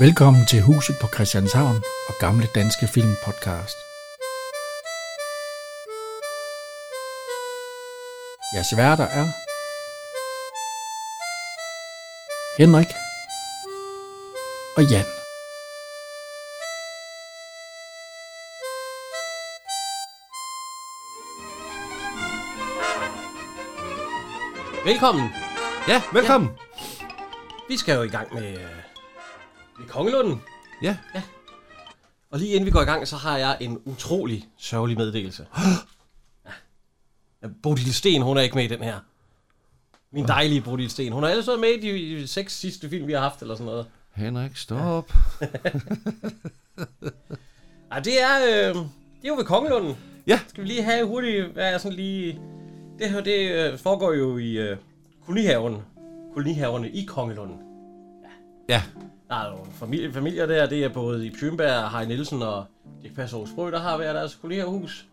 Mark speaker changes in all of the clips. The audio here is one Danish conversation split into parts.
Speaker 1: Velkommen til Huset på Christianshavn og Gamle Danske Film Podcast. Jeres værter er Henrik og Jan.
Speaker 2: Velkommen.
Speaker 3: Ja, velkommen.
Speaker 2: Vi skal jo i gang med, øh, med Kongelunden.
Speaker 3: Ja.
Speaker 2: Og lige inden vi går i gang, så har jeg en utrolig sørgelig meddelelse. ja. Bodil Sten, hun er ikke med i den her. Min dejlige Bodil Sten. Hun har ellers været med i de, de seks sidste film, vi har haft, eller sådan noget.
Speaker 3: Henrik, stop.
Speaker 2: Ej, det er, øh, det er jo ved Kongelunden.
Speaker 3: Ja.
Speaker 2: Skal vi lige have hurtigt, hvad er sådan lige... Det her, det øh, foregår jo i øh, kolonihaven. Kolonihaverne i Kongelunden.
Speaker 3: Ja.
Speaker 2: Der er jo familie, familier der, det er både i Pjønberg, Hej Nielsen og Dirk Passer Sprø, der har hver deres kollegerhus.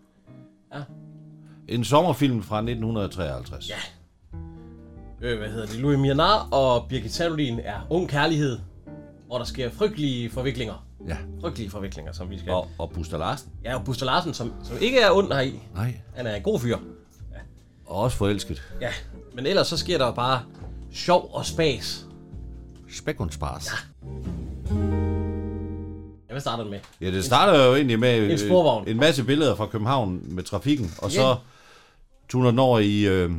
Speaker 3: En sommerfilm fra 1953.
Speaker 2: Ja. Øh, hvad hedder det? Louis Mianar og Birgit Salolin er ung kærlighed, og der sker frygtelige forviklinger.
Speaker 3: ja.
Speaker 2: Frygtelige forviklinger, som vi skal...
Speaker 3: Og, og Buster Larsen.
Speaker 2: Ja, og Buster Larsen, som, som ikke er ond heri,
Speaker 3: Nej.
Speaker 2: han er en god fyr.
Speaker 3: Og også forelsket.
Speaker 2: Ja, men ellers så sker der jo bare sjov og spas.
Speaker 3: Spækundspars.
Speaker 2: Ja, hvad starter den med?
Speaker 3: Ja, det starter jo egentlig med øh,
Speaker 2: En sporvogn.
Speaker 3: en masse billeder fra København med trafikken. Og så tuner den over i, øh,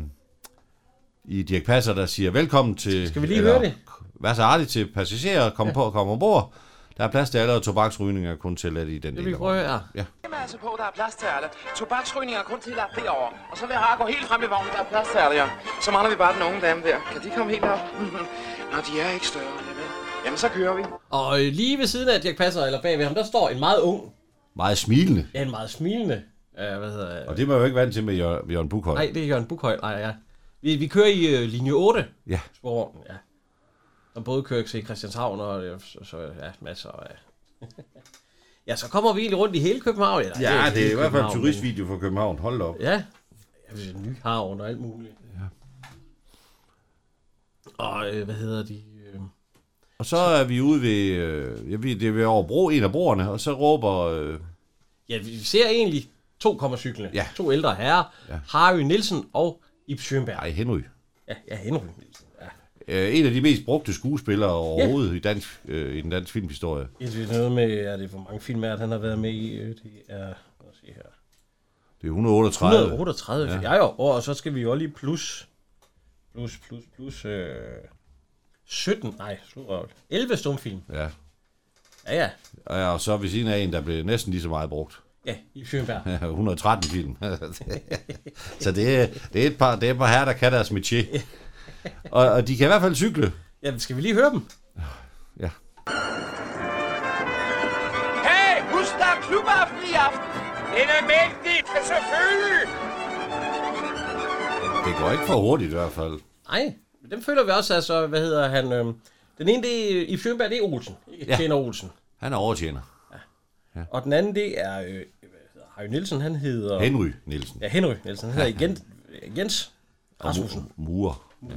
Speaker 3: i Dirk Passer, der siger velkommen til...
Speaker 2: Skal vi lige
Speaker 3: eller,
Speaker 2: høre det?
Speaker 3: Vær så artig til passagerer. Kom ja. på og kom ombord. Der er plads til alle, og tobaksrygning er kun tilladt i den
Speaker 2: Det
Speaker 3: del
Speaker 2: vi
Speaker 3: af
Speaker 2: prøver
Speaker 3: vognen.
Speaker 2: her.
Speaker 4: Dem er altså på, der er plads til alle. Tobaksrygninger er kun til at derovre. Og så vil jeg gå helt frem i vognen, der er plads til alle, ja. Så mangler vi bare den unge dame der. Kan de komme helt op? Nå, de er ikke større, jamen. Jamen, så kører vi.
Speaker 2: Og øh, lige ved siden af Dirk Passer, eller bagved ham, der står en meget ung,
Speaker 3: Meget smilende.
Speaker 2: ja, en meget smilende, øh, hvad hedder
Speaker 3: Og det er man jo ikke vant til med Jør- Jørgen Bukhøj.
Speaker 2: Nej, det er Jørgen Bukhøj. Nej, ja. Vi, vi kører i øh, linje 8.
Speaker 3: Ja.
Speaker 2: Sporvognen, ja. Som både kører til Christianshavn og øh, så, så ja, masser af... ja, så kommer vi egentlig rundt i hele København. Ja,
Speaker 3: Ja, det, er i
Speaker 2: hele
Speaker 3: hvert fald en
Speaker 2: København,
Speaker 3: turistvideo fra København. Hold da op.
Speaker 2: men- Ja. Jeg vil sige, Nyhavn og alt muligt. Ja. Og øh, hvad hedder de? Øh,
Speaker 3: Og så er vi ude ved, øh, ja, vi- det er ved over bro, en af broerne, og så råber, øh,
Speaker 2: ja, vi ser egentlig to kommer cyklerne.
Speaker 3: Ja.
Speaker 2: To ældre herrer. Ja. Harry Nielsen og Ib Schønberg.
Speaker 3: ej Henry,
Speaker 2: Ja, ja, Henry Nielsen. Ja.
Speaker 3: øh, en af de mest brugte skuespillere overhovedet i, dansk, øh, i den danske filmhistorie.
Speaker 2: Jeg synes noget med, er det hvor mange film er, at han har været med i? Øh, Det er, lad os se her.
Speaker 3: Det er 138.
Speaker 2: 138. Ja. ja jo, og så skal vi jo lige plus, plus, plus, plus, øh, 17, nej, slut røv. 11 stumfilm.
Speaker 3: Ja.
Speaker 2: Ja, ja.
Speaker 3: Og, og så ved siden af en, der blev næsten lige så meget brugt.
Speaker 2: Ja, i Sjøenberg.
Speaker 3: Ja, 113 film. så det, er- det, er et par, det er et par herrer, der kan deres métier. Og, og de kan i hvert fald cykle.
Speaker 2: Ja, skal vi lige høre dem?
Speaker 3: Ja.
Speaker 4: Hey, husk, der er klubaften i aften. Det er vigtigt, selvfølgelig.
Speaker 3: Det går ikke for hurtigt i hvert fald.
Speaker 2: Nej, men dem føler vi også, altså, hvad hedder han? Øh, den ene, det er øh, i Sjøenberg, det er Olsen. Ja.
Speaker 3: Ja.
Speaker 2: Tjener Olsen.
Speaker 3: Han er overtjener.
Speaker 2: Og den anden, det er, øh, hvad hedder Harry Nielsen, han hedder...
Speaker 3: Henry Nielsen.
Speaker 2: Ja, Henry Nielsen. Han hedder igen, Jens Rasmussen.
Speaker 3: Murer.
Speaker 2: Ja.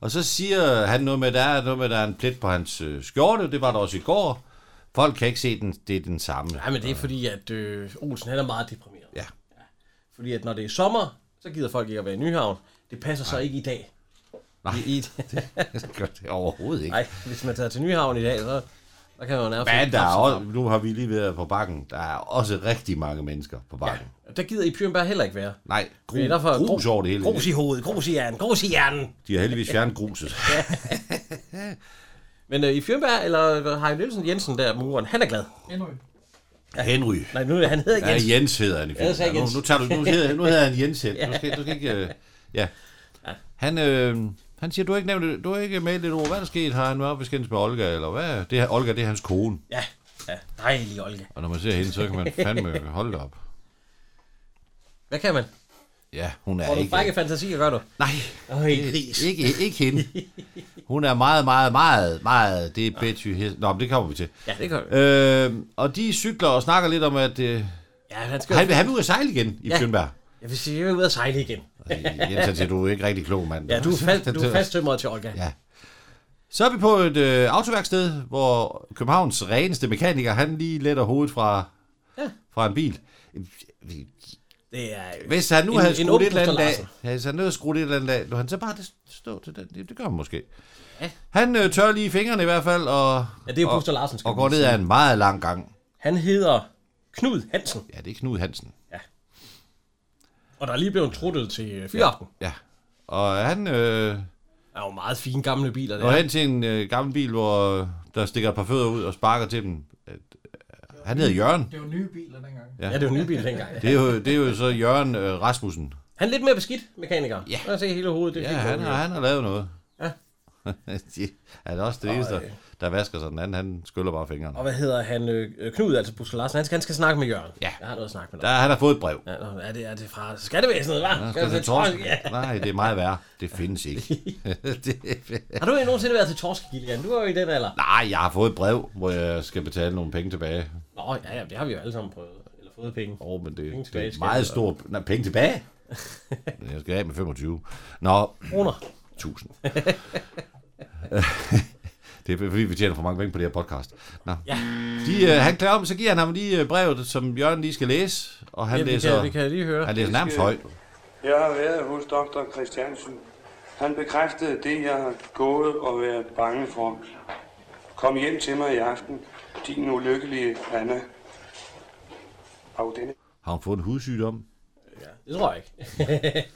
Speaker 3: Og så siger han noget med, der er noget med, der er en plet på hans øh, skjorte. Det var der også i går. Folk kan ikke se, den, det er den samme.
Speaker 2: Nej, men det er fordi, at øh, Olsen han er meget deprimeret.
Speaker 3: Ja.
Speaker 2: Fordi at når det er sommer, så gider folk ikke at være i Nyhavn. Det passer så ikke i dag.
Speaker 3: Nej,
Speaker 2: I, i,
Speaker 3: det gør det overhovedet ikke.
Speaker 2: nej, hvis man tager til Nyhavn i dag, så der kan man jo nærmest...
Speaker 3: Men der er
Speaker 2: knap så
Speaker 3: også, nu har vi lige været på bakken. Der er også rigtig mange mennesker på bakken. Ja.
Speaker 2: varmt. Der gider i Pyrenberg heller ikke være.
Speaker 3: Nej, gru,
Speaker 2: Fordi der får
Speaker 3: grus over det hele.
Speaker 2: Grus i hovedet, grus i hjernen, grus i hjernen.
Speaker 3: De har heldigvis fjernet gruset.
Speaker 2: Men øh, i Pyrenberg, eller Harry Nielsen Jensen der, muren, han er glad.
Speaker 3: Ja. Henry.
Speaker 2: Nej, nu han hedder ikke
Speaker 3: Ja,
Speaker 2: Jensen.
Speaker 3: Jens hedder han i filmen.
Speaker 2: jeg sagde
Speaker 3: Ja, nu,
Speaker 2: Jens.
Speaker 3: nu, tager du, nu, hedder, nu hedder han Jens selv. Du skal, du skal ikke... Øh, ja. Han, øh, han siger, du har ikke, nævnt, det- du har ikke meldt et ord. Hvad er der sket? Har han været oppe i skændes med Olga? Eller hvad? Det er, Olga, det er hans kone.
Speaker 2: Ja, ja. Dejlig Olga.
Speaker 3: Og når man ser hende, så kan man fandme holde det op.
Speaker 2: Hvad kan man?
Speaker 3: Ja, hun er
Speaker 2: Har du
Speaker 3: ikke...
Speaker 2: frække fantasier, gør du?
Speaker 3: Nej,
Speaker 2: Øj, gris.
Speaker 3: ikke, ikke hende. Hun er meget, meget, meget, meget... Det er Betty Hest. Nå, men det kommer vi til.
Speaker 2: Ja, det kan man.
Speaker 3: Øh, og de cykler og snakker lidt om, at øh,
Speaker 2: Ja, han skal
Speaker 3: han,
Speaker 2: jo...
Speaker 3: han vil ud at sejle igen i
Speaker 2: Ja.
Speaker 3: ja. Fjernberg.
Speaker 2: Jeg vil sige, jeg er ude at sejle igen.
Speaker 3: Jens han siger, du er ikke rigtig klog, mand. Altså,
Speaker 2: Ja, du er, fast, du er fasttømret til Olga.
Speaker 3: Ja. Så er vi på et øh, autoværksted, hvor Københavns reneste mekaniker, han lige letter hovedet fra, ja. fra en bil.
Speaker 2: Det er jo...
Speaker 3: Hvis han nu
Speaker 2: En-
Speaker 3: en, havde
Speaker 2: en
Speaker 3: skruet
Speaker 2: Opel
Speaker 3: et eller andet
Speaker 2: Poster
Speaker 3: dag, hvis han nu havde skruet et eller andet dag, lå han så bare det stå til den. Det, det gør han måske. Ja. Han øh, tør lige fingrene i hvert fald, og,
Speaker 2: Ja, det er jo
Speaker 3: og,
Speaker 2: Buster Larsen, skal
Speaker 3: og
Speaker 2: man
Speaker 3: går
Speaker 2: sige.
Speaker 3: ned ad en meget lang gang.
Speaker 2: Han hedder Knud Hansen,
Speaker 3: Ja, det er Knud Hansen.
Speaker 2: og der er lige blevet truttet til øh, fyraften.
Speaker 3: Ja. Og han øh,
Speaker 2: Der er jo meget fine gamle biler der.
Speaker 3: når hen til en øh, gammel bil, hvor øh, der stikker et par fødder ud og sparker til dem. At, øh, han hedder Jørgen.
Speaker 1: Det var nye biler dengang.
Speaker 2: Ja, det er jo nye biler dengang.
Speaker 3: Det er jo, det er jo så Jørgen øh, Rasmussen.
Speaker 2: Han er lidt mere beskidt, mekaniker.
Speaker 3: Ja.
Speaker 2: Man kan se hele hovedet. Det
Speaker 3: Ja,
Speaker 2: fik
Speaker 3: han
Speaker 2: jo-
Speaker 3: har, han har lavet noget.
Speaker 2: Ja.
Speaker 3: De- han er også det eneste, der- der vasker sig. Den anden, han skyller bare fingrene.
Speaker 2: Og hvad hedder han? Øh, Knud, altså Buster Larsen. Han skal, han skal snakke med Jørgen.
Speaker 3: Ja.
Speaker 2: Jeg har noget at snakke med
Speaker 3: Der,
Speaker 2: dig.
Speaker 3: han har fået et brev.
Speaker 2: Ja, nå, er, det, er det fra skattevæsenet, hva'?
Speaker 3: Han
Speaker 2: Ja,
Speaker 3: skal til
Speaker 2: det tror jeg-
Speaker 3: Torsk.
Speaker 2: ja.
Speaker 3: Nej, det er meget værre. Det findes ikke. det...
Speaker 2: Har du egentlig nogensinde været til Torske, Gillian? Du var jo i den alder.
Speaker 3: Nej, jeg har fået et brev, hvor jeg skal betale nogle penge tilbage.
Speaker 2: Nå, ja, ja, det har vi jo alle sammen prøvet. Eller fået penge.
Speaker 3: Åh, oh, men det, det
Speaker 2: tilbage
Speaker 3: er
Speaker 2: skal
Speaker 3: meget
Speaker 2: jeg-
Speaker 3: stor... Nej, penge tilbage? jeg skal af med 25. Nå,
Speaker 2: Kroner.
Speaker 3: 1000. det er fordi, vi tjener for mange penge på det her podcast. Nå.
Speaker 2: Ja.
Speaker 3: De, øh, han klæder om, så giver han ham lige øh, brevet, som Jørgen lige skal læse. Og han,
Speaker 2: Ja, vi,
Speaker 3: læser,
Speaker 2: kan, vi kan lige høre.
Speaker 3: han læser nærmest højt.
Speaker 5: Jeg har været hos dr. Christiansen. Han bekræftede det, jeg har gået og været bange for. Kom hjem til mig i aften, din ulykkelige Anna. Og denne
Speaker 3: Har hun fået en hudsygdom?
Speaker 2: Det tror jeg ikke.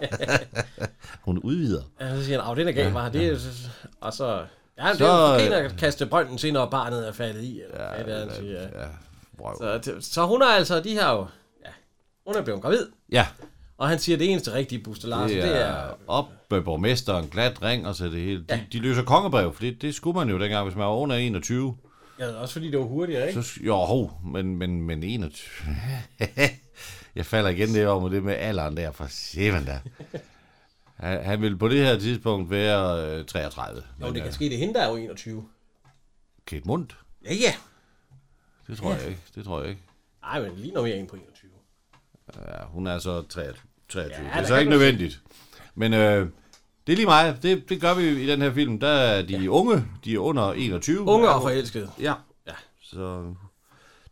Speaker 3: Hun udvider.
Speaker 2: Ja, så siger han, "Au, den er gal, var det? er jo så- Og så... Ja, det
Speaker 3: Så-
Speaker 2: er jo forkert at kaste brønden til, når barnet er faldet i. Eller ja, det, han siger.
Speaker 3: Ja, brøv.
Speaker 2: Så, det- så hun er altså, de her jo... Ja, hun er blevet gravid.
Speaker 3: Ja,
Speaker 2: Og han siger, at det eneste rigtige Buster Larsen,
Speaker 3: det er op med borgmesteren, glat ring og så det hele. De, de løser kongebrev, for det, det skulle man jo dengang, hvis man var under 21.
Speaker 2: Ja, også fordi det var hurtigere, ikke?
Speaker 3: Så, sk- jo, hov, men, men, men 21. jeg falder igen det over med det med alderen der, for seven da. Han, han ville på det her tidspunkt være øh, 33.
Speaker 2: Jo,
Speaker 3: Men,
Speaker 2: det kan
Speaker 3: øh,
Speaker 2: ske, det er hende, der er jo 21.
Speaker 3: Kate Mundt?
Speaker 2: Ja, ja.
Speaker 3: Det tror jeg ikke. Det tror jeg ikke.
Speaker 2: Nej, men lige når vi er inde på 21.
Speaker 3: Ja, hun er så 23. 23.
Speaker 2: Ja,
Speaker 3: Ja, det er
Speaker 2: der
Speaker 3: så
Speaker 2: kan
Speaker 3: ikke
Speaker 2: du se.
Speaker 3: nødvendigt. Men øh, det er lige mig. Det, det gør vi i den her film. Der er de ja. unge. De er under 21.
Speaker 2: Unge
Speaker 3: Ja,
Speaker 2: og forelskede.
Speaker 3: Ja. ja. Så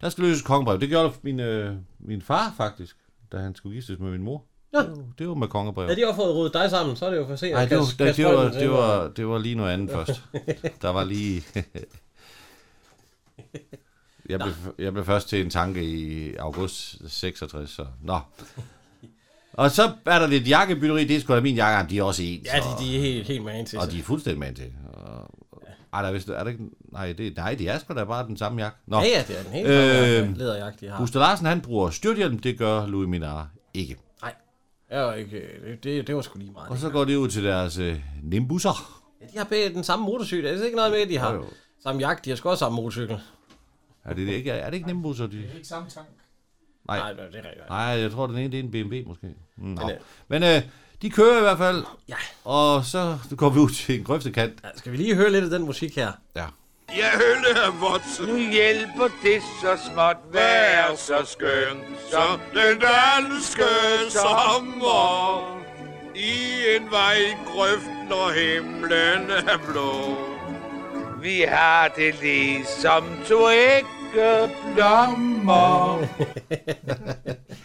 Speaker 3: der skal løses kongebrev. Det gjorde min, øh, min far faktisk, da han skulle giftes med min mor.
Speaker 2: Ja.
Speaker 3: Det var- Det var med kongebrev.
Speaker 2: Ja, de har fået ryddet dig sammen, så er det jo for sent.
Speaker 3: Nej,
Speaker 2: at
Speaker 3: det var,
Speaker 2: kaste-
Speaker 3: det,
Speaker 2: kaste
Speaker 3: det, var,
Speaker 2: bolden til
Speaker 3: det,
Speaker 2: mig.
Speaker 3: var, det var lige noget andet først. Der var lige... jeg, blev, jeg blev først til en tanke i august 66, så... Nå. Og så er der lidt jakkebytteri. Det er sgu da min jakke, jamen, de er også ens.
Speaker 2: Ja, de, de er helt, helt man til.
Speaker 3: Og
Speaker 2: sig.
Speaker 3: de er fuldstændig med til. Og, ej, der er, vist, er der ikke, nej, det, nej, det er sgu da bare den samme jakke. Nå,
Speaker 2: Ja, ja, det er den helt
Speaker 3: Øh,
Speaker 2: øh, lederjagt, de har.
Speaker 3: Buster Larsen, han bruger styrthjelm. Det gør Louis Minard ikke.
Speaker 2: Nej, det var, ikke, det, det, det var sgu lige meget.
Speaker 3: Og så går det ud til deres øh, nimbusser.
Speaker 2: Ja, de har begge den samme motorcykel. Det er ikke noget med, at de har
Speaker 3: Jo, jo.
Speaker 2: samme jagt. De har sgu også samme motorcykel.
Speaker 3: Er det, ikke, er det ikke nimbusser? De?
Speaker 1: Ikke samme tank.
Speaker 3: Nej.
Speaker 2: Nej, det er rigtigt.
Speaker 3: Nej, jeg tror, den ene det er en BMW måske. Mm, Nå.
Speaker 2: Men, øh,
Speaker 3: Men øh, de kører i hvert fald,
Speaker 2: Ja.
Speaker 3: og så går vi ud til en grøftekant.
Speaker 2: ja, skal vi lige høre lidt af den musik her?
Speaker 3: Ja.
Speaker 6: Jeg hønne votsen.
Speaker 4: Nu hjælper det så småt
Speaker 6: Vær
Speaker 4: vejr,
Speaker 6: så skøn som den danske sommer. I en vej grøft, når himlen er blå.
Speaker 4: vi har det ligesom to ægge blommer.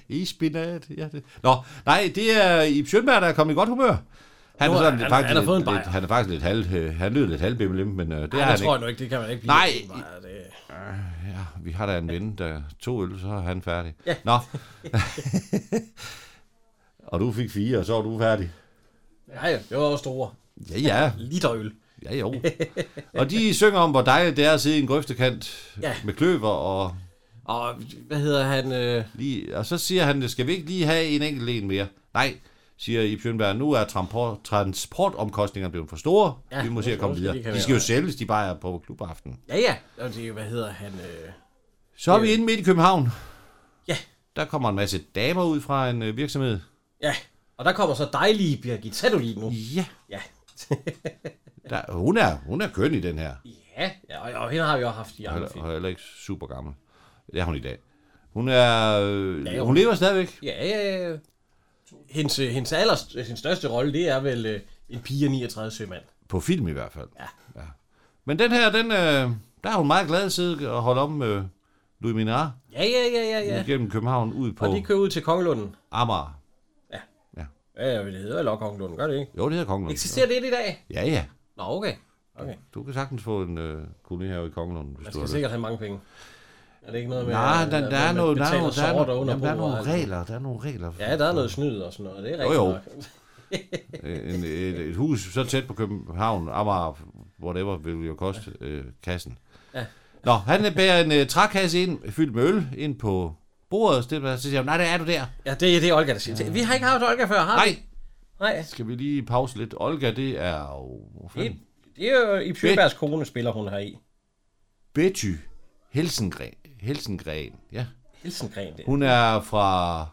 Speaker 3: I spinat. Ja, det. Nå, nej, det er Ib Schønberg, der er kommet i godt humør. Han
Speaker 2: Nu
Speaker 3: er,
Speaker 2: er-
Speaker 3: sådan,
Speaker 2: han-
Speaker 3: faktisk
Speaker 2: han har fået en
Speaker 3: lidt,
Speaker 2: bajer.
Speaker 3: lidt, han er faktisk lidt halv, øh, han lyder lidt halvbimmelim, men øh, det er
Speaker 2: Ja,
Speaker 3: han
Speaker 2: det tror
Speaker 3: ikke.
Speaker 2: jeg nu ikke. Det kan man ikke blive.
Speaker 3: Nej,
Speaker 2: Det er bare- det-
Speaker 3: Ja, vi har da en ven, der to øl, så er han færdig. Ja. Nå. og du fik fire, og så var du færdig.
Speaker 2: Ja, ja, det var også store.
Speaker 3: Ja, ja.
Speaker 2: Liter øl.
Speaker 3: Ja, jo. Og de synger om, hvor dejligt det er at sidde i en grøftekant
Speaker 2: Ja.
Speaker 3: ja. med kløver og
Speaker 2: Og hvad hedder han? Øh,
Speaker 3: Lige, og så siger han, skal vi ikke lige have en enkelt en mere? Nej, siger Ip Schønberg, nu er transport, transportomkostningerne blevet for store.
Speaker 2: Ja,
Speaker 3: Ja, vi må se at
Speaker 2: nu
Speaker 3: komme
Speaker 2: skal
Speaker 3: videre.
Speaker 2: de ikke
Speaker 3: De skal
Speaker 2: være-
Speaker 3: jo sælges, de bare er på klubaften.
Speaker 2: ja, ja. Og det, er jo, hvad hedder han? Øh,
Speaker 3: Så er vi inde midt i København.
Speaker 2: Ja.
Speaker 3: Der kommer en masse damer ud fra en øh, virksomhed.
Speaker 2: ja. Og der kommer så dejlige Birgit Sadolin nu.
Speaker 3: Ja.
Speaker 2: Ja.
Speaker 3: Der, hun, er, hun er køn i den her.
Speaker 2: Ja, ja og, og hende har vi også haft i
Speaker 3: Og
Speaker 2: andre
Speaker 3: heller-
Speaker 2: film.
Speaker 3: og heller ikke super gammel. Det er hun i dag. Hun er... Øh,
Speaker 2: Ja, jo.
Speaker 3: hun lever stadigvæk.
Speaker 2: Ja, ja, ja. Hendes, øh, hendes, allers, hendes største rolle, det er vel øh, en pige af 39 sømand.
Speaker 3: På film i hvert fald.
Speaker 2: Ja.
Speaker 3: ja. Men den her, den, øh, der er hun meget glad side at holde om øh, Louis Minard
Speaker 2: Ja, ja, ja, ja, ja.
Speaker 3: ja. gennem København ud på
Speaker 2: Og de kører ud til Kongelunden.
Speaker 3: Amager.
Speaker 2: Ja, ja, det hedder jo Kongelunden, gør det ikke?
Speaker 3: Jo, det hedder Kongelunden.
Speaker 2: Eksisterer det i dag?
Speaker 3: Ja, ja.
Speaker 2: Nå, okay. Okay.
Speaker 3: Du kan sagtens få en øh, kolonihave i Kongelunden, hvis
Speaker 2: Man
Speaker 3: du har
Speaker 2: skal
Speaker 3: lyst.
Speaker 2: sikkert have mange penge. Er det ikke noget med,
Speaker 3: Nej,
Speaker 2: at-
Speaker 3: der,
Speaker 2: at
Speaker 3: der, er
Speaker 2: man
Speaker 3: noget, der, er
Speaker 2: betaler
Speaker 3: noget, der, er
Speaker 2: sorger,
Speaker 3: noget, jamen, der er
Speaker 2: under
Speaker 3: nogle
Speaker 2: bordet, altså?
Speaker 3: regler. Der er nogle regler.
Speaker 2: Ja, der er noget snyd og sådan noget. Det er
Speaker 3: Jo, jo.
Speaker 2: rigtigt nok.
Speaker 3: Øh, En, et, et hus så tæt på København, Amager, whatever, vil jo koste øh, kassen.
Speaker 2: Ja.
Speaker 3: Nå, han bærer en øh, trækasse ind, fyldt med øl, ind på bordet. Så siger jeg, nej, der er du der.
Speaker 2: Ja, det, er- det er Olga, der siger. det. Vi har ikke haft Olga før, har vi?
Speaker 3: Nej,
Speaker 2: Nej.
Speaker 3: skal vi lige pause lidt. Olga, det er jo... hvor fanden?
Speaker 2: Det, det er jo øh, i Sjøbergs kone, spiller hun her i.
Speaker 3: Betty Helsengren. Helsengren, ja.
Speaker 2: Hilsengren, det.
Speaker 3: Hun er fra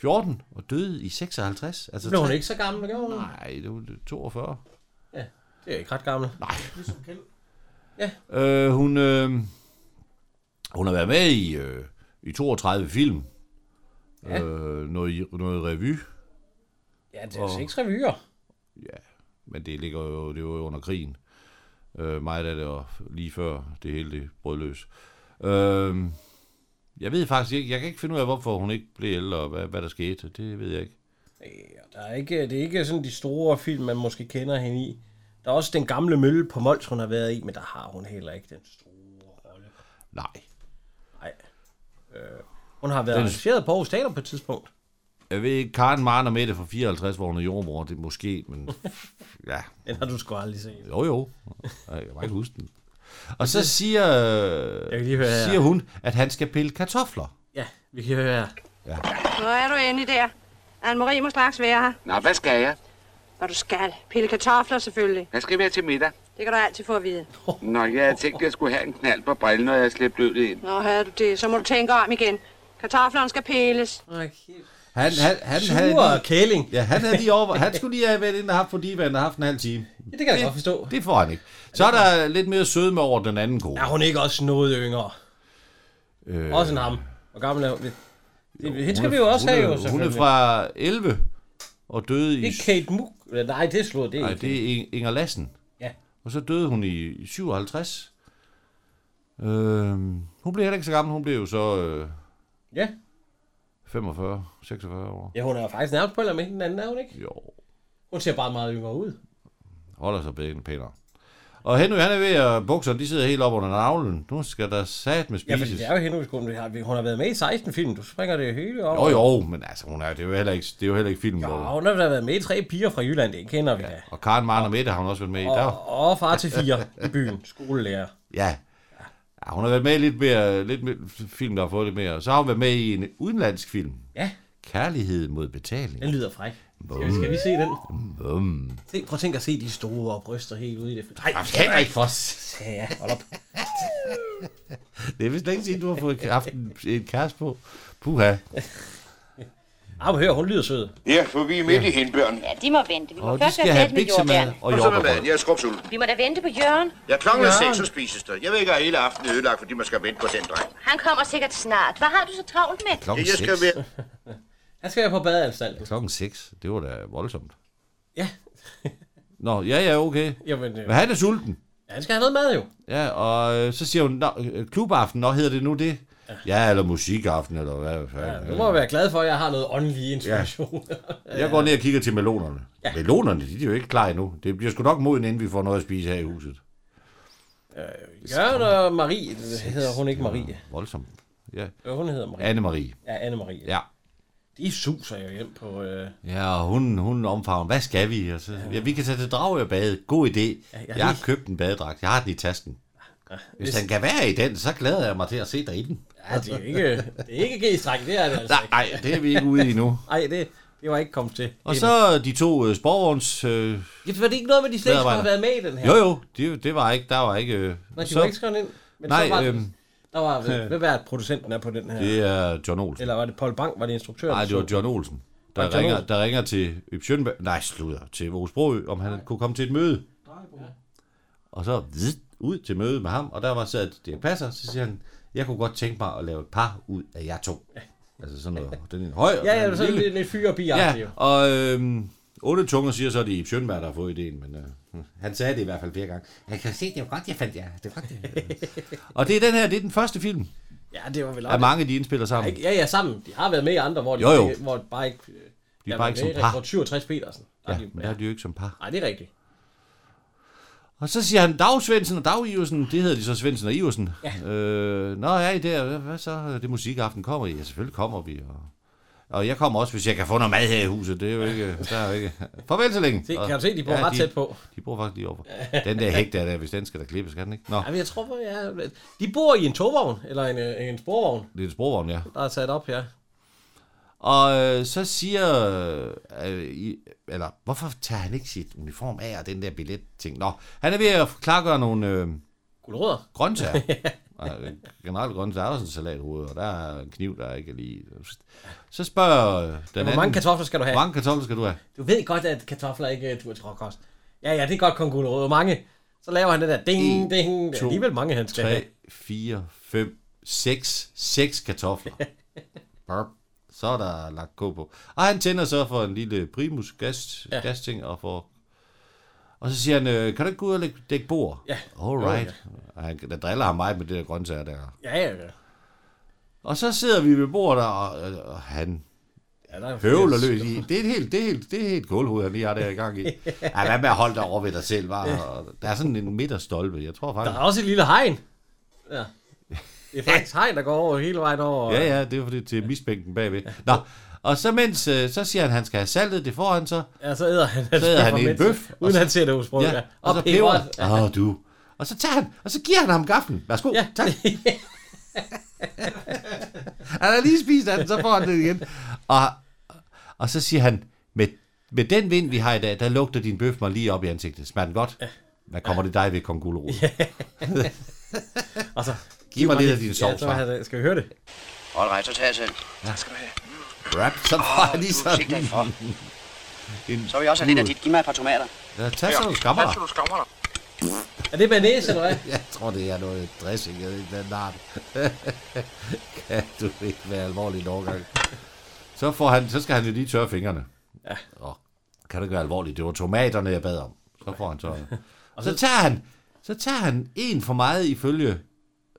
Speaker 3: 14 og døde i 56. Altså,
Speaker 2: Blev hun
Speaker 3: tre-
Speaker 2: ikke så gammel, gjorde hun?
Speaker 3: Nej, det var 42.
Speaker 2: Det er ikke ret gammel.
Speaker 3: Øh, hun, øh, hun har været med i, øh, i 32 film. Ja. Øh, noget, noget revy,
Speaker 2: Ja, det er seks revyer.
Speaker 3: men det ligger jo, det var jo under krigen. Øh, meget af det var lige før det hele det brød løs. Øh, jeg ved faktisk ikke, jeg kan ikke finde ud af, hvorfor hun ikke blev ældre, og hvad, hvad der skete. Det ved jeg ikke.
Speaker 2: Ja, Der er ikke, det er ikke sådan de store film, man måske kender hende i. Der er også den gamle mølle på Mols, hun har været i, men der har hun heller ikke den store rolle.
Speaker 3: Nej.
Speaker 2: Nej. Øh, hun har været arrangeret på Aarhus Teater på et tidspunkt.
Speaker 3: Jeg ved ikke, Karen Marner med det fra 54, hvor hun er jordmor, det er måske, men ja,
Speaker 2: Den har du sgu aldrig set.
Speaker 3: Jo, jo. Ej, Jeg kan bare ikke huske den. Og så siger, øh,
Speaker 2: Jeg kan lige høre her.
Speaker 3: siger hun, at han skal pille kartofler.
Speaker 2: Ja, vi kan høre her.
Speaker 7: Hvor er du inde der? Anne-Marie må straks være her.
Speaker 4: Nå, hvad skal jeg?
Speaker 7: Og du skal. Pille kartofler selvfølgelig.
Speaker 4: Jeg skal være til middag.
Speaker 7: Det kan du altid få at vide.
Speaker 4: Nå, jeg havde tænkt, at jeg skulle have en knald på brillen, når jeg slæbte ud ind.
Speaker 7: Nå, havde du det, så må du tænke om igen. Kartoflerne skal pilles.
Speaker 3: Han, han, han, havde
Speaker 2: Sure
Speaker 3: lige,
Speaker 2: kæling.
Speaker 3: ja, han, havde lige over, han skulle lige have været inde og haft på divan og haft en halv time.
Speaker 2: Ja, det kan jeg godt forstå.
Speaker 3: Det får han ikke. Så er der lidt mere sødme over den anden kone.
Speaker 2: Er hun ikke også noget yngre?
Speaker 3: Øh,
Speaker 2: Øh. Også en ham. Hvor gammel er hun? Det, det, hende skal
Speaker 3: hun
Speaker 2: vi
Speaker 3: er-
Speaker 2: jo også
Speaker 3: hun
Speaker 2: have,
Speaker 3: er-
Speaker 2: jo,
Speaker 3: Hun er
Speaker 2: selvfølgelig.
Speaker 3: fra 11 og døde i...
Speaker 2: Ikke Kate Mook. Nej, det slog det
Speaker 3: Nej,
Speaker 2: ikke.
Speaker 3: det er Inger Lassen.
Speaker 2: Ja.
Speaker 3: Og så døde hun i i 57. Øh, hun blev heller ikke så gammel. Hun blev jo så øh,
Speaker 2: Ja.
Speaker 3: 45, 46 år.
Speaker 2: ja, hun er faktisk nærmest på eller med den anden, er hun ikke?
Speaker 3: Jo,
Speaker 2: Hun ser bare meget yngre ud.
Speaker 3: holder sig bedre pænere. Og Henry, han er ved at bukserne, de sidder helt op under navlen. Nu skal der sat med
Speaker 2: Ja, men det
Speaker 3: spises.
Speaker 2: er jo hende, hun, hun har- hun har været med i 16 film. Du springer det hele over.
Speaker 3: Jo, jo, men altså, hun er, det, er jo heller ikke, det er jo heller ikke film.
Speaker 2: Og
Speaker 3: Jo.
Speaker 2: hun har da været med i tre piger fra Jylland, det kender vi da.
Speaker 3: Og Karen Marne Mette har hun også været med i. Der,
Speaker 2: Og, og far til fire i byen, skolelærer.
Speaker 3: ja. ja. hun har været med i lidt mere, lidt mere film, der har fået lidt mere. Så har hun været med i en udenlandsk film.
Speaker 2: Ja,
Speaker 3: Kærlighed mod betaling.
Speaker 2: den lyder fræk. Skal vi, skal vi se den?
Speaker 3: Um.
Speaker 2: Se, prøv at tænke at se de store bryster helt ude i det. Nej,
Speaker 3: Henrik, for
Speaker 2: ja, hold op.
Speaker 3: Det er vist længe siden, du har fået haft en, en kæreste på. Puha.
Speaker 2: Ah, men hør, hun lyder sød.
Speaker 6: Ja, for vi er midt i henbørn.
Speaker 8: Ja, de må vente. Vi må
Speaker 3: Og de
Speaker 8: først
Speaker 3: skal
Speaker 8: have
Speaker 3: have
Speaker 8: fat med
Speaker 3: biksemad
Speaker 8: jordbær.
Speaker 9: Og
Speaker 3: og
Speaker 9: så med maden.
Speaker 3: jordbærbrød.
Speaker 9: Jeg er skrubsulten.
Speaker 8: Vi må da vente på Jørgen.
Speaker 9: Jeg klokken er seks, så spises der. Jeg vil ikke have hele aftenen ødelagt, fordi man skal vente på den dreng.
Speaker 8: Han kommer sikkert snart. Hvad har du så travlt med?
Speaker 9: Ja,
Speaker 3: Klokken
Speaker 9: Jeg skal
Speaker 3: 6.
Speaker 9: være...
Speaker 2: Han skal jeg på badeanstalten.
Speaker 3: Klokken 6. Det var da voldsomt.
Speaker 2: Ja,
Speaker 3: Nå, ja, ja, okay.
Speaker 2: jamen, øh,
Speaker 3: Men han er sulten.
Speaker 2: ja, han skal have noget mad jo.
Speaker 3: Ja, og øh, så siger hun, "Nå, øh, klubaften, nå hedder det nu det? Ja, ja eller musikaften, eller hvad fanden.
Speaker 2: Du må være glad for, at jeg har noget åndelig inspiration.
Speaker 3: Ja. Jeg går ned og kigger til melonerne. Ja. Melonerne, de er jo ikke klar endnu. Det bliver sgu nok moden, inden vi får noget at spise her i huset.
Speaker 2: Jørgen og Marie, det hedder hun ikke Marie.
Speaker 3: Voldsomt. Ja.
Speaker 2: Jo, hun hedder Marie.
Speaker 3: Anne-Marie.
Speaker 2: Ja, Anne-Marie.
Speaker 3: Ja.
Speaker 2: De suser jo hjem på... Øh,
Speaker 3: Ja, og hun, hun omfavner, hvad skal vi? Og så, ja, vi kan tage til Dragør bade. God idé.
Speaker 2: jeg har
Speaker 3: Jeg har
Speaker 2: lige-
Speaker 3: købt en badedragt. Jeg har den i tasken. Hvis den kan være i den, så glæder jeg mig til at se dig i den.
Speaker 2: ja, det er jo ikke, det er ikke G-strækken, det er det altså
Speaker 3: Nej,
Speaker 2: ikke.
Speaker 3: nej, det er vi ikke ude i nu.
Speaker 2: Nej, det, det var ikke kommet til.
Speaker 3: Og så de to øh, sporvogns... Øh,
Speaker 2: Ja, var det ikke noget med, de slet ikke skulle have været med i den her?
Speaker 3: jo jo, det, det var ikke, der var ikke... Øh,
Speaker 2: Nej, de
Speaker 3: så,
Speaker 2: var ikke skrevet ind. Men
Speaker 3: nej,
Speaker 2: så var
Speaker 3: øhm,
Speaker 2: der var, hvad var det, producenten er på den her?
Speaker 3: det er John Olsen.
Speaker 2: Eller var det Paul Bank, var det instruktøren?
Speaker 3: Nej, det var
Speaker 2: der så?
Speaker 3: John Olsen. Der,
Speaker 2: Var det John
Speaker 3: ringer,
Speaker 2: Olsen?
Speaker 3: der ringer til Ypsjønberg, nej sludder, til Vores Broø, om han kunne komme til et møde. Og så zzz, ud til møde med ham, og der var så, at det passer, så siger han, jeg kunne godt tænke mig at lave et par ud af jer to. Altså sådan noget, den er en høj, og
Speaker 2: Ja,
Speaker 3: den
Speaker 2: ja,
Speaker 3: er
Speaker 2: det
Speaker 3: en
Speaker 2: var sådan
Speaker 3: lille.
Speaker 2: lidt, lidt fyr og bi ja.
Speaker 3: Ja, og øhm, otte tunger siger så, at det er Ipsjønberg, der har fået ideen, men øh, Han sagde det i hvert fald flere gange. Jeg kan se, det var godt, jeg fandt jer. Det var godt, jeg... og det er den her, det er den første film,
Speaker 2: Ja, det var vel
Speaker 3: af mange, de indspiller sammen.
Speaker 2: Ikke- Ja, ja, sammen. De har været med i andre, hvor de,
Speaker 3: Jo, jo.
Speaker 2: Hvor de bare ikke... øh,
Speaker 3: De
Speaker 2: ja,
Speaker 3: er bare ikke
Speaker 2: med
Speaker 3: som
Speaker 2: i
Speaker 3: par.
Speaker 2: Rekord 67 Petersen. Der
Speaker 3: Ja,
Speaker 2: er de-
Speaker 3: men der er de jo ikke som par.
Speaker 2: Nej, det er rigtigt.
Speaker 3: Og så siger han, Dag Svendsen og Dag Iversen, det hedder de så Svendsen og Iversen. Ja. Øh, Nå, er I der? Hvad- Hvad så? Det musikaften kommer I? Ja, selvfølgelig kommer vi. Og, og jeg kommer også, hvis jeg kan få noget mad her i huset. Det er jo ikke... Der er jo ikke. Farvel så længe.
Speaker 2: Se,
Speaker 3: Og-
Speaker 2: kan du se, de bor ret
Speaker 3: de,
Speaker 2: tæt på.
Speaker 3: De bor faktisk lige overfor. Den der hæk der, der, hvis den skal der klippes, kan den ikke? Nå,
Speaker 2: Ja, men jeg tror, hvor jeg... De bor i en togvogn, eller en, øh, en sporvogn,
Speaker 3: det er et sprogvogn, ja.
Speaker 2: der er sat op her.
Speaker 3: Og øh, så siger... Øh, I, eller, hvorfor tager han ikke sit uniform af og den der billet-ting? Nå, han er ved at klargøre nogle... Øh,
Speaker 2: Guldrødder.
Speaker 3: grøntsager. Og Generelt grøntsager. Der er også en salathoved, og der er en kniv, der ikke er lige... Så spørger øh, den anden...
Speaker 2: Hvor mange kartofler skal du
Speaker 3: Hvor
Speaker 2: have?
Speaker 3: mange kartofler skal du have?
Speaker 2: Du ved godt, at kartofler ikke øh, dur til råkost. Ja, ja, det er godt, kong Gulerod. Hvor mange? Så laver han det der ding,
Speaker 3: En,
Speaker 2: ding. Det er
Speaker 3: to,
Speaker 2: alligevel mange, han skal have.
Speaker 3: 3, 4, 5, 6. 6 kartofler. Burp. Så er der lagt kog på. Og han tænder så for en lille primus gas, ja.
Speaker 2: Ja.
Speaker 3: gasting og får... Og så siger han, øh, kan du ikke gå ud og lægge, dække bord?
Speaker 2: Ja.
Speaker 3: Alright. Og han, der driller ham meget med det der grøntsager der.
Speaker 2: Ja, ja, ja.
Speaker 3: Og så sidder vi ved bordet, og, og, og han
Speaker 2: ja der er
Speaker 3: Høvler løs i. Det er et helt, det er helt, det er et helt kålhoved, han lige har der i gang i. Ja, hvad med at holde dig over ved dig selv, var? Der er sådan en midterstolpe, jeg tror
Speaker 2: Der
Speaker 3: faktisk.
Speaker 2: er også et lille hegn. Ja. Det er faktisk hegn, der går over hele vejen over.
Speaker 3: Ja, ja, det er fordi til misbænken bagved. Nå, og så mens, øh, så siger han, at han skal have saltet, det får han så.
Speaker 2: Ja, så æder han,
Speaker 3: Så æder han en
Speaker 2: mens-
Speaker 3: bøf, og
Speaker 2: Uden
Speaker 3: så-
Speaker 2: han ser det hos
Speaker 3: Ja, og så peber. Åh, du. Og så tager han, og så giver han ham gaffen. Værsgo,
Speaker 2: Ja,
Speaker 3: tak. Han har lige spist af den, så får han det igen. Og, og så siger han, med, med den vind, vi har i dag, der lugter din bøf mig lige op i ansigtet. Smager den godt? Hvad kommer det dig ved, kong Gulerod?
Speaker 2: og så...
Speaker 3: Giv mig lidt af din
Speaker 2: Ja,
Speaker 3: sovs.
Speaker 2: så var
Speaker 3: Ja,
Speaker 2: han, skal vi høre det?
Speaker 9: All right, så tag jeg selv.
Speaker 3: Rap, så får han lige
Speaker 9: du er
Speaker 3: sådan.
Speaker 9: sikkert for.
Speaker 3: en-
Speaker 9: Så vil jeg også have lidt af dit. Giv mig et par tomater.
Speaker 3: Ja, uh, tag så nogle skammer.
Speaker 9: du skammer dig.
Speaker 2: Er det banæs, eller hvad?
Speaker 3: Jeg tror, det er noget dressing eller en eller anden art. kan du ikke være alvorlig en overgang? Så, får han, så skal han jo lige tørre fingrene. Ja. Åh, kan du ikke være alvorlig? Det var tomaterne, jeg bad om. Så får han tørre. Og så tager han, så tager han en for meget ifølge.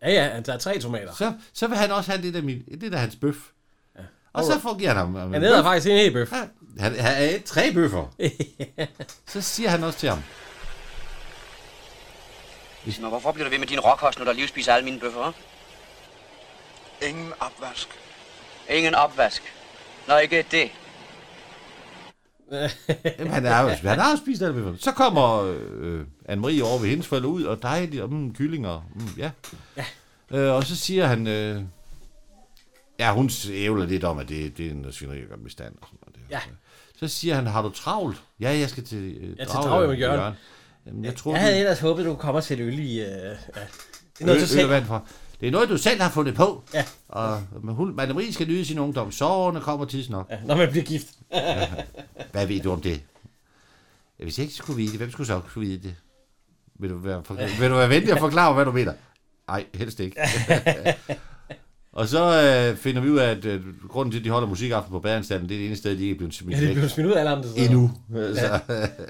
Speaker 2: Ja, ja, han tager tre tomater.
Speaker 3: Så, så vil han også have lidt af, min, lidt af hans bøf. Ja. Og så får giver han ham. ham en
Speaker 2: Han
Speaker 3: bøf.
Speaker 2: æder faktisk en hel bøf.
Speaker 3: Han, han er tre bøffer. så siger han også til ham.
Speaker 9: Nå, hvorfor bliver du ved med din råkost, når der lige spiser alle mine bøffer, hva'?
Speaker 4: Ingen opvask.
Speaker 9: Ingen opvask. Nå, ikke det.
Speaker 3: Jamen, han, er, jo- han har jo spist alle bøfferne. Så kommer øh, Anne-Marie over ved hendes forældre ud, og dejligt, og mm, kyllinger, mm, ja. ja. Øh, og så siger han, øh, ja, hun ævler lidt om, at det, det er en svineri, jeg gør med stand. Og sådan noget. Det er-
Speaker 2: Ja.
Speaker 3: Så siger han, har du travlt? Ja, jeg skal til øh,
Speaker 2: til Dragør med Jørgen.
Speaker 3: Jamen, jeg tror,
Speaker 2: Jeg havde ellers håbet, du kommer og sætte øl i... Øh, ja. Det er noget, du selv...
Speaker 3: Vand fra. Det er noget, du selv har fundet på.
Speaker 2: Ja.
Speaker 3: Og men hun, Marie skal nyde sin ungdom. Sårene kommer tidsnok.
Speaker 2: Ja, når man bliver gift.
Speaker 3: Hvad ved du om det? Ja, Hvis jeg ikke skulle vide det, hvem skulle så kunne vide det? Vil du være, for, vil du være venlig og forklare, mig, hvad du mener? Nej, helst ikke. og så øh, finder vi ud af, at øh, grunden til, at de holder musikaften på badeanstalten, det er det eneste sted, de ikke er blevet
Speaker 2: Ja,
Speaker 3: smidt
Speaker 2: det
Speaker 3: væk
Speaker 2: bliver smidt ud af alle andre steder.
Speaker 3: endnu. Altså,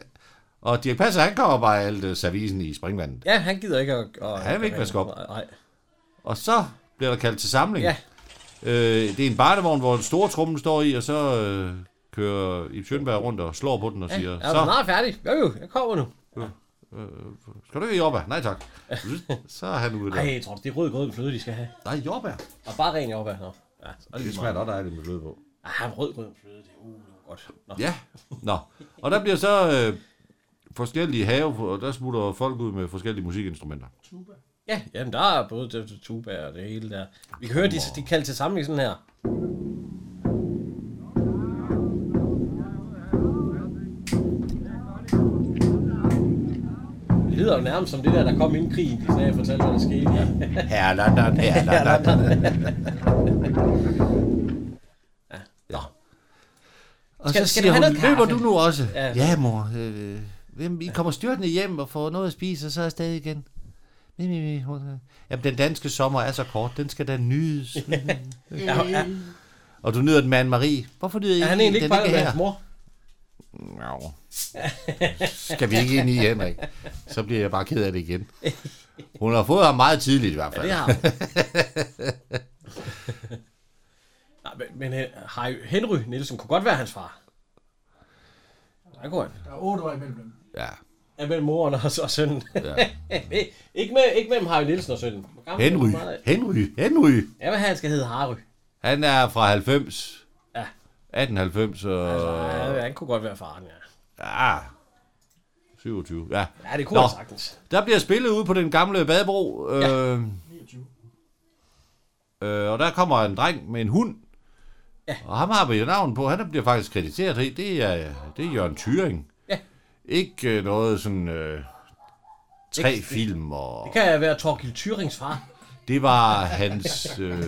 Speaker 3: og Dirk Passer, han kommer bare alt øh, servicen i springvandet.
Speaker 2: Ja, han gider ikke at... at
Speaker 3: Han vil ikke vaske op.
Speaker 2: Nej.
Speaker 3: Og så bliver der kaldt til samling.
Speaker 2: Ja.
Speaker 3: Øh, det er en barnevogn, hvor den store trummen står i, og så øh, kører Ib Schønberg rundt og slår på den og siger,
Speaker 2: Ja, så.
Speaker 3: så,
Speaker 2: snart færdig. Jo, jo, jeg kommer nu.
Speaker 3: Skal du ikke have jordbær? Nej tak. Så er han ude der.
Speaker 2: Ej, jeg tror, det er rød grød med fløde, de skal have.
Speaker 3: Nej, jordbær.
Speaker 2: Og bare ren jordbær. Nå. Ja, så er det,
Speaker 3: Det
Speaker 2: lige
Speaker 3: smager da dejligt med fløde på.
Speaker 2: meget. Ah, rød grød med fløde, det er uh, det er godt. Nå.
Speaker 3: Ja. Nå. Og der bliver så øh, forskellige have, og der smutter folk ud med forskellige musikinstrumenter.
Speaker 2: Ja, jamen der er både det- det tuba og det hele der. Vi kan høre, de, de kalder til samling sådan her. Det lyder jo nærmest som det der, der kom inden krigen, de sagde, fortalte, hvad der skete. Ja.
Speaker 3: Her London, her London. ja. Og
Speaker 2: Skal-
Speaker 3: så
Speaker 2: skal
Speaker 3: siger
Speaker 2: du have
Speaker 3: hun,
Speaker 2: noget
Speaker 3: løber
Speaker 2: kaffe?"
Speaker 3: du nu også?
Speaker 2: Ja.
Speaker 3: Ja, mor. Øh, hvem, I kommer styrtende hjem og får noget at spise, og så er jeg stadig igen. Mi, mi, mi, hun, øh. Jamen, den danske sommer er så kort. Den skal da nydes.
Speaker 2: Ja, ja.
Speaker 3: Og du nyder den med Anne-Marie. Hvorfor nyder I
Speaker 2: Er han
Speaker 3: den
Speaker 2: egentlig ikke bare med
Speaker 3: her?
Speaker 2: hans mor?
Speaker 3: Nå. Skal vi ikke ind i, Henrik? Så bliver jeg bare ked af det igen. Hun har fået ham meget tidligt i hvert fald.
Speaker 2: Det har hun. Nej, men, men øh, Harry- Henry Nielsen kunne godt være hans far. Nej, kunne han.
Speaker 1: Der er otte år imellem dem.
Speaker 3: Ja.
Speaker 2: Ja, mellem moren og, og sønnen.
Speaker 3: Ja.
Speaker 2: Nej, ikke, med, ikke mellem Harry Nielsen og sønnen. Hvor gammel er
Speaker 3: Henry,
Speaker 2: han? Meget-
Speaker 3: Henry, Henry.
Speaker 2: Ja, hvad han skal hedde Harry.
Speaker 3: Han er fra 90.
Speaker 2: Ja. Altså-
Speaker 3: 1890 og...
Speaker 2: Ja, han kunne godt være faren, ja.
Speaker 3: Ja. 27. Ja.
Speaker 2: Ja, det kunne
Speaker 3: Nå.
Speaker 2: han sagtens.
Speaker 3: Der bliver spillet ude på den gamle badebro. Øh, ja. øh, og der kommer en dreng med en hund. Ja. Og ham har vi jo navn på. Han bliver faktisk krediteret i. Det er, det er Jørgen Thyring.
Speaker 2: Ja.
Speaker 3: Ikke øh, noget sådan... Øh, tre
Speaker 2: Ikke-
Speaker 3: film og...
Speaker 2: Det kan jeg være Torgild Thyrings far.
Speaker 3: Det var hans... Øh,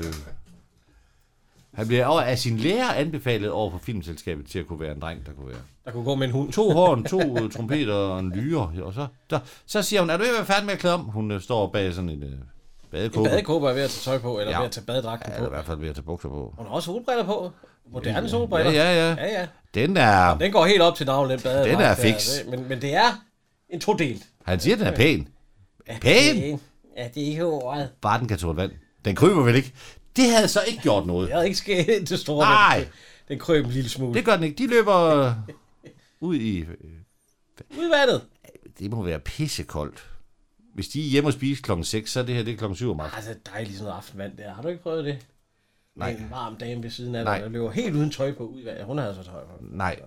Speaker 3: han bliver over af sin lærer anbefalet over for filmselskabet til at kunne være en dreng, der kunne være.
Speaker 2: Der kunne gå med en hund.
Speaker 3: To horn, to øh, trompeter og en lyre. Og så, der, så siger hun, er du ikke færdig med at klæde om? Hun øh, står bag sådan en øh, badekåbe.
Speaker 2: Badekåber er ved at tage tøj på, eller
Speaker 3: Ja.
Speaker 2: ja. ved at tage badedragten
Speaker 3: Ja,
Speaker 2: ja,
Speaker 3: eller
Speaker 2: på.
Speaker 3: i hvert fald ved at tage bukser på.
Speaker 2: Hun har også solbriller på. Moderne
Speaker 3: Ja,
Speaker 2: solbriller.
Speaker 3: ja, ja.
Speaker 2: ja, ja.
Speaker 3: Den er...
Speaker 2: Den går helt op til navlen, den badedragt.
Speaker 3: Den er
Speaker 2: der.
Speaker 3: fix.
Speaker 2: Det- Men, men det er en todel.
Speaker 3: Han siger, den er pæn. Pæn!
Speaker 2: Ja, det er ikke ordet.
Speaker 3: Bare den kan tåle vand. Den kryber vel ikke? Det havde så ikke gjort noget.
Speaker 2: Jeg havde ikke skævet til store.
Speaker 3: Nej.
Speaker 2: men Den krøb en lille smule.
Speaker 3: Det gør den ikke. De løber øh, ud i... øh,
Speaker 2: Udvandet.
Speaker 3: Det må være pissekoldt. Hvis de er hjemme og spise klokken 6, så er det her det er klokken 7 om aftenen.
Speaker 2: Altså, dejligt sådan noget aftenvand der. Har du ikke prøvet det?
Speaker 3: Nej.
Speaker 2: En varm dame ved siden af
Speaker 3: Nej.
Speaker 2: dig, der løber helt uden tøj på ud i vandet. Hun havde så tøj på.
Speaker 3: Nej,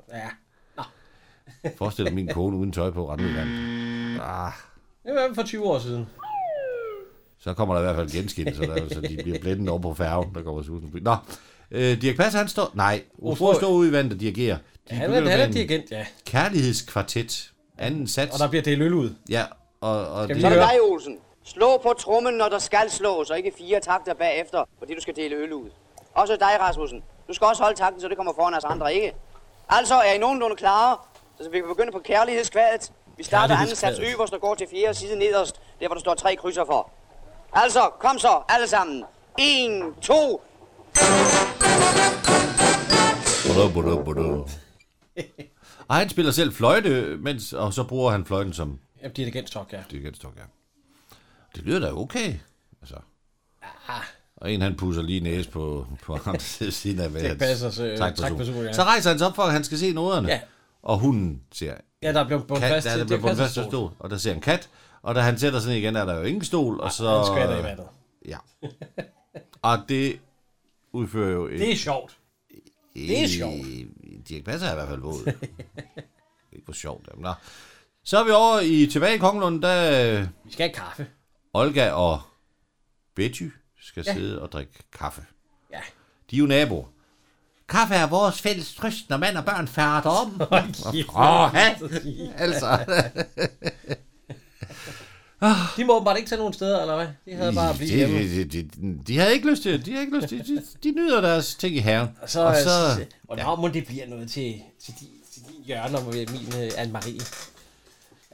Speaker 2: Ja.
Speaker 3: forestil dig min kone uden tøj på rende ud i vandet. Ah,
Speaker 2: Det var for 20 år siden.
Speaker 3: så kommer der i hvert fald genskin, så, der, så de bliver blændet over på færgen, der kommer susen. forbi. Nå, øh, Dirk Passer, han står... Nej, Osbro står ude i vandet og dirigerer. De
Speaker 2: Han
Speaker 3: begynder
Speaker 2: er, han
Speaker 3: med
Speaker 2: er dirigent, ja.
Speaker 3: en kærlighedskvartet. Anden sats.
Speaker 2: Og der bliver delt øl ud.
Speaker 3: Ja, og, og
Speaker 2: Skal
Speaker 3: det,
Speaker 2: vi høre?
Speaker 10: Hej Olsen, slå på trummen, når der skal slås, og ikke fire takter bagefter, fordi du skal dele øl ud. Også dig, Rasmussen. Du skal også holde takten, så det kommer foran os andre, ikke? Altså, er I nogenlunde klar? Så vi kan begynde på kærlighedskvadet. Vi starter anden sats
Speaker 2: Kærlighedskvadet.
Speaker 10: øverst og går til fjerde side nederst, der hvor der står tre krydser for. Altså, kom så, alle sammen. En, to,
Speaker 3: Budu, budu, budu. Og han spiller selv fløjte, mens, og så bruger han fløjten som
Speaker 2: Jamen, dirigentstok, ja.
Speaker 3: dirigentstok, ja. Det lyder da okay, altså.
Speaker 2: Ah.
Speaker 3: Og en han pusser lige næse på, på ham til siden af hvad hans
Speaker 2: Bassers, øh,
Speaker 3: trækperson.
Speaker 2: trækperson, ja.
Speaker 3: Så rejser han sig op for, at han skal se noderne.
Speaker 2: Ja.
Speaker 3: Og hunden siger,
Speaker 2: Ja, der blev bundet
Speaker 3: kat,
Speaker 2: fast
Speaker 3: der
Speaker 2: til
Speaker 3: er
Speaker 2: det
Speaker 3: blevet
Speaker 2: er
Speaker 3: på fast
Speaker 2: fast
Speaker 3: til stol, og der ser en kat. Og da han sætter sig ned igen, er der jo ingen stol, og så...
Speaker 2: Han skvatter i vandet.
Speaker 3: Ja. Og det udfører jo en
Speaker 2: Det er sjovt. Det er sjovt.
Speaker 3: Dirk Passer er i hvert fald våd. ikke hvor sjovt. Jamen, nå. Så er vi over i tilbage i Kongelund, der øh,
Speaker 2: Vi skal have kaffe.
Speaker 3: Olga og Betty skal ja. sidde og drikke kaffe.
Speaker 2: Ja.
Speaker 3: De er jo naboer. Kaffe er vores fælles trøst, når mand og børn færder om.
Speaker 2: Åh,
Speaker 3: ja. altså.
Speaker 2: De må åbenbart ikke tage nogen steder, eller hvad? De havde bare at blive hjemme.
Speaker 3: de, de, de, de, havde ikke lyst til det. De, havde ikke lyst til, de, de nyder deres ting i haven.
Speaker 2: Og så, øh,
Speaker 3: og
Speaker 2: og
Speaker 3: så
Speaker 2: hvornår må det bliver noget til, til, de, til de hjørner med min uh, Anne-Marie?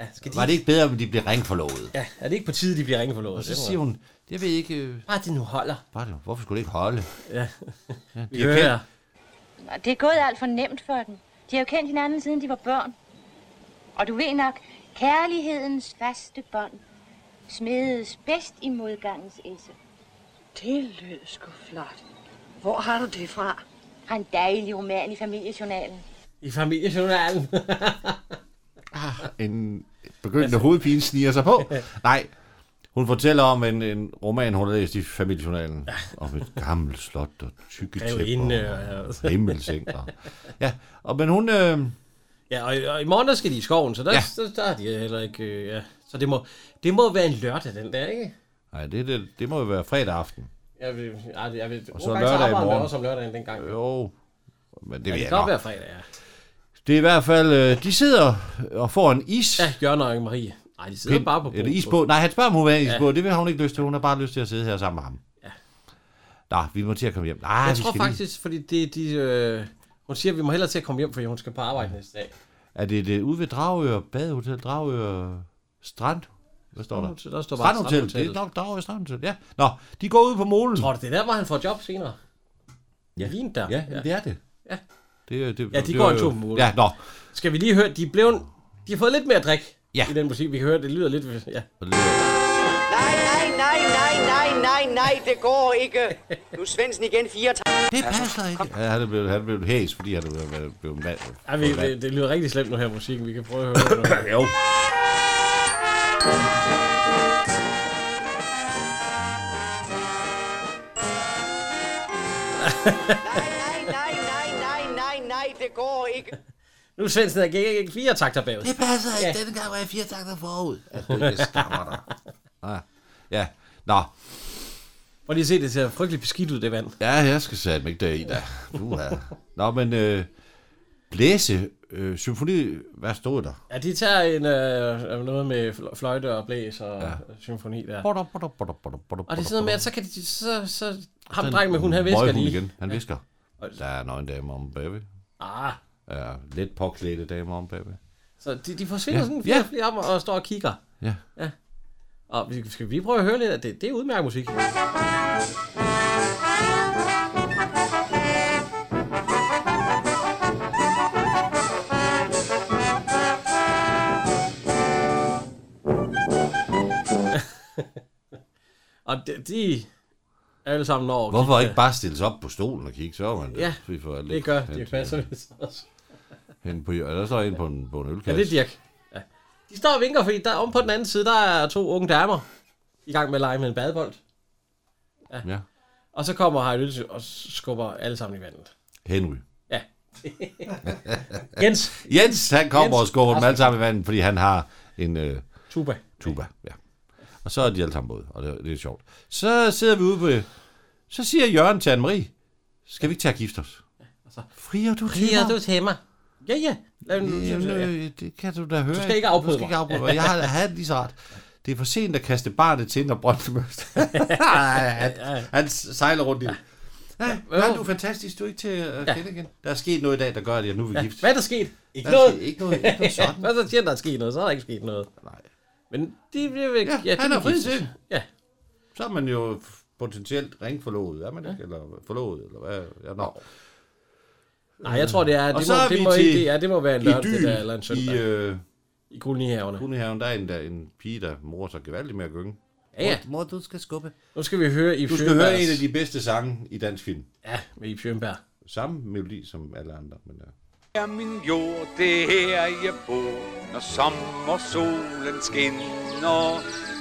Speaker 2: Ja, skal de...
Speaker 3: var det ikke bedre, om de blev ringforlovet.
Speaker 2: Ja, er det ikke på tide, de bliver ringet for låget?
Speaker 3: Og så siger hun, jeg ved ikke, øh,
Speaker 2: Bare det nu holder.
Speaker 3: bare det, hvorfor skulle det ikke holde?
Speaker 2: Vi
Speaker 3: er
Speaker 2: hører.
Speaker 8: Og det er gået alt for nemt for dem. De har jo kendt hinanden, siden de var børn. Og du ved nok, kærlighedens faste bånd smedes bedst i modgangens esse.
Speaker 7: Det lød sgu flot. Hvor har du det fra?
Speaker 8: Har en dejlig roman i familiejournalen.
Speaker 2: I familiejournalen.
Speaker 3: en begyndende hovedpine sniger sig på. Nej, hun fortæller om en, en roman, hun har læst i familiejournalen. Om et gammelt slot og tykke
Speaker 2: Grevinde,
Speaker 3: tæpper
Speaker 2: og-
Speaker 3: og himmelseng. Og, ja, og, men hun... Øh,
Speaker 2: ja, og, og, i morgen der skal de i skoven, så der,
Speaker 3: Ja.
Speaker 2: ja. der, der er de heller ikke... Øh, ja. Så det må, det må være en lørdag, den der, ikke?
Speaker 3: nej, det, det, det må jo være fredag aften.
Speaker 2: Jeg vil, jeg vil, jeg vil, og
Speaker 3: så lørdag i morgen.
Speaker 2: også om lørdagen dengang. Øh,
Speaker 3: Jo, men det
Speaker 2: ja,
Speaker 3: vil
Speaker 2: det
Speaker 3: jeg
Speaker 2: kan godt
Speaker 3: nok.
Speaker 2: være fredag, ja.
Speaker 3: Det er i hvert fald... Øh, de sidder og får en is.
Speaker 2: Ja, Jørgen og Marie. Nej, de sidder
Speaker 3: Pind-
Speaker 2: bare på
Speaker 3: et is på. Nej, han spørger, om hun vil have en is på. Det vil hun ikke lyst til. Hun har bare lyst til at sidde her sammen med ham. Ja. Nå, vi må til at komme hjem. Nej,
Speaker 2: Jeg
Speaker 3: vi
Speaker 2: tror
Speaker 3: skal lige-
Speaker 2: faktisk, fordi det, de, øh, hun siger, at vi må hellere til at komme hjem, fordi hun skal på arbejde næste dag.
Speaker 3: Er det det ude ved Dragør, Badehotel, Dragør, Strand? Hvad står der?
Speaker 2: Strandhotel, der står bare
Speaker 3: Strandhotel, det er
Speaker 2: Strandhotellet.
Speaker 3: nok Dragør Strandhotel, ja. Nå, de går ud på molen.
Speaker 2: Tror du, det er der, hvor han får job senere?
Speaker 3: Ja.
Speaker 2: Vin der.
Speaker 3: Ja, det er det.
Speaker 2: Ja.
Speaker 3: Det, det,
Speaker 2: Ja, de
Speaker 3: det
Speaker 2: går
Speaker 3: var
Speaker 2: en
Speaker 3: jo-
Speaker 2: tur på mål.
Speaker 3: Ja, nå.
Speaker 2: Skal vi lige høre, de, er blevet, de har fået lidt mere drik
Speaker 3: ja.
Speaker 2: i den musik. Vi kan høre, det lyder lidt... Ja.
Speaker 10: Nej, nej, nej, nej, nej, nej, det går ikke. Nu er Svendsen igen fire tak.
Speaker 3: Det passer ikke. Ja, han er blevet, han er blevet hæs, fordi han er blevet, blevet, blevet mand.
Speaker 2: Ej, vi, det, det, lyder rigtig slemt nu her musikken. Vi kan prøve at høre det.
Speaker 3: jo.
Speaker 10: Nej, nej, nej, nej, nej, nej, det går ikke.
Speaker 2: Nu er Svendsen der gik ikke fire takter bagud.
Speaker 3: Det passer ikke. Ja. Denne gang var jeg fire takter forud. Ja, det jeg skammer dig. Ah, ja, nå.
Speaker 2: Prøv lige at se, det ser frygteligt beskidt ud, det vand.
Speaker 3: Ja, jeg skal sætte mig ikke deri, da. Du er. Nå, men øh, blæse, øh, symfoni, hvad stod der?
Speaker 2: Ja, de tager en, øh, noget med fl- fløjte og blæs og ja. symfoni der. Og det er sådan noget med, at så, kan de, så, så ham drengen med hun her visker
Speaker 3: Røg hun
Speaker 2: lige.
Speaker 3: igen. Han visker. Der er nøgen dame om baby.
Speaker 2: Ah,
Speaker 3: Ja, lidt påklædte dame om baby.
Speaker 2: så de, de forsvinder
Speaker 3: Ja.
Speaker 2: ja. sådan flere, ja. flere om og står og kigger.
Speaker 3: Ja.
Speaker 2: ja. Og vi, skal vi prøve at høre lidt af det? Det er udmærket musik. og de, de er alle sammen over.
Speaker 3: Hvorfor ikke bare stille sig op på stolen og kigge, så er man der.
Speaker 2: Ja,
Speaker 3: Vi får lidt
Speaker 2: det gør
Speaker 3: hen
Speaker 2: de
Speaker 3: til-
Speaker 2: passer vist også.
Speaker 3: Hen på, eller så ind på en, på en ølkasse.
Speaker 2: Ja, det er Dirk. Ja. De står og vinker, fordi der, om på den anden side, der er to unge damer i gang med at lege med en badebold.
Speaker 3: Ja.
Speaker 2: Og så kommer Harry Lydelse og skubber alle sammen i vandet.
Speaker 3: Henry.
Speaker 2: Ja. Jens.
Speaker 3: Jens, han kommer
Speaker 2: Jens
Speaker 3: og skubber dem alle
Speaker 2: Larsen.
Speaker 3: sammen i vandet, fordi han har en øh,
Speaker 2: Tuba.
Speaker 3: tuba. Ja. Og så er de alle sammen både, og det, det er sjovt. Så sidder vi ude på... Så siger Jørgen til Anne-Marie, skal vi ikke tage at gifte os? Frier du til
Speaker 2: Riger,
Speaker 3: mig?
Speaker 2: du til mig. Ja, ja. Lav en,
Speaker 3: Jamen, øh, det kan du da høre.
Speaker 2: Du skal ikke afbryde
Speaker 3: Du skal ikke
Speaker 2: mig.
Speaker 3: afbryde mig. Jeg har havde det lige så ret. Det er for sent at kaste barnet til, når brønden han, han sejler rundt i det. Ja, Jørgen, du er fantastisk. Du er ikke til at kende igen. Der er sket noget i dag, der gør, at jeg nu vil
Speaker 2: Ja,
Speaker 3: gifte.
Speaker 2: Hvad er der sket? Ikke
Speaker 3: Hvad er der
Speaker 2: noget.
Speaker 3: sket? Ikke noget- ikke noget sådan.
Speaker 2: Hvad så siger der er sket noget? Så er der ikke sket noget.
Speaker 3: Nej.
Speaker 2: Men de bliver væk.
Speaker 3: Ja, han
Speaker 2: de
Speaker 3: er fri
Speaker 2: giftes.
Speaker 3: til.
Speaker 2: Ja.
Speaker 3: Så er man jo f- potentielt ringforlovet, er man ikke? Eller forlovet, eller hvad? Ja, no.
Speaker 2: Nej, jeg tror, det er... Det
Speaker 3: Og
Speaker 2: må,
Speaker 3: så er
Speaker 2: det
Speaker 3: vi
Speaker 2: må,
Speaker 3: til
Speaker 2: ikke, det, ja, det må være en lørdag, det
Speaker 3: Idyl
Speaker 2: der, eller en søndag.
Speaker 3: I, øh,
Speaker 2: I kolonihaverne.
Speaker 3: Kolonihaven, der er en, der, en pige, der morer sig gevaldigt med at gynge.
Speaker 2: Ja, ja.
Speaker 3: Mor, du skal skubbe.
Speaker 2: Nu skal vi høre i
Speaker 3: Du skal høre en af de bedste sange i dansk film.
Speaker 2: Ja, med Ip Sjønberg.
Speaker 3: Samme melodi som alle andre, men ja.
Speaker 6: er min jord, det er her jeg bor, når sommersolen skinner.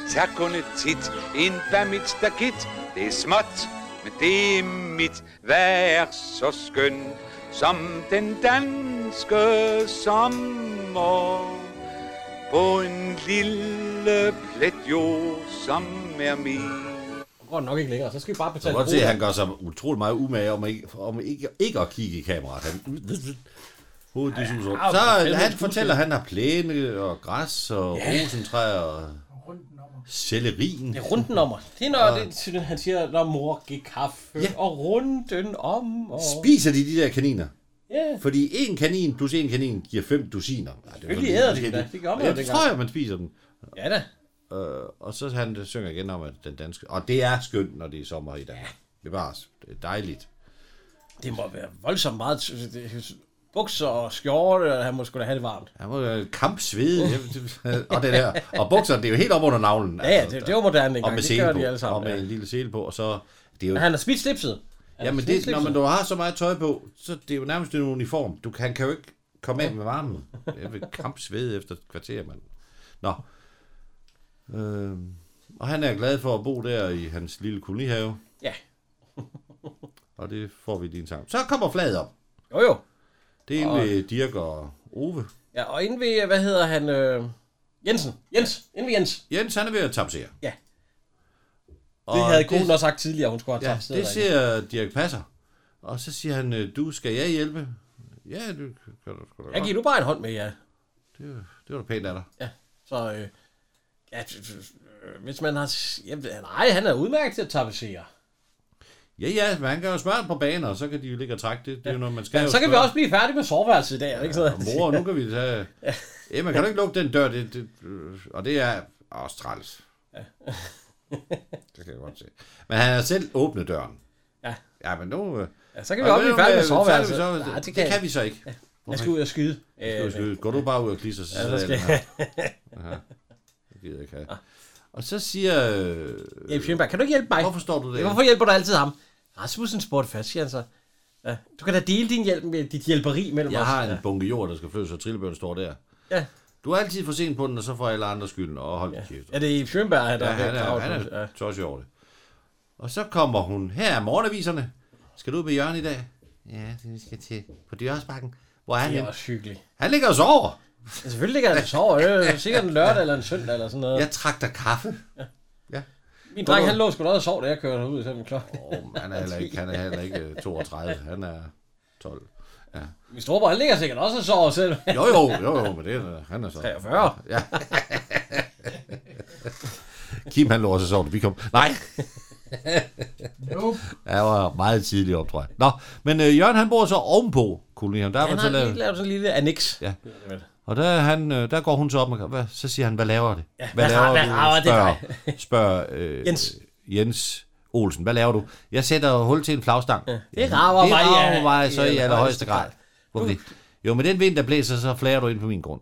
Speaker 6: Tag kun et tit ind bag mit stakit, det er småt, men det er mit. Hvad er så skøn som den danske sommer? På en lille plet jord, som er min.
Speaker 2: Nu går den nok ikke længere, så skal vi bare
Speaker 3: Du kan
Speaker 2: betale
Speaker 3: godt se,
Speaker 2: kroner.
Speaker 3: at han gør sig utrolig meget umage om ikke, om ikke, ikke at kigge i kameraet. Han, hovedet, det suser rundt.
Speaker 2: Ja,
Speaker 3: Så
Speaker 2: fandme
Speaker 3: øh, han
Speaker 2: en
Speaker 3: fortæller, at han har plæne og græs og rosentræer og sellerien.
Speaker 2: Ja, runden om os. Det er når det, synes han siger, når mor gik kaffe, ja.
Speaker 3: Ja.
Speaker 2: og runden om og...
Speaker 3: Spiser de de der kaniner?
Speaker 2: Ja,
Speaker 3: Fordi en kanin plus en kanin giver fem dusiner. Ja, det er
Speaker 2: Selvfølgelig
Speaker 3: jo-
Speaker 2: æder de dem da. Det gjorde man jo
Speaker 3: Jeg
Speaker 2: dengang.
Speaker 3: tror, at man spiser dem.
Speaker 2: ja da.
Speaker 3: Øh, og så han der synger igen om, at den danske... Og det er skønt, når det er sommer i dag. Ja. Det var det er dejligt.
Speaker 2: Det må være voldsomt meget... det- Bukser og skjorte, og han må skulle have det varmt.
Speaker 3: Han var jo kampsvede. og det der. Og bukserne, det er jo helt op under navlen.
Speaker 2: Uh. Ja, ja, det, det var moderne
Speaker 3: Altså,
Speaker 2: dengang.
Speaker 3: og med
Speaker 2: Det
Speaker 3: sele
Speaker 2: gør
Speaker 3: på.
Speaker 2: de alle sammen.
Speaker 3: og med
Speaker 2: Ja.
Speaker 3: en lille sele på, og så... Det er jo,
Speaker 2: Men han har smidt slipset. Han har
Speaker 3: jamen,
Speaker 2: smidt
Speaker 3: det, når
Speaker 2: slipset.
Speaker 3: man du har så meget tøj på, så det er jo nærmest en uniform. Du kan, kan jo ikke komme af med varmen. Jeg vil kampsvede efter et kvarter, mand. Nå. Øh, og han er glad for at bo der i hans lille kolonihave,
Speaker 2: Ja,
Speaker 3: og det får vi lige sammen. Så kommer flaget op.
Speaker 2: jo jo.
Speaker 3: Det er en med Dirk og Ove.
Speaker 2: Ja, og inde ved, hvad hedder han... Øh... Jensen. Jens. Inde ved Jens.
Speaker 3: Jens, han er ved at tapsere.
Speaker 2: Ja.
Speaker 3: Og
Speaker 2: Det havde konen
Speaker 3: det-
Speaker 2: også sagt tidligere, hun skulle have
Speaker 3: Ja,
Speaker 2: tabt
Speaker 3: det siger Dirk Passer. Og så siger han, øh, du skal jeg hjælpe? Ja, du kan kan du sgu da
Speaker 2: Jeg
Speaker 3: godt.
Speaker 2: giver nu bare en hånd med jer.
Speaker 3: Det, var- det var da pænt af dig.
Speaker 2: Ja, så... Øh, ja, øh, hvis man har... Jamen, nej, han er udmærket til at tapetsere.
Speaker 3: Ja, ja, men han kan jo smøre på baner, og så kan de jo ligge og trække det. Det er jo noget, man skal
Speaker 2: Ja,
Speaker 3: jo
Speaker 2: så kan vi
Speaker 3: smøre.
Speaker 2: også blive færdige med soveværelset i dag, er det ikke sådan?
Speaker 3: Og Mor, nu kan vi tage... Emma, kan du ikke lukke den dør? Det, det, øh, og det er også træls. Det kan jeg godt se. Men han har selv åbnet døren.
Speaker 2: Ja.
Speaker 3: Ja, men nu... øh,
Speaker 2: Ja, så kan
Speaker 3: og
Speaker 2: vi godt
Speaker 3: nu,
Speaker 2: blive færdige
Speaker 3: øh,
Speaker 2: med soveværelset.
Speaker 3: så-
Speaker 2: Ja, det
Speaker 3: det,
Speaker 2: kan-
Speaker 3: kan, vi så ikke. Ja.
Speaker 2: Jeg skal ud og skyde. Øh,
Speaker 3: Jeg skal ud og skyde. Går du bare ud og klister, så
Speaker 2: Ja, så
Speaker 3: sidder jeg
Speaker 2: skal Ah.
Speaker 3: den her. Ja, det gider jeg ikke have. Og så siger... Øh,
Speaker 2: Jeppe Schønberg, kan du ikke hjælpe mig?
Speaker 3: Hvorfor står du der?
Speaker 2: Hvorfor hjælper du altid ham? Rasmussen spurgte fast, siger han så. Ja, du kan da dele din hjælp med dit hjælperi mellem
Speaker 3: Jeg
Speaker 2: os.
Speaker 3: har
Speaker 2: Ja.
Speaker 3: en bunke jord, der skal flyttes, og trillebøren står der.
Speaker 2: Ja.
Speaker 3: Du er altid for sent på den, og så får alle andre skylden. Og hold ja. kæft.
Speaker 2: Er det Jeppe Schønberg, der
Speaker 3: Ja,
Speaker 2: er
Speaker 3: han er,
Speaker 2: kravet
Speaker 3: han
Speaker 2: på? Ja.
Speaker 3: er tosset over det. Og så kommer hun. Her er morgenaviserne. Skal du ud på hjørnet i dag? Ja, det vi skal til. På Dyrsbakken. Hvor er han
Speaker 2: Det er
Speaker 3: henne?
Speaker 2: også hyggeligt.
Speaker 3: Han ligger og sover.
Speaker 2: Ja, selvfølgelig ligger han og sover. Det er sikkert en lørdag eller en søndag eller sådan noget.
Speaker 3: Jeg trakter kaffe.
Speaker 2: Min dreng, han lå sgu da og sov, da jeg kørte ud til klokken.
Speaker 3: Oh, han, er heller ikke, han er heller ikke øh, 32. Han er 12.
Speaker 2: Min storebror, han ligger sikkert også og sover selv.
Speaker 3: Jo, jo, jo, jo, men det er, han er så.
Speaker 2: 43.
Speaker 3: Ja. Kim, han lå også og sov, da vi kom. Nej.
Speaker 1: Nope.
Speaker 3: Ja, Jeg var meget tidlig op, tror jeg. Nå, men øh, Jørgen, han bor så ovenpå kolonien. Der er
Speaker 2: Han
Speaker 3: man
Speaker 2: har
Speaker 3: så
Speaker 2: lige
Speaker 3: lavet,
Speaker 2: lavet sådan en lille annex.
Speaker 3: Ja. og der, er han, øh, der går hun så op, og hvad, så siger han, hvad laver det? Ja,
Speaker 2: hvad har- hvad rager det
Speaker 3: spørger, det spørger øh,
Speaker 2: Jens.
Speaker 3: Jens Olsen, hvad laver du? Jeg sætter hul til en flagstang. Ja,
Speaker 2: det rager mig,
Speaker 3: Det rager
Speaker 2: ja,
Speaker 3: mig så
Speaker 2: i
Speaker 3: i allerhøjeste
Speaker 2: allerhøjeste
Speaker 3: grad. Hvorfor det? Jo, med den vind, der blæser, så flager du ind på min grund.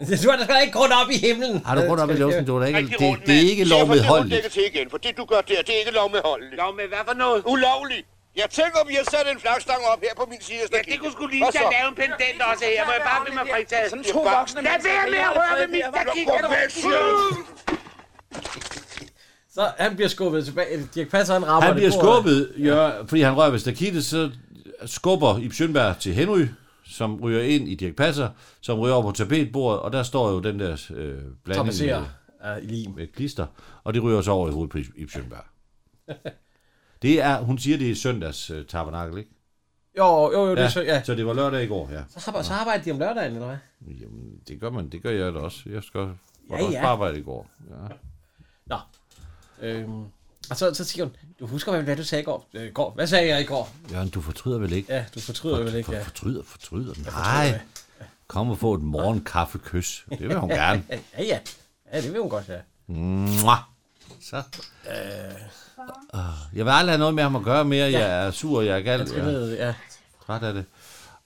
Speaker 2: Du har da sgu da ikke grund op i himlen.
Speaker 3: Har du grund op i luften? Du er da ikke,
Speaker 9: Rigtig
Speaker 3: det,
Speaker 9: rundt,
Speaker 3: det er
Speaker 9: mand.
Speaker 3: ikke
Speaker 9: Chefer, Det er
Speaker 3: lovmedholdeligt.
Speaker 9: rundt til igen, for det du gør der, det er ikke lovmedholdeligt.
Speaker 4: Lov med hvad for noget?
Speaker 9: Ulovligt. Jeg tænker, om I har sat en flagstang op her på min side. af
Speaker 4: Ja, det
Speaker 9: stakittet.
Speaker 4: kunne sgu lige
Speaker 9: Hvad
Speaker 4: tage
Speaker 9: så?
Speaker 4: lave en pendant også her. Må jeg bare blive mig fritaget?
Speaker 9: Sådan to voksne
Speaker 4: Lad være med at røre ved mit stakik.
Speaker 9: Gå væk, siger jeg.
Speaker 2: Så han bliver skubbet tilbage. Dirk Passer, han rammer
Speaker 3: Han bliver
Speaker 2: det bord.
Speaker 3: skubbet, ja, fordi han rører ved stakittet, så skubber Ib Schønberg til Henry, som ryger ind i Dirk Passer, som ryger over på tapetbordet, og der står jo den der øh, blanding
Speaker 2: Trapasserer
Speaker 3: med,
Speaker 2: ja, i lim.
Speaker 3: med klister, og det ryger så over i hovedet på Ib- Ib Schønberg. Det er, hun siger, det er søndags øh, tabernakel, ikke?
Speaker 2: Jo, jo, jo, det er så, ja.
Speaker 3: så det var lørdag i går, ja.
Speaker 2: Så arbejder, så arbejder de om lørdagen, eller hvad?
Speaker 3: Jamen, det gør man, det gør jeg da også. Jeg skal var
Speaker 2: Ja,
Speaker 3: ja, også
Speaker 2: ja.
Speaker 3: på arbejde i går. Ja.
Speaker 2: Nå. Øhm. Og så, så siger hun, du husker, hvad, hvad du sagde i går? Øh, i går. Hvad sagde jeg i går?
Speaker 3: Jørgen, du fortryder vel ikke?
Speaker 2: Ja, du fortryder vel ikke,
Speaker 3: For,
Speaker 2: ja.
Speaker 3: fortryder, fortryder. Nej. Kom og få et morgenkaffekys. Det vil hun gerne.
Speaker 2: Ja, ja. Ja, det vil hun godt, ja.
Speaker 3: Mwah. Så. Øh. Jeg vil aldrig have noget med ham at gøre mere. Jeg er sur, jeg er gal,
Speaker 2: Skal
Speaker 3: jeg er
Speaker 2: ned, ja.
Speaker 3: træt af det.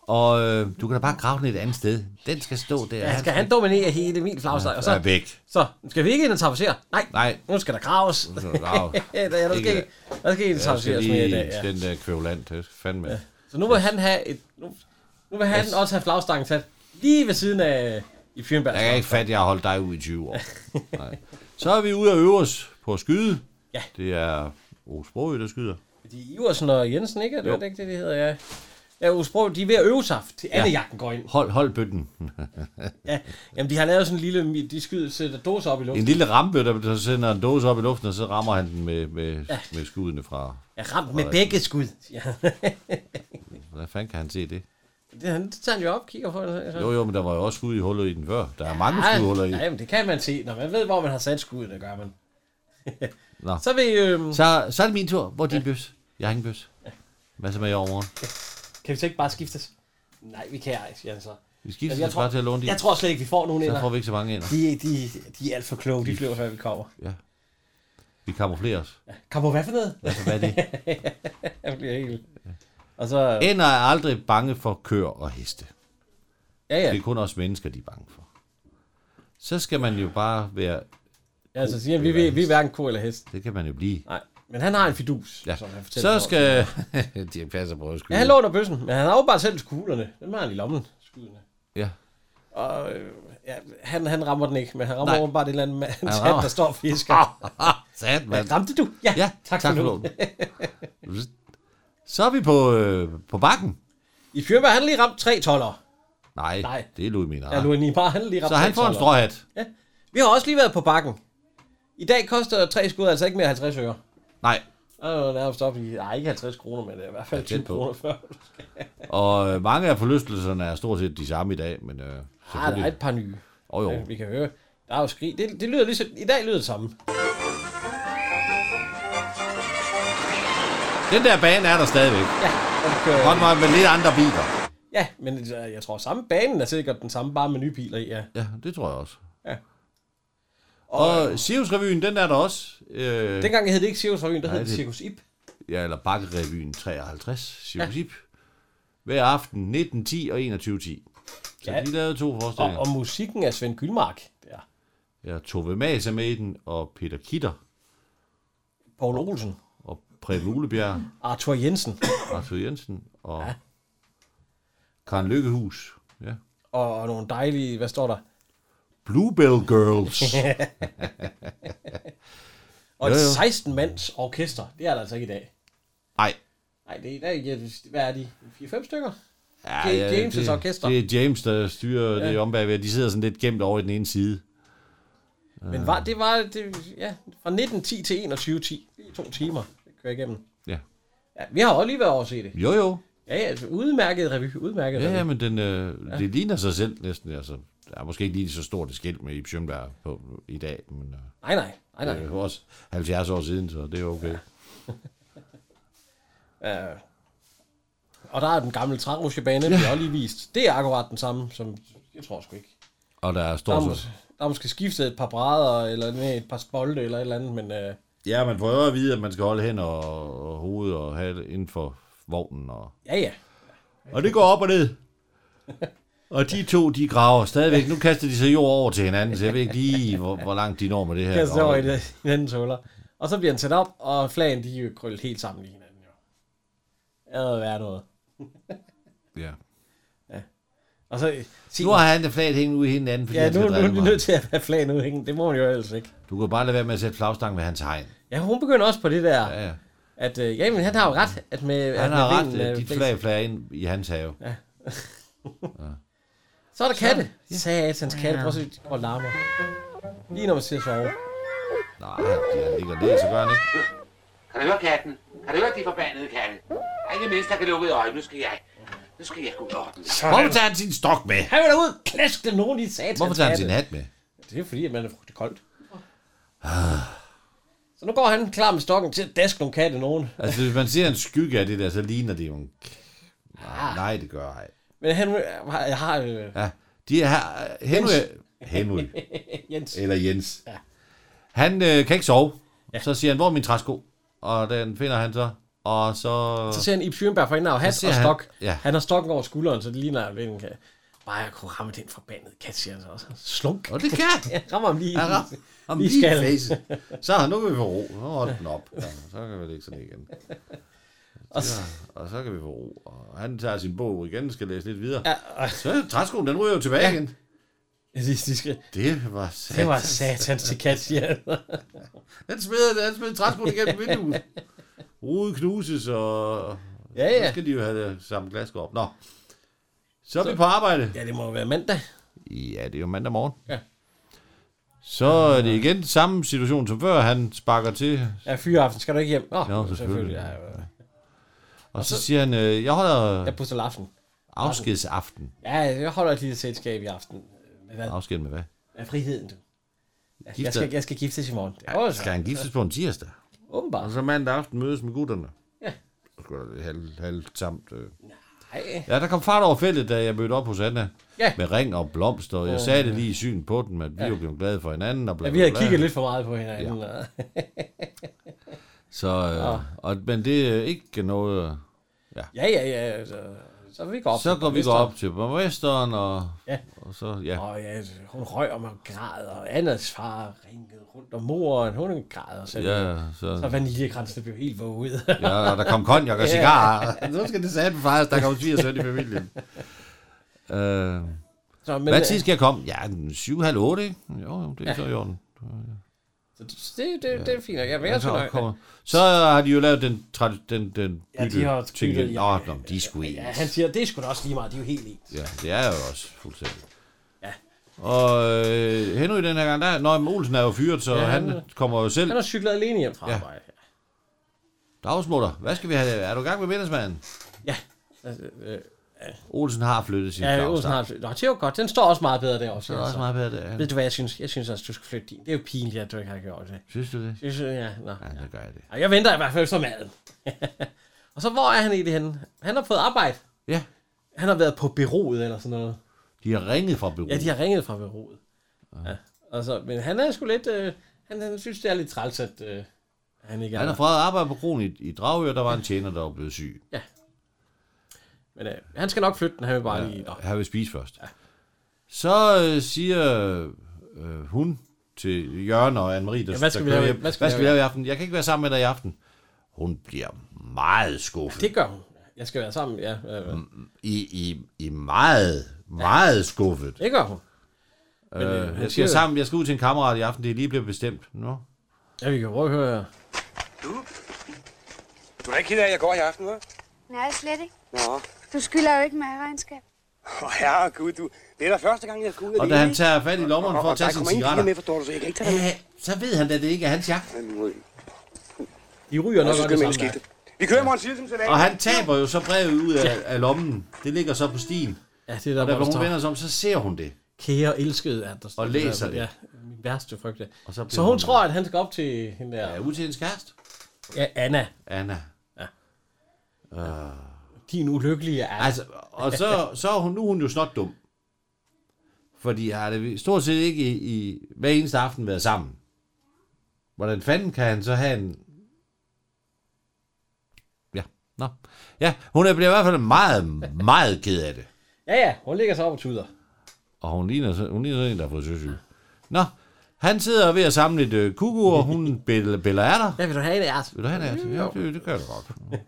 Speaker 3: Og øh, du kan da bare grave den et andet sted. Den skal stå der.
Speaker 2: ja skal han dominere hele min flagsteg? Og
Speaker 3: så er
Speaker 2: så,
Speaker 3: væk.
Speaker 2: så skal vi ikke ind og tapacere? Nej,
Speaker 3: Nej.
Speaker 2: nu skal der graves.
Speaker 3: Nu skal der graves.
Speaker 2: ja, der, der, skal,
Speaker 3: Ikke-
Speaker 2: ikke, der skal ind og
Speaker 3: Jeg skal
Speaker 2: tapacere med i dag,
Speaker 3: lige
Speaker 2: ja.
Speaker 3: den der kvævlant. Det er fandme. Ja.
Speaker 2: Så nu vil han have et, nu, nu vil han yes. også have flagstangen sat lige ved siden af i Fjernberg.
Speaker 3: Jeg kan ikke fatte, at jeg har holdt dig ud i 20 år. Nej. Så er vi ude og øve os på at skyde.
Speaker 2: Ja.
Speaker 3: Det er Osbro, der skyder.
Speaker 2: Fordi Iversen og Jensen, ikke? Er Det
Speaker 3: Jo.
Speaker 2: var det ikke det, de hedder, ja. Ja, Osbro, de er ved at øve sig, til ja. andejagten går ind.
Speaker 3: Hold, hold bøtten.
Speaker 2: Ja. Jamen, de har lavet sådan en lille, de skyder, sætter dåser op i
Speaker 3: En
Speaker 2: luften.
Speaker 3: lille rampe, der, der sender en dåse op i luften, og så rammer han den med, med, ja. med skuddene fra...
Speaker 2: Ja, ramt med begge skud. Ja.
Speaker 3: Hvordan fanden kan han se det?
Speaker 2: Det, han, det tager han jo op, kigger på altså. det.
Speaker 3: Jo, jo, men der var jo også skud i hullet i den før. Der er mange skudhuller i.
Speaker 2: Ja, jamen, det kan man se. Når man ved, hvor man har sat skuddet, det gør man.
Speaker 3: Nå.
Speaker 2: Så vil, øhm,
Speaker 3: Så, så er det min tur. Hvor er din bøs? Jeg har ingen bøs. Hvad så med jer over morgen?
Speaker 2: kan vi så ikke bare skiftes? Nej, vi kan ej, siger han så.
Speaker 3: Vi skifter
Speaker 2: Jamen, jeg
Speaker 3: altså,
Speaker 2: tror-
Speaker 3: bare til at låne din.
Speaker 2: Jeg tror slet ikke, vi får nogen
Speaker 3: Så får
Speaker 2: ender.
Speaker 3: vi ikke så mange ender.
Speaker 2: De, de, de er alt for kloge, de flyver, før vi kommer.
Speaker 3: Vi kamuflerer os.
Speaker 2: Kom på hvad for noget?
Speaker 3: Altså, hvad er det?
Speaker 2: Jeg bliver helt... Og så...
Speaker 3: Ender er aldrig bange for køer og heste.
Speaker 2: Ja, ja.
Speaker 3: Det er kun os mennesker, de er bange for. Så skal man jo bare være...
Speaker 2: ja så siger han, vi, vi, vi er hverken ko eller hest.
Speaker 3: Det kan man jo blive.
Speaker 2: Nej. Men han har en fidus,
Speaker 3: Ja.
Speaker 2: ja. som han fortæller.
Speaker 3: Så
Speaker 2: mig.
Speaker 3: skal... de passer på at
Speaker 2: Ja,
Speaker 3: skyde.
Speaker 2: han låner bøssen, men han har jo bare selv kuglerne. Den har han i lommen, skydene.
Speaker 3: Ja.
Speaker 2: Og øh, ja, han, han rammer den ikke, men han rammer
Speaker 3: Nej.
Speaker 2: åbenbart et eller andet mand,
Speaker 3: rammer.
Speaker 2: der står og fisker.
Speaker 3: Sat,
Speaker 2: Hvad
Speaker 3: mand.
Speaker 2: ramte du? Ja,
Speaker 3: Ja, tak, tak for lånet. Så er vi på, øh, på bakken.
Speaker 2: I Fjørberg, han har lige ramt tre toller.
Speaker 3: Nej,
Speaker 2: Nej.
Speaker 3: det er Louis Minard.
Speaker 2: Ja, Louis Niebuhr, han har lige ramt
Speaker 3: Ah. så han
Speaker 2: tre
Speaker 3: får en
Speaker 2: toller.
Speaker 3: stråhat.
Speaker 2: Vi har også lige været på bakken. I dag koster tre skud altså ikke mere 50 øre.
Speaker 3: Nej,
Speaker 2: Og nærmest op i, nej, ikke 50 kroner, men det er i hvert fald
Speaker 3: Ja, tæt
Speaker 2: 20
Speaker 3: på.
Speaker 2: kroner før.
Speaker 3: og øh, mange af forlystelserne er stort set de samme i dag, men øh,
Speaker 2: Ah, der er
Speaker 3: selvfølgelig...
Speaker 2: et par nye.
Speaker 3: Åh, jo.
Speaker 2: Vi kan høre. Der er jo skrig. Det, det lyder ligesom, i dag lyder det samme.
Speaker 3: Den der bane er der stadigvæk.
Speaker 2: Ja, og, øh,
Speaker 3: Godt nok med lidt andre biler.
Speaker 2: ja men øh, jeg tror, samme banen er sikkert den samme, bare med nye biler i. Ja.
Speaker 3: Ja, det tror jeg også.
Speaker 2: Ja.
Speaker 3: Og, og Sirius-revyen, den er der også. Øh,
Speaker 2: Dengang hed det ikke Cirkus Revyen, der hed
Speaker 3: Nej,
Speaker 2: det
Speaker 3: det-
Speaker 2: Cirkus Ip.
Speaker 3: ja, eller Bakkerevyen 53, Sivsip. Ja. Hver aften 19.10 og 21.10. Så ja.
Speaker 2: Ja.
Speaker 3: de lavede to
Speaker 2: Og,
Speaker 3: forestillinger.
Speaker 2: og musikken af Svend Gyldmark. Ja.
Speaker 3: Ja, Tove Mads er med i den, og Peter Kitter,
Speaker 2: Paul Olsen.
Speaker 3: og Preben Ulebjerg,
Speaker 2: Arthur Jensen.
Speaker 3: Arthur Jensen, og ja. Karen Lykkehus. Ja.
Speaker 2: Og nogle dejlige, hvad står der?
Speaker 3: Bluebell Girls.
Speaker 2: Og et
Speaker 3: Jo, jo.
Speaker 2: 16-mands orkester. Det er der altså ikke i dag.
Speaker 3: Nej.
Speaker 2: Nej, det er, der, ja, hvad er de? 4-5 stykker?
Speaker 3: Ja,
Speaker 2: Ja, James'
Speaker 3: det,
Speaker 2: orkester.
Speaker 3: Det er James, der styrer ja.
Speaker 2: Ja.
Speaker 3: det om bagved. De sidder sådan lidt gemt over i den ene side.
Speaker 2: Men var, det var det, ja, fra 1910 til 2110. Det er to timer, det kører igennem.
Speaker 3: Ja.
Speaker 2: ja vi har også lige været over at se det.
Speaker 3: Jo, jo.
Speaker 2: Ja, ja, altså, udmærket revy, udmærket
Speaker 3: Ja,
Speaker 2: revy.
Speaker 3: ja, men den, øh, ja. det ligner sig selv næsten. Altså, der er måske ikke lige så stort et skilt med Ib Schønberg på i dag, men øh,
Speaker 2: Nej, nej, nej,
Speaker 3: det
Speaker 2: nej.
Speaker 3: er jo også 70 år siden, så det er okay. Ja.
Speaker 2: Øh, og der er den gamle trærutschebane, ja. vi har lige vist. Det er akkurat den samme, som jeg tror sgu ikke.
Speaker 3: Og der
Speaker 2: Der er,
Speaker 3: står så...
Speaker 2: mås- der er måske skiftet et par brædder, eller nej, et par spolte, eller et eller andet, men øh,
Speaker 3: Ja, man får jo at vide, at man skal holde hænder og, og hovedet og have det inden for vognen. Og,
Speaker 2: ja, ja.
Speaker 3: og det går op og ned. Og de to, de graver stadigvæk. Nu kaster de så jord over til hinanden, så jeg ved ikke lige, hvor, hvor langt de når med det her.
Speaker 2: Jeg står over i det- i hinandens huller. Og så bliver den sat op, og flagene, de er jo krøllet helt sammen i hinanden, jo. Det havde været noget.
Speaker 3: Ja.
Speaker 2: Og så, sig,
Speaker 3: Nu har han det flaget hængende ude i hinanden, fordi
Speaker 2: Ja,
Speaker 3: han
Speaker 2: nu,
Speaker 3: skal
Speaker 2: nu er
Speaker 3: drille
Speaker 2: de
Speaker 3: mig.
Speaker 2: nødt til at have flagene udhængende. Det må man jo ellers ikke.
Speaker 3: Du kan bare lade være med at sætte flagstangen ved hans hegn.
Speaker 2: Ja, hun begynder også på det der,
Speaker 3: Ja, ja.
Speaker 2: at øh, jamen, han har jo ret, at med... at
Speaker 3: Han
Speaker 2: med
Speaker 3: har ret,
Speaker 2: vinden, øh,
Speaker 3: at dit
Speaker 2: blæser.
Speaker 3: flag flager ind i hans have. Ja.
Speaker 2: Så er der katte. Satans katte. Prøv at se, de går og larmer. Lige når man ser sove.
Speaker 3: Nej, han- han ligger ned, så gør han ikke.
Speaker 4: Kan du høre katten? Kan du høre de forbandede katte? Ej, det mindste, der kan lukke øjnene. Nu skal jeg... Nu skal jeg gå ud over den.
Speaker 3: Hvorfor tager han sin stok med?
Speaker 2: Han vil derud! Klask dem nogen i satans
Speaker 3: Hvorfor tager han sin
Speaker 2: katte.
Speaker 3: hat med?
Speaker 2: Det er fordi, at man er frygtelig koldt. Så nu går han klar med stokken til at daske nogle katte nogen.
Speaker 3: Altså, hvis man ser en skygge af det der, så ligner det jo en... Nej, nej det gør ej.
Speaker 2: Men han øh, har... har øh,
Speaker 3: Ja, de her... Henry... Henry.
Speaker 2: Jens.
Speaker 3: Eller Jens. Han øh, kan ikke sove. Så siger han, hvor er min træsko? Og den finder han så. Og så...
Speaker 2: Så ser han Ib Schønberg for inden af hat
Speaker 3: ser
Speaker 2: og
Speaker 3: han-
Speaker 2: stok.
Speaker 3: ja.
Speaker 2: Han har stokken over skulderen, så det ligner, at han kan... Bare jeg kunne ramme den forbandede kat, siger han så også. altså. Slunk.
Speaker 3: Og det kan han.
Speaker 2: Jeg rammer ham lige.
Speaker 3: Han rammer ham
Speaker 2: Lige
Speaker 3: lige i
Speaker 2: skallen.
Speaker 3: face. Så nu kan vi få ro. Så holder den op. Ja, så kan vi lægge sådan igen.
Speaker 2: Og så,
Speaker 3: Og så kan vi få ro. Og han tager sin bog igen, skal læse lidt videre.
Speaker 2: ja, og,
Speaker 3: Så er træskoen, den ryger jo tilbage ja. igen.
Speaker 2: de, de skal,
Speaker 3: Det var sat.
Speaker 2: det var satans til kat, siger han.
Speaker 3: Han smed, han smed træskoen igennem vinduet. Rode knuses, og
Speaker 2: Ja,
Speaker 3: så
Speaker 2: ja.
Speaker 3: skal de jo have det samme glas op. Nå, så er vi på arbejde.
Speaker 2: Ja, det må jo være mandag.
Speaker 3: Ja, det er jo mandag morgen.
Speaker 2: Ja.
Speaker 3: Så er det igen samme situation som før. Han sparker til,
Speaker 2: Ja, fyreaften skal du ikke hjem. Nå,
Speaker 3: Ja, selvfølgelig.
Speaker 2: Ja, ja.
Speaker 3: og så siger han, øh, jeg holder
Speaker 2: Jeg puster laften.
Speaker 3: afskedsaften.
Speaker 2: Ja, jeg holder et lille selskab i aften. Med hvad?
Speaker 3: Afsked med hvad?
Speaker 2: Med friheden, du. Ja, Jeg
Speaker 3: Gifter-
Speaker 2: skal, jeg skal giftes i morgen. Det er
Speaker 3: Ja,
Speaker 2: også
Speaker 3: skal han giftes på en tirsdag?
Speaker 2: åbenbart.
Speaker 3: Og så mandag aften mødes med gutterne.
Speaker 2: Ja.
Speaker 3: Så skulle der lidt halv, halv samt. Øh.
Speaker 2: Nej.
Speaker 3: Ja, der kom fart over feltet, da jeg mødte op hos Anna.
Speaker 2: Ja.
Speaker 3: Med ring og blomster. Jeg sagde det lige i syn på den, at vi ja. var blevet glade for hinanden. Og bla,
Speaker 2: Ja,
Speaker 3: bla,
Speaker 2: vi har
Speaker 3: bla.
Speaker 2: kigget lidt for meget på hinanden. Ja.
Speaker 3: Så, øh, og, men det er ikke noget... øh.
Speaker 2: Ja, ja, ja. Så, så vi går op.
Speaker 3: Så
Speaker 2: til
Speaker 3: går vi går
Speaker 2: borgmesteren.
Speaker 3: op til borgmesteren, og,
Speaker 2: Ja.
Speaker 3: og så... Ja.
Speaker 2: Og ja, hun røg om og græd, og Annas far ringede rundt om moren, hun græd og så, ja.
Speaker 3: Ja,
Speaker 2: så
Speaker 3: så,
Speaker 2: vaniljekransen blev helt våget.
Speaker 3: ja, og der kom konjak og cigarer. Nu skal det satme faktisk, der kom svigersøn i familien. Øh,
Speaker 2: så, men,
Speaker 3: hvad tid skal jeg komme? Ja, 7.30, ikke? Jo, jo, det er ja. så i orden.
Speaker 2: øh, så det, det, det er fint, jeg er mere
Speaker 3: så,
Speaker 2: så
Speaker 3: kommer. så har de jo lavet den, tra- den, den
Speaker 2: Ja, de har også
Speaker 3: ting.
Speaker 2: byttet,
Speaker 3: Byttet,
Speaker 2: ja.
Speaker 3: ja. Nå, nå, de er sgu ens.
Speaker 2: Ja, han siger, det er sgu da også lige meget, de er jo helt ens.
Speaker 3: Ja, det er jo også fuldstændig. Ja. Og øh, Henry den her gang, der, når Olsen er jo fyret, så ja,
Speaker 2: Ja,
Speaker 3: han,
Speaker 2: han-
Speaker 3: han kommer jo selv.
Speaker 2: Han har cyklet alene hjem fra
Speaker 3: Ja.
Speaker 2: ja. arbejde.
Speaker 3: Dagsmutter, hvad skal vi have? Er du i gang med middagsmanden?
Speaker 2: Ja. Altså, øh,
Speaker 3: Olsen har flyttet sin
Speaker 2: ja,
Speaker 3: flagstang.
Speaker 2: Olsen har... Nå, det er jo godt, den står også meget bedre der også.
Speaker 3: Så er der
Speaker 2: altså.
Speaker 3: også meget bedre der.
Speaker 2: Ved
Speaker 3: Han-
Speaker 2: du hvad, jeg synes, jeg synes også, du skal flytte din. Det er jo pinligt, at du ikke har gjort det.
Speaker 3: Synes du det?
Speaker 2: Jeg synes, ja, nå.
Speaker 3: Ja, så gør jeg det.
Speaker 2: Ej, Jeg venter i hvert fald så maden. og så hvor er han egentlig henne? Han har fået arbejde.
Speaker 3: Ja,
Speaker 2: Han har været på byrådet eller sådan noget.
Speaker 3: de har ringet fra bureauet.
Speaker 2: Ja, de har ringet fra byrådet. Ja. Og så, men han er sgu lidt... Øh, han, han synes, det er lidt træls, at øh, Han, ikke
Speaker 3: Han er fra arbejde på kronen i, i Dragør, der var en tjener, der var blevet syg.
Speaker 2: Men øh, han skal nok flytte den, han vil bare ja. lige... Nå.
Speaker 3: Han vil spise først. Så øh, siger øh, hun til Jørgen og Anne-Marie, der,
Speaker 2: Ja, hvad skal
Speaker 3: der
Speaker 2: vi
Speaker 3: kører
Speaker 2: lave-
Speaker 3: hjem,
Speaker 2: hvad skal vi
Speaker 3: hvad skal vi
Speaker 2: lave
Speaker 3: lave i aften? Jeg kan ikke være sammen med dig i aften. Hun bliver meget skuffet.
Speaker 2: Det gør hun. Jeg skal være sammen, ja. Øh, mm.
Speaker 3: I, I, I er meget, meget ja. skuffet.
Speaker 2: Det gør hun. Men, øh, han
Speaker 3: Øh, jeg,
Speaker 2: siger-
Speaker 3: skal sammen, jeg skal ud til en kammerat i aften, det er lige blevet bestemt. Nå.
Speaker 2: Ja, vi kan prøve at høre.
Speaker 11: Du er da ikke ked af, at jeg går i aften, hva'?
Speaker 12: Nej, slet ikke.
Speaker 11: Nå.
Speaker 12: Du skylder jo ikke mig regnskab.
Speaker 11: Åh, herregud, du. Det er da første gang, jeg skal ud af
Speaker 3: Og
Speaker 11: det
Speaker 3: da han
Speaker 11: hele.
Speaker 3: tager fat i lommeren
Speaker 11: Og-
Speaker 3: for at
Speaker 11: og
Speaker 3: tage
Speaker 11: der
Speaker 3: sine
Speaker 11: kommer ingen
Speaker 3: cigaretter.
Speaker 11: piger Med, forstår du, så jeg kan ikke tage
Speaker 3: Øh, så ved han da, det ikke er hans jagt.
Speaker 2: De ryger
Speaker 11: nok også det samme. Vi kører i morgen tidlig som sædvanligt.
Speaker 3: Og han taber jo så brevet ud af, af lommen. Det ligger så på stien.
Speaker 2: Ja, det er der,
Speaker 3: og
Speaker 2: hvor
Speaker 3: da
Speaker 2: der
Speaker 3: hun
Speaker 2: står-
Speaker 3: vender sig om, så ser hun det.
Speaker 2: Kære elskede, at der står
Speaker 3: Og
Speaker 2: det
Speaker 3: læser
Speaker 2: der,
Speaker 3: det.
Speaker 2: Ja, min værste frygt. er-
Speaker 3: Og så bliver
Speaker 2: Så hun
Speaker 3: hun-
Speaker 2: tror, at han skal op til hende der... Ja,
Speaker 3: ud til hendes kæreste.
Speaker 2: Ja, Anna.
Speaker 3: Anna.
Speaker 2: Ja.
Speaker 3: Øh.
Speaker 2: Din ulykkelige Anna.
Speaker 3: Altså, og så, så er hun, nu er hun jo snot dum. Fordi har det stort set ikke i, i hver eneste aften været sammen. Hvordan fanden kan han så have en... Ja, nå. Ja, hun er bliver i hvert fald meget, meget ked af det.
Speaker 2: Ja, ja, hun ligger så op og tuder.
Speaker 3: Og hun ligner, så- hun ligner sådan en, der har fået søsyg. Nå, han sidder ved at samle et øh, kuku, og hun bæller, bæller ærter.
Speaker 2: Hvad vil du have en ært?
Speaker 3: Vil du have en ært? Ja, det, det gør du godt.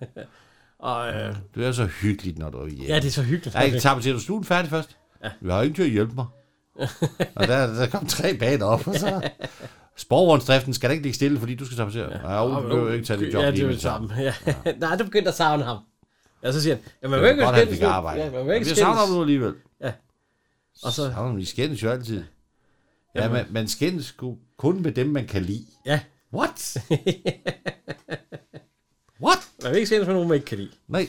Speaker 2: Og, øh,
Speaker 3: Det er så hyggeligt, når du er hjemme.
Speaker 2: Ja, det er så hyggeligt.
Speaker 3: Jeg ikke tager til, at du slutter færdig først. Ja. Vi har ingen til at hjælpe mig. og der, der kom tre baner op, og så... Sporvognsdriften skal da ikke ligge stille, fordi du skal tapassere. Ja, ja
Speaker 2: Åh,
Speaker 3: du behøver jo ikke tage det job
Speaker 2: Ja, det er
Speaker 3: med
Speaker 2: jo det samme. Ja. Nej, du begyndte at savne ham. Ja, så siger han, ja, man
Speaker 3: Det
Speaker 2: vil
Speaker 3: var
Speaker 2: ikke
Speaker 3: godt, han
Speaker 2: skændes
Speaker 3: fik
Speaker 2: nu.
Speaker 3: arbejde.
Speaker 2: Ja, man
Speaker 3: Men
Speaker 2: vil ikke
Speaker 3: vi
Speaker 2: skændes.
Speaker 3: savner ham nu alligevel.
Speaker 2: Ja. Og så,
Speaker 3: Savner ham, vi skændes jo altid. Ja,
Speaker 2: Jamen.
Speaker 3: man, man skændes sgu kun med dem, man kan lide.
Speaker 2: ja.
Speaker 3: What?
Speaker 2: What? Man vil ikke skændes med nogen, man ikke kan lide.
Speaker 3: Nej.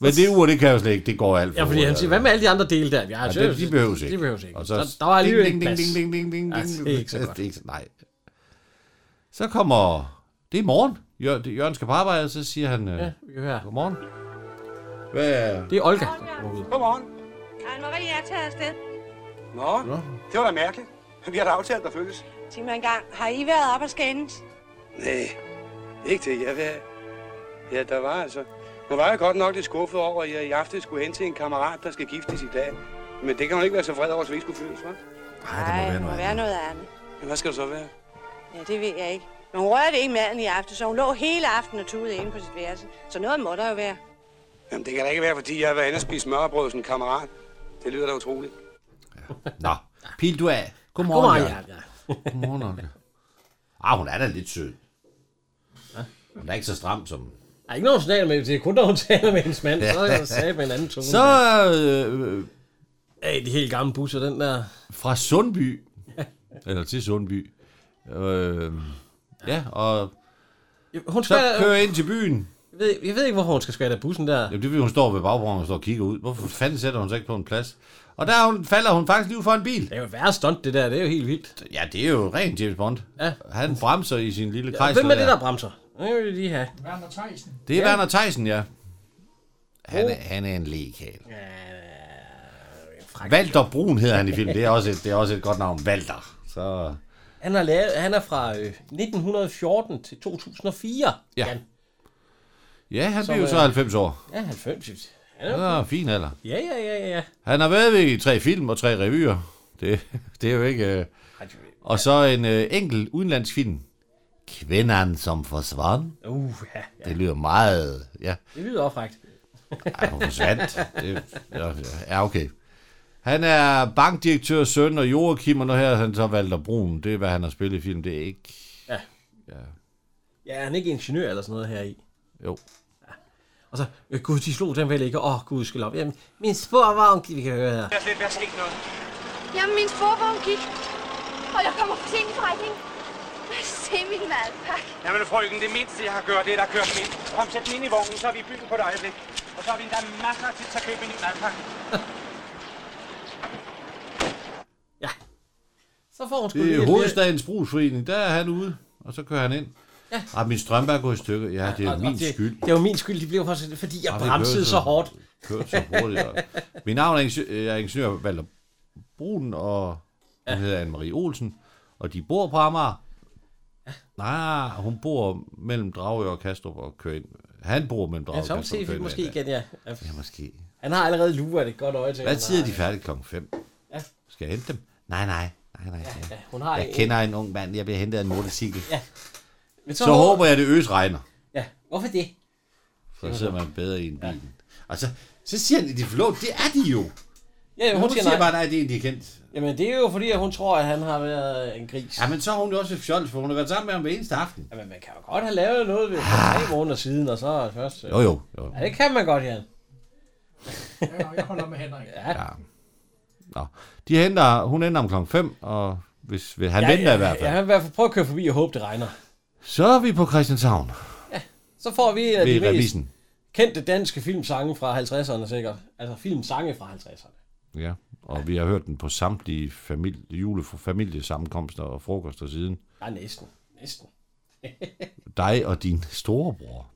Speaker 3: Men det ur, det kan jeg jo slet ikke. Det går alt for
Speaker 2: Ja, fordi han
Speaker 3: hurtigt,
Speaker 2: siger, hvad med alle de andre dele der? Ja,
Speaker 3: Ja,
Speaker 2: det-
Speaker 3: det- de behøves ikke.
Speaker 2: De behøves ikke.
Speaker 3: Og
Speaker 2: Og
Speaker 3: så-
Speaker 2: så, der, der var alligevel
Speaker 3: ding,
Speaker 2: en
Speaker 3: ding,
Speaker 2: plads.
Speaker 3: ding, ding, ding, ding,
Speaker 2: Ja,
Speaker 3: ding,
Speaker 2: det er ikke så
Speaker 3: Ja,
Speaker 2: godt.
Speaker 3: det er ikke så- nej. Så kommer... Det er morgen. Jør, det- Jørgen skal på arbejde, og så siger han... Øh,
Speaker 2: Ja, vi kan høre.
Speaker 3: Godmorgen. Hvad?
Speaker 2: Det er Olga, der kommer ud.
Speaker 11: Godmorgen.
Speaker 7: Anne-Marie er taget afsted.
Speaker 11: Nå, det var da mærkeligt. Vi har da aftalt, der følges.
Speaker 7: Sig mig engang, har I været op og skændes?
Speaker 11: Nej, ikke det, jeg vil have. Ja, der var altså. Nu var jeg godt nok lidt skuffet over, at jeg i aften skulle hen til en kammerat, der skal giftes i dag. Men det kan man ikke være så vred over, så vi ikke skulle føles, hva'?
Speaker 7: Nej, det må være noget andet.
Speaker 11: Men hvad skal det så være?
Speaker 7: Ja, det ved jeg ikke. Men hun rørte ikke maden i aften, så hun lå hele aftenen og tudede inde på sit værelse. Så noget må der jo være.
Speaker 11: Jamen, det kan da ikke være, fordi jeg har været inde og spise smørbrød hos en kammerat. Det lyder da utroligt.
Speaker 3: Nå, pil du af. Godmorgen,
Speaker 11: Godmorgen,
Speaker 3: Jørgen. Godmorgen, Olga. Ah, hun er da lidt sød. Hun er ikke så stram som...
Speaker 2: Der er ikke nogen signaler med, det er kun, når hun taler med hendes mand. Så er jeg sagde med en anden tone.
Speaker 3: Så... Øh, øh,
Speaker 2: Ej, de helt gamle busser, den der...
Speaker 3: fra Sundby. Eller til Sundby. Øh, ja, og...
Speaker 2: Hun
Speaker 3: så
Speaker 2: skal-
Speaker 3: kører jeg ind til byen.
Speaker 2: Jeg ved, jeg ved ikke, hvorfor hun skal skvætte af bussen der.
Speaker 3: Jamen, det er, fordi hun står ved bagbroen og står og kigger ud. Hvorfor fanden sætter hun sig ikke på en plads? Og der er hun, falder hun faktisk lige ud for en bil. Det
Speaker 2: er jo værre stunt, det der. Det er jo helt vildt.
Speaker 3: Ja, det er jo rent James Bond.
Speaker 2: Ja.
Speaker 3: Han bremser i sin lille krejs.
Speaker 2: Hvem er det, der bremser? Det vil jeg lige have.
Speaker 1: Werner Theisen.
Speaker 3: Det er
Speaker 2: Ja.
Speaker 3: Werner Theisen, ja. Han er, han er en lekal. Valter Brun hedder han i filmen. Det er også et, det er også et godt navn. Valter. Så,
Speaker 2: Han, har lavet, han er fra øh, 1914 til 2004.
Speaker 3: Ja.
Speaker 2: Jan.
Speaker 3: ja, han
Speaker 2: Som,
Speaker 3: bliver jo så
Speaker 2: øh,
Speaker 3: 90 år.
Speaker 2: Ja, 90. Han
Speaker 3: Ja,
Speaker 2: er,
Speaker 3: fin alder.
Speaker 2: ja, ja, ja, ja.
Speaker 3: Han har været ved i tre film og tre revyer. Det, det er jo ikke... Øh. Og så en øh, enkelt udenlandsk film. Kvinden som forsvandt.
Speaker 2: Uh, ja, ja.
Speaker 3: Det lyder meget... Ja,
Speaker 2: Det lyder oprægt.
Speaker 3: Ej, hun forsvandt. Det, ja, ja, okay. Han er bankdirektør, søn og Joachim, og nu her er han så Walter Brun. Det er, hvad han har spillet i film. Det er ikke...
Speaker 2: Ja.
Speaker 3: Ja.
Speaker 2: Ja, er han ikke ingeniør eller sådan noget her i?
Speaker 3: Jo.
Speaker 2: Og så, øh, gud, de slog den vel ikke. Åh, oh, gud, skal op. Jamen, min sporvogn, vi kan høre her.
Speaker 11: Der er lidt, der er sket noget.
Speaker 12: Jamen, min sporvogn gik, og jeg kommer for sent i forretning. Se min madpakke.
Speaker 11: Jamen, frøken, det mindste, jeg har gjort, det er, der kørt den ind. Kom, sæt den ind i vognen, så er vi i byen på et øjeblik. Og så har vi endda masser af tid til at købe en ny madpakke.
Speaker 2: Så får hun sgu
Speaker 3: Det
Speaker 2: lige
Speaker 3: er
Speaker 2: et-
Speaker 3: hovedstadens brugsforening. Der er han ude, og så kører han ind.
Speaker 2: Ja.
Speaker 3: Ah, min strømpe er gået i stykker. Ja, det er
Speaker 2: Og- og
Speaker 3: jo min
Speaker 2: det,
Speaker 3: skyld.
Speaker 2: Det var min skyld, de blev faktisk, fordi jeg
Speaker 3: Ah, det
Speaker 2: bremsede
Speaker 3: kørte
Speaker 2: så hårdt.
Speaker 3: Kørte så hurtigt. og- Mit navn er ingeniør, jeg er ingeniør Walter Brun, og hun hedder Anne-Marie Olsen. Og de bor på Amager. Nej, hun bor mellem Dragør og Kastrup og kører ind. Han bor mellem Dragør
Speaker 2: Ja,
Speaker 3: og Kastrup.
Speaker 2: Thomas
Speaker 3: og kører
Speaker 2: fik
Speaker 3: ind.
Speaker 2: måske igen, ja. ja.
Speaker 3: Ja, måske.
Speaker 2: Han har allerede luret et godt øje til.
Speaker 3: Hvad
Speaker 2: hun
Speaker 3: tid er
Speaker 2: har-
Speaker 3: de færdige klokken 5?
Speaker 2: Ja.
Speaker 3: Skal jeg hente dem? Nej, nej. nej, nej.
Speaker 2: ja, hun har
Speaker 3: jeg
Speaker 2: en-
Speaker 3: kender en ung mand, jeg bliver hentet af en motorcykel.
Speaker 2: Ja. Men
Speaker 3: Så håber jeg, det øs regner.
Speaker 2: Ja, hvorfor det?
Speaker 3: For så sidder man bedre i en bil. Og så, så siger han, at de er forlovet. Det er de jo.
Speaker 2: Ja, hun,
Speaker 3: Men
Speaker 2: hun siger, nej.
Speaker 3: bare, nej, det er en, de er kendt.
Speaker 2: Jamen, det er jo fordi, at hun tror, at han har været en gris.
Speaker 3: Ja, men så har hun jo også et fjols, for hun har været sammen med ham hver eneste aften.
Speaker 2: Jamen, man kan jo godt have lavet noget ved tre måneder siden, og så først... øh,
Speaker 3: Jo, jo, jo.
Speaker 2: Ja, det kan man godt, Jan.
Speaker 13: Jeg holder med Henrik.
Speaker 2: Ja. ja.
Speaker 3: Nå. De henter, hun henter om klokken 5, og hvis, hvis han
Speaker 2: ja,
Speaker 3: ja, venter
Speaker 2: ja,
Speaker 3: i hvert fald.
Speaker 2: Ja,
Speaker 3: Ja.
Speaker 2: han vil i hvert fald prøve at køre forbi og håbe, det regner.
Speaker 3: Så er vi på Christianshavn.
Speaker 2: Så får vi en af
Speaker 3: Ved
Speaker 2: de mest
Speaker 3: revisen.
Speaker 2: kendte danske filmsange fra 50'erne, sikkert. Altså filmsange fra 50'erne.
Speaker 3: Ja, og vi har hørt den på samtlige familie, julefamiliesammenkomster og frokoster siden.
Speaker 2: Ja, næsten. Næsten.
Speaker 3: Dig og din storebror.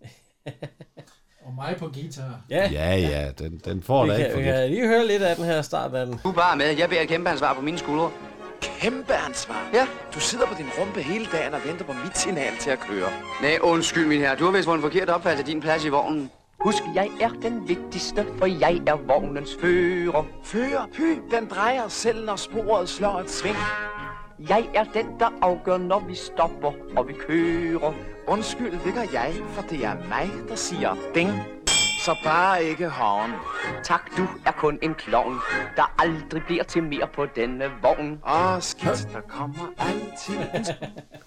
Speaker 13: Og mig på guitar.
Speaker 3: ja, ja den, den får
Speaker 2: Vi
Speaker 3: da ikke
Speaker 2: kan,
Speaker 3: for
Speaker 2: vi
Speaker 3: lidt.
Speaker 2: kan lige høre lidt af den her start af den.
Speaker 10: Du er bare med. Jeg bærer et kæmpe ansvar på mine skuldre.
Speaker 4: Kæmpe ansvar. Ja. Du sidder på din rumpe hele dagen og venter på mit signal til at køre.
Speaker 10: Nej, undskyld, min herre. Du har vist fået en forkert opfattelse af din plads i vognen. Husk, jeg er den vigtigste, for jeg er vognens fører.
Speaker 4: Fører, py, den drejer selv, når sporet slår et sving.
Speaker 10: Jeg er den, der afgør, når vi stopper og vi kører.
Speaker 4: Undskyld, det gør jeg, for det er mig, der siger ding. Så bare ikke hoven.
Speaker 10: Tak, du er kun en klovn, der aldrig bliver til mere på denne vogn.
Speaker 14: Ah,
Speaker 4: Åh, skidt, der kommer altid.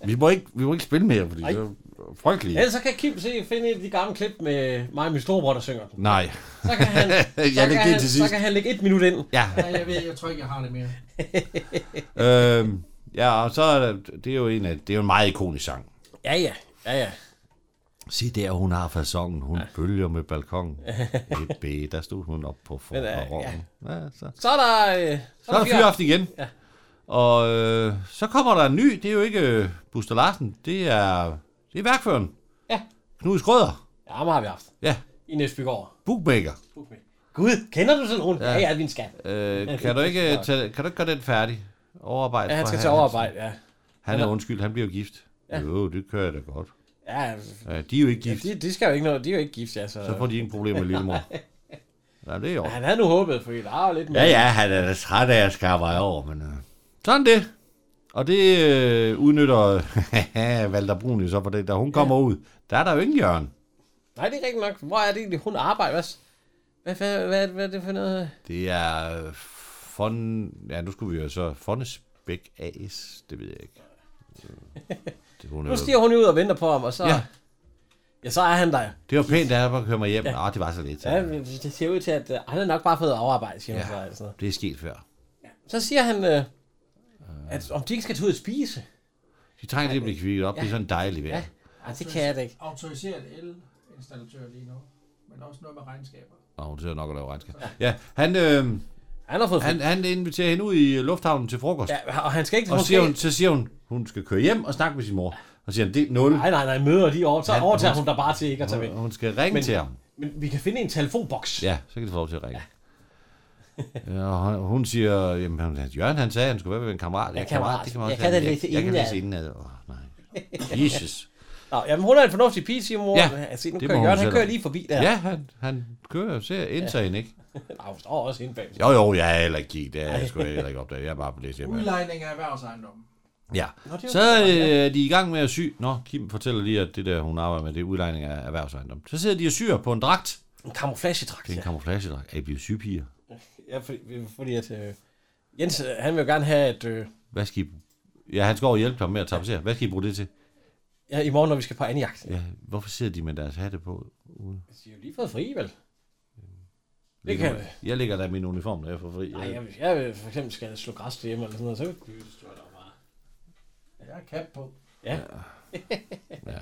Speaker 3: Vi må ikke, vi må ikke spille mere, fordi det er frygteligt.
Speaker 2: Ellers så kan Kim se, finde et af de gamle klip med mig og min storebror, der synger den.
Speaker 3: Nej.
Speaker 2: Så kan han,
Speaker 3: Jeg
Speaker 2: så, kan
Speaker 3: lægger det
Speaker 2: han,
Speaker 3: til
Speaker 2: så
Speaker 3: sidst.
Speaker 2: kan han lægge et minut ind.
Speaker 3: Ja.
Speaker 13: Nej, jeg ved, jeg tror ikke, jeg har det mere.
Speaker 3: øhm, ja, og så er der- det er jo en af, det er jo en meget ikonisk sang.
Speaker 2: Ja, ja. Ja, ja.
Speaker 3: Se der, hun har fasongen, hun ja. bølger med balkongen. Et B, der stod hun op på
Speaker 2: Den er-
Speaker 3: forhånden. Ja. Ja, så.
Speaker 2: øh, Så er der... Øh,
Speaker 3: Så er der fyraften igen. Ja. Og øh, så kommer der en ny, det er jo ikke øh, Buster Larsen, det er, det er værkføren.
Speaker 2: Ja.
Speaker 3: Knud Skrøder.
Speaker 2: Ja, ham har vi haft.
Speaker 3: Ja.
Speaker 2: I Næsbygård.
Speaker 3: Bookmaker.
Speaker 2: Gud, kender du sådan nogen? Ja, ja, min skat.
Speaker 3: Øh, kan, du ikke, øh, tage, kan du ikke gøre den færdig? Overarbejde.
Speaker 2: Ja, han
Speaker 3: for
Speaker 2: skal til
Speaker 3: Hansen.
Speaker 2: overarbejde, ja.
Speaker 3: Han er undskyld, han bliver jo gift. Ja. Jo, det kører jeg da godt.
Speaker 2: Ja,
Speaker 3: Ja, de er jo ikke gift,
Speaker 2: de, de skal jo ikke noget, de er jo ikke gift, ja. Så,
Speaker 3: så får de ingen problemer med lillemor. Ja, det er jo.
Speaker 2: Ja, han havde nu håbet, for der er jo lidt
Speaker 3: Ja, ja, han er da træt af, at jeg skal arbejde over, men... Øh, sådan det. Og det øh, udnytter Valder Brun jo så på det, da hun kommer ud. Der er der jo ingen hjørne.
Speaker 2: Nej, det er rigtigt nok. Hvor er det egentlig, hun arbejder? Hvad, hvad, hvad, hvad, hvad er det for noget?
Speaker 3: Det er øh, Fon... Ja, nu skulle vi jo så... Fonnesbæk AS, det ved jeg ikke. Øh, Det, hun
Speaker 2: Nu stiger hun jo ud og venter på ham, og så...
Speaker 3: Ja.
Speaker 2: Ja. Ja, så er han der jo.
Speaker 3: det var pænt, at han køre mig hjem. Ja.
Speaker 2: Ja.
Speaker 3: Ah, det var så lidt.
Speaker 2: Ja, men det ser ud til, at øh, han har nok bare fået afarbejde, siger ja. hun så. Eller sådan noget.
Speaker 3: Det er sket før.
Speaker 2: Så siger han, øh, at om de ikke skal tage ud og spise.
Speaker 3: De trænger til at blive kvikket op. Det er sådan dejligt vejr.
Speaker 2: Ja. Ej, det kan jeg da ikke.
Speaker 13: Autoriseret elinstallatør lige nu. Men også noget med regnskaber.
Speaker 3: Og hun sidder nok og laver regnskab. Ja, han... Øh,
Speaker 2: han, har fået
Speaker 3: han, han inviterer hende ud i øh, lufthavnen til frokost.
Speaker 2: Ja, og han skal ikke... ligesom
Speaker 3: Og
Speaker 2: hun
Speaker 3: siger
Speaker 2: skal-
Speaker 3: hun, så siger hun, hun skal køre hjem og snakke med sin mor. Og siger han, det er 0.
Speaker 2: Nej, nej, nej, møder de over, så
Speaker 3: Han-
Speaker 2: overtager
Speaker 3: hun-
Speaker 2: hun der bare til ikke at tage
Speaker 3: hun-
Speaker 2: med.
Speaker 3: hun skal ringe
Speaker 2: men,
Speaker 3: til ham.
Speaker 2: Men vi kan finde en telefonboks.
Speaker 3: Ja, så kan de få lov til at ringe. Ja. og hun- hun siger, jamen, han- Jørgen han sagde, at han skulle være ved en kammerat.
Speaker 2: Ja, kammerat.
Speaker 3: man
Speaker 2: Jeg
Speaker 3: også
Speaker 2: kan
Speaker 3: have.
Speaker 2: da læse
Speaker 3: jeg, jeg kan
Speaker 2: indenad.
Speaker 3: læse indenad. Åh, nej. Jesus.
Speaker 2: Nå, jamen, hun er en fornuftig pige, siger mor.
Speaker 3: Ja,
Speaker 2: Ja, altså, nu
Speaker 3: det
Speaker 2: kører
Speaker 3: må hun
Speaker 2: Jørgen, han
Speaker 3: selv
Speaker 2: kører
Speaker 3: om.
Speaker 2: lige forbi der.
Speaker 3: Ja, han, han kører og ser ind ja. hende, ikke?
Speaker 2: Der er står også hende bag.
Speaker 3: Jo, jo, jeg er heller ikke gik. Det er jeg sgu heller ikke opdaget. Jeg er bare blæst hjemme.
Speaker 13: Udlejning af erhvervsejendommen.
Speaker 3: Ja.
Speaker 13: Nå, det er jo
Speaker 3: Så øh, er de i gang med at sy. Nå, Kim fortæller lige, at det der, hun arbejder med, det er udlejning af erhvervsejendom. Så sidder de og syr på en dragt.
Speaker 2: En camouflagedragt,
Speaker 3: Det er en camouflagedragt. Er I blevet sygepiger?
Speaker 2: Ja, fordi, fordi at... Øh, Jens, øh, han vil jo gerne have, at... Øh,
Speaker 3: Hvad skal I... Ja, han skal over og hjælpe ham med at tapacere. Hvad skal I bruge det til?
Speaker 2: ja, i morgen, når vi skal på anjagt.
Speaker 3: Ja, hvorfor sidder de med deres hatte på ude?
Speaker 2: De har jo lige fået fri, vel? Det kan vi.
Speaker 3: Jeg lægger da min uniform, når jeg får fri.
Speaker 2: Nej, jeg, hvis jeg øh, for eksempel skal slå græs til hjemme eller sådan noget, så...
Speaker 13: Jeg er kap på.
Speaker 2: Ja. ja.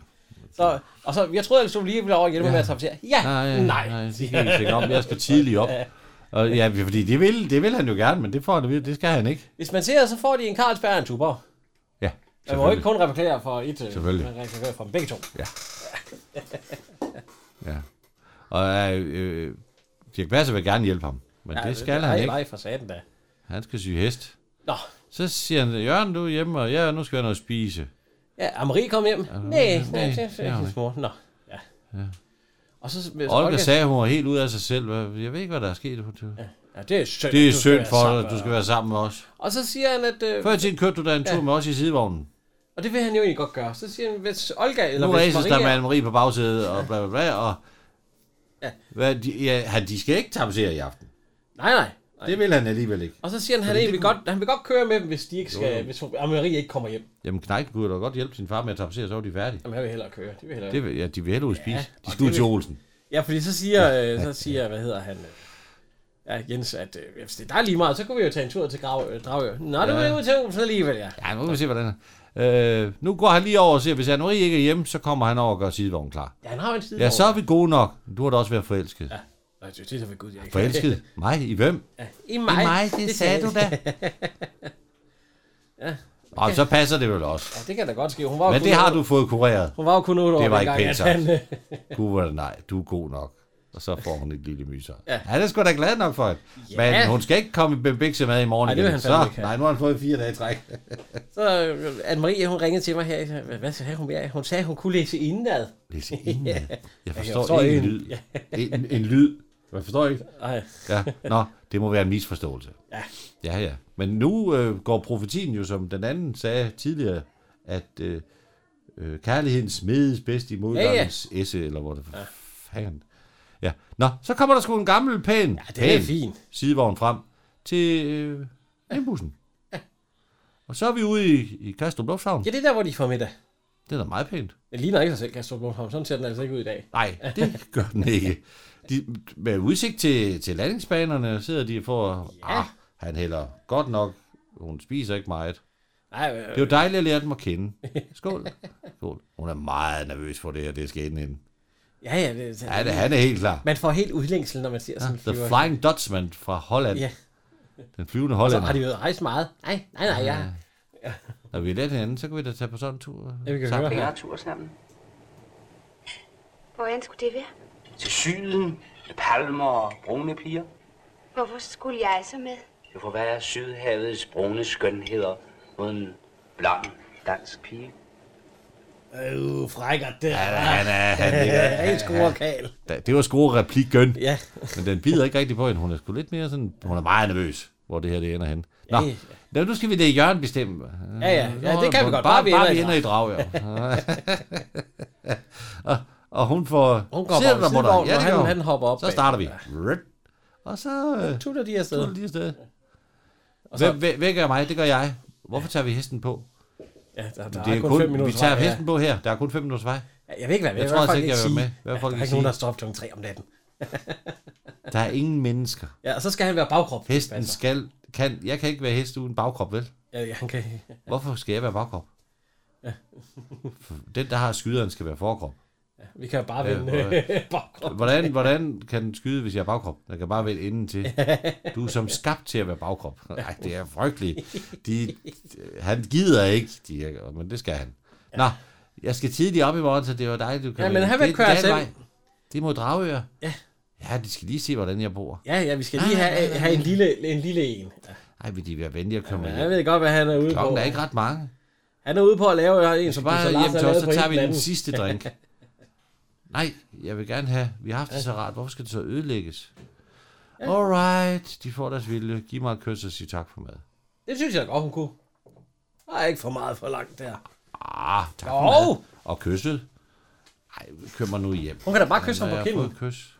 Speaker 2: så, og så, jeg troede, at du lige ville over og hjælpe ja. med at tapacere. Ja, nej, nej,
Speaker 3: nej det
Speaker 2: siger
Speaker 3: kan vi ikke om. Jeg skal tidligt op. Og, ja, fordi det vil, det vil han jo gerne, men det får han at vide, det skal han ikke.
Speaker 2: Hvis man ser, så får de en Carlsberg og en Tuborg.
Speaker 3: Ja,
Speaker 2: Man må jo ikke kun reklamere for et. øh,
Speaker 3: Selvfølgelig.
Speaker 2: Man reklamerer for dem begge to.
Speaker 3: Ja. Ja. Og øh, øh, Dirk Passer vil gerne hjælpe ham, men
Speaker 2: Ja,
Speaker 3: det skal
Speaker 2: nej,
Speaker 3: han ikke.
Speaker 2: Nej, for satan da.
Speaker 3: Han skal syge hest.
Speaker 2: Nå.
Speaker 3: Så siger han, Jørgen, du er hjemme, og ja, nu skal jeg have noget at spise.
Speaker 2: Ja, er Marie kom hjem?
Speaker 3: hun
Speaker 2: Nej,
Speaker 3: hjem?
Speaker 2: nej,
Speaker 3: Nej,
Speaker 2: det
Speaker 3: det er
Speaker 2: er
Speaker 3: hun
Speaker 2: hendes
Speaker 3: ikke.
Speaker 2: mor. Nå, ja. Og så,
Speaker 3: Olga, Olga sagde, hun var helt ude af sig selv. Hvad- Jeg ved ikke, hvad der er sket. Ja,
Speaker 2: ja, det er synd,
Speaker 3: Det
Speaker 2: at
Speaker 3: er
Speaker 2: du skal
Speaker 3: synd
Speaker 2: være
Speaker 3: for
Speaker 2: sammen
Speaker 3: dig, at
Speaker 2: med-
Speaker 3: du skal være sammen med os.
Speaker 2: Og så siger han, at... Øh,
Speaker 3: Før i tiden kørte du da en tur med os i sidevognen.
Speaker 2: Og det vil han jo egentlig godt gøre. Så siger han, hvis Olga eller
Speaker 3: Nu
Speaker 2: hvis
Speaker 3: ræses
Speaker 2: Maria...
Speaker 3: der med Anne-Marie på bagsædet og bla bla bla. Og
Speaker 2: Ja.
Speaker 3: hvad, de, ja, han, de skal ikke tapsere i aften.
Speaker 2: Nej, nej. nej.
Speaker 3: Det vil han alligevel ikke.
Speaker 2: Og så siger han, han,
Speaker 3: Fordi
Speaker 2: egentlig
Speaker 3: det
Speaker 2: godt, han vil godt køre med dem, hvis de ikke skal,
Speaker 3: Jo,
Speaker 2: jo,
Speaker 3: jo.
Speaker 2: jo. hvis hun- og Marie ikke kommer hjem.
Speaker 3: Jamen, Knejten kunne jo da godt hjælpe sin far med at tapsere, så var de færdige.
Speaker 2: Jamen, han vil hellere køre. De vil hellere.
Speaker 3: Det, vil- ja, de vil hellere ud at spise.
Speaker 2: Ja,
Speaker 3: de
Speaker 2: og
Speaker 3: skal ud
Speaker 2: det
Speaker 3: til
Speaker 2: vil-
Speaker 3: Olsen.
Speaker 2: Ja, fordi så siger, øh, så siger hvad hedder han, øh, ja, Jens, at øh, hvis det er dig lige meget, så kunne vi jo tage en tur til Grav, øh, Dragør. Nå, det
Speaker 3: Ja.
Speaker 2: var jo til Olsen alligevel, ja.
Speaker 3: Ja, nu må vi se, hvordan er. Øh, nu går han lige over og ser, hvis Anne-Marie ikke er hjemme, så kommer han over og gør sidevognen klar.
Speaker 2: Ja, han har jo en sidevogn.
Speaker 3: Ja, så er vi gode nok. Du har da også været forelsket. Ja.
Speaker 2: Nej, det er så ved Gud, jeg ikke.
Speaker 3: Forelsket? Mig? I hvem?
Speaker 2: Ja, I mig.
Speaker 3: mig, det sagde du da.
Speaker 2: ja.
Speaker 3: Og så passer det vel også.
Speaker 2: ja, det kan da godt ske. Hun var jo
Speaker 3: Men
Speaker 2: kun
Speaker 3: det har
Speaker 2: otte-
Speaker 3: du fået kureret.
Speaker 2: Hun var jo kun otte år
Speaker 3: Det var ikke
Speaker 2: dengang,
Speaker 3: pænt
Speaker 2: at han, øh,
Speaker 3: sagt. Gud, hvor er det nej, du er god nok. Og så får hun et lille myser. Ja.
Speaker 2: Ja.
Speaker 3: Han er sgu da glad nok for det.
Speaker 2: Ja.
Speaker 3: Men hun skal ikke komme i bembikse mad i morgen
Speaker 2: Nej, det vil
Speaker 3: igen.
Speaker 2: han fandme
Speaker 3: så,
Speaker 2: ikke have.
Speaker 3: nej, nu har han fået fire dage i træk.
Speaker 2: Så øh, Anne-Marie, hun ringede til mig her. Hvad, hvad sagde hun mere? Hun sagde, hun kunne læse indenad.
Speaker 3: Læse indenad?
Speaker 2: Ja.
Speaker 3: Jeg forstår ikke en lyd. En, en lyd. Jeg forstår ikke.
Speaker 2: Nej.
Speaker 3: Ja. Nå, det må være en misforståelse.
Speaker 2: Ja.
Speaker 3: Ja, ja. Men nu øh, går profetien jo, som den anden sagde tidligere, at øh, øh, kærligheden smedes bedst i modgangens ja, ja. esse, eller hvor det ja. fanden. Ja. Nå, så kommer der sgu en gammel pæn, ja,
Speaker 2: det er fint.
Speaker 3: sidevogn frem til øh, indbussen. Ja. Og så er vi ude i, i Kastrup Lufthavn.
Speaker 2: Ja, det er der, hvor de får middag.
Speaker 3: Det er da meget pænt.
Speaker 2: Det ligner ikke sig selv, Kastrup Blomhavn. Sådan ser den altså ikke ud i dag.
Speaker 3: Nej, det gør den ikke. De, med udsigt til, til landingsbanerne sidder de for... Ja. Ah, han hælder godt nok. Hun spiser ikke meget.
Speaker 2: Nej,
Speaker 3: Det er jo dejligt at lære dem at kende. Skål. Skål. Hun er meget nervøs for det, og det skal ind inden.
Speaker 2: Ja, ja. Det,
Speaker 3: Ja, det, han er helt klar.
Speaker 2: Man får helt udlængsel, når man ser sådan en
Speaker 3: The
Speaker 2: flyver.
Speaker 3: Flying Dutchman fra Holland.
Speaker 2: Ja.
Speaker 3: Den flyvende
Speaker 2: Og så har de
Speaker 3: Holland.
Speaker 2: jo rejst meget. Nej, nej, nej, jeg
Speaker 3: Ja. Når vi er lidt hinanden, så kan vi da tage på sådan en tur.
Speaker 2: Ja, vi kan
Speaker 3: sammen.
Speaker 2: høre.
Speaker 15: tur sammen.
Speaker 12: Hvor end skulle det være?
Speaker 15: Til
Speaker 14: Mm.
Speaker 15: syden, med palmer og brune piger.
Speaker 12: Hvorfor skulle jeg så med?
Speaker 15: Det får være Sydhavets brune skønheder mod en blond dansk pige.
Speaker 2: Øh, frækker det.
Speaker 3: Ja, han er, han ligger,
Speaker 2: en skruerkal.
Speaker 3: Da- Det var skrue replikken.
Speaker 2: Ja.
Speaker 3: Men den bider ikke rigtig på hende. Hun er sgu lidt mere sådan... Hun er meget nervøs, hvor det her det ender hen. Nå,
Speaker 2: Ja,
Speaker 3: ja. nu skal vi lade Jørgen bestemme.
Speaker 2: Ja, ja. Ja,
Speaker 3: Nå,
Speaker 2: det kan vi
Speaker 3: Bare,
Speaker 2: godt.
Speaker 3: bare, bare vi ender i
Speaker 2: et
Speaker 3: drag, ja. og, og hun får...
Speaker 2: Hun går
Speaker 3: sidder
Speaker 2: på
Speaker 3: der, hvor der-
Speaker 2: sidevognen,
Speaker 3: det
Speaker 2: og
Speaker 3: gør
Speaker 2: han-
Speaker 3: hun.
Speaker 2: han hopper op
Speaker 3: Så
Speaker 2: bag.
Speaker 3: starter vi.
Speaker 2: Ja.
Speaker 3: Og så... øh,
Speaker 2: Tuller de afsted.
Speaker 3: Tuller de afsted.
Speaker 2: Og så-
Speaker 3: Hvem, hvem, hvem gør mig? Det gør jeg. Hvorfor tager vi hesten på?
Speaker 2: Ja, der- der
Speaker 3: Men
Speaker 2: er
Speaker 3: det
Speaker 2: kun fem minutters
Speaker 3: Vi tager
Speaker 2: vej, ja.
Speaker 3: hesten på her. Der er kun 5 minutters vej.
Speaker 2: Jeg ved ikke, hvad
Speaker 3: jeg, jeg tror altså ikke, jeg vil være med. Hvad vil folk
Speaker 2: der er
Speaker 3: ikke
Speaker 2: ikke nogen, der
Speaker 3: sige?
Speaker 2: står op klokken 3 om natten.
Speaker 3: Der er ingen mennesker.
Speaker 2: ja, og så skal han være bagkrop.
Speaker 3: Hesten
Speaker 2: Altså.
Speaker 3: skal, kan, jeg kan ikke være hest uden bagkrop, vel?
Speaker 2: Ja, ja, han kan.
Speaker 3: Hvorfor skal jeg være bagkrop? Den, der har skyderen, skal være forkrop.
Speaker 2: Vi kan jo bare
Speaker 3: Øh,
Speaker 2: vende
Speaker 3: hvordan-
Speaker 2: bagkrop.
Speaker 3: Hvordan, hvordan kan den skyde, hvis jeg er bagkrop? Jeg kan bare vende inden til. Du er som skabt til at være bagkrop. Nej, det er frygteligt. De, han gider ikke, de her, men det skal han. Nå, jeg skal tidligt op i morgen, så det var dig, du kan...
Speaker 2: Ja, men han vil
Speaker 3: Det-
Speaker 2: køre
Speaker 3: det er en
Speaker 2: selv.
Speaker 3: vej. Det er mod Dragør.
Speaker 2: Ja.
Speaker 3: Ja, de skal lige se, hvordan jeg bor.
Speaker 2: Ja, ja, vi skal lige
Speaker 3: Nej,
Speaker 2: have,
Speaker 3: nej, nej,
Speaker 2: have en,
Speaker 3: nej.
Speaker 2: lille, en lille en.
Speaker 3: Ej, vil de være venlige at komme
Speaker 2: Men
Speaker 3: ja,
Speaker 2: jeg
Speaker 3: hjem?
Speaker 2: ved godt, hvad han er ude på.
Speaker 3: Klokken er ikke ret mange.
Speaker 2: Han er ude på at lave en,
Speaker 3: Så
Speaker 2: som
Speaker 3: bare
Speaker 2: Lars
Speaker 3: hjem
Speaker 2: har
Speaker 3: til os,
Speaker 2: lavet
Speaker 3: så
Speaker 2: på
Speaker 3: tager
Speaker 2: en
Speaker 3: vi
Speaker 2: eller
Speaker 3: den
Speaker 2: anden.
Speaker 3: sidste drink. Nej, jeg vil gerne have. Vi har haft det så rart. Hvorfor skal det så ødelægges? Alright, de får deres vilje. Giv mig et kys og sig tak for mad.
Speaker 2: Det synes jeg godt, hun kunne. Der er ikke for meget for langt der.
Speaker 3: Ah, tak for
Speaker 2: Jo.
Speaker 3: mad. Og kysset. Nej, kør mig nu hjem.
Speaker 2: Hun kan da bare kysse
Speaker 3: Når
Speaker 2: ham på
Speaker 3: jeg
Speaker 2: kinden.
Speaker 3: har fået et Kys.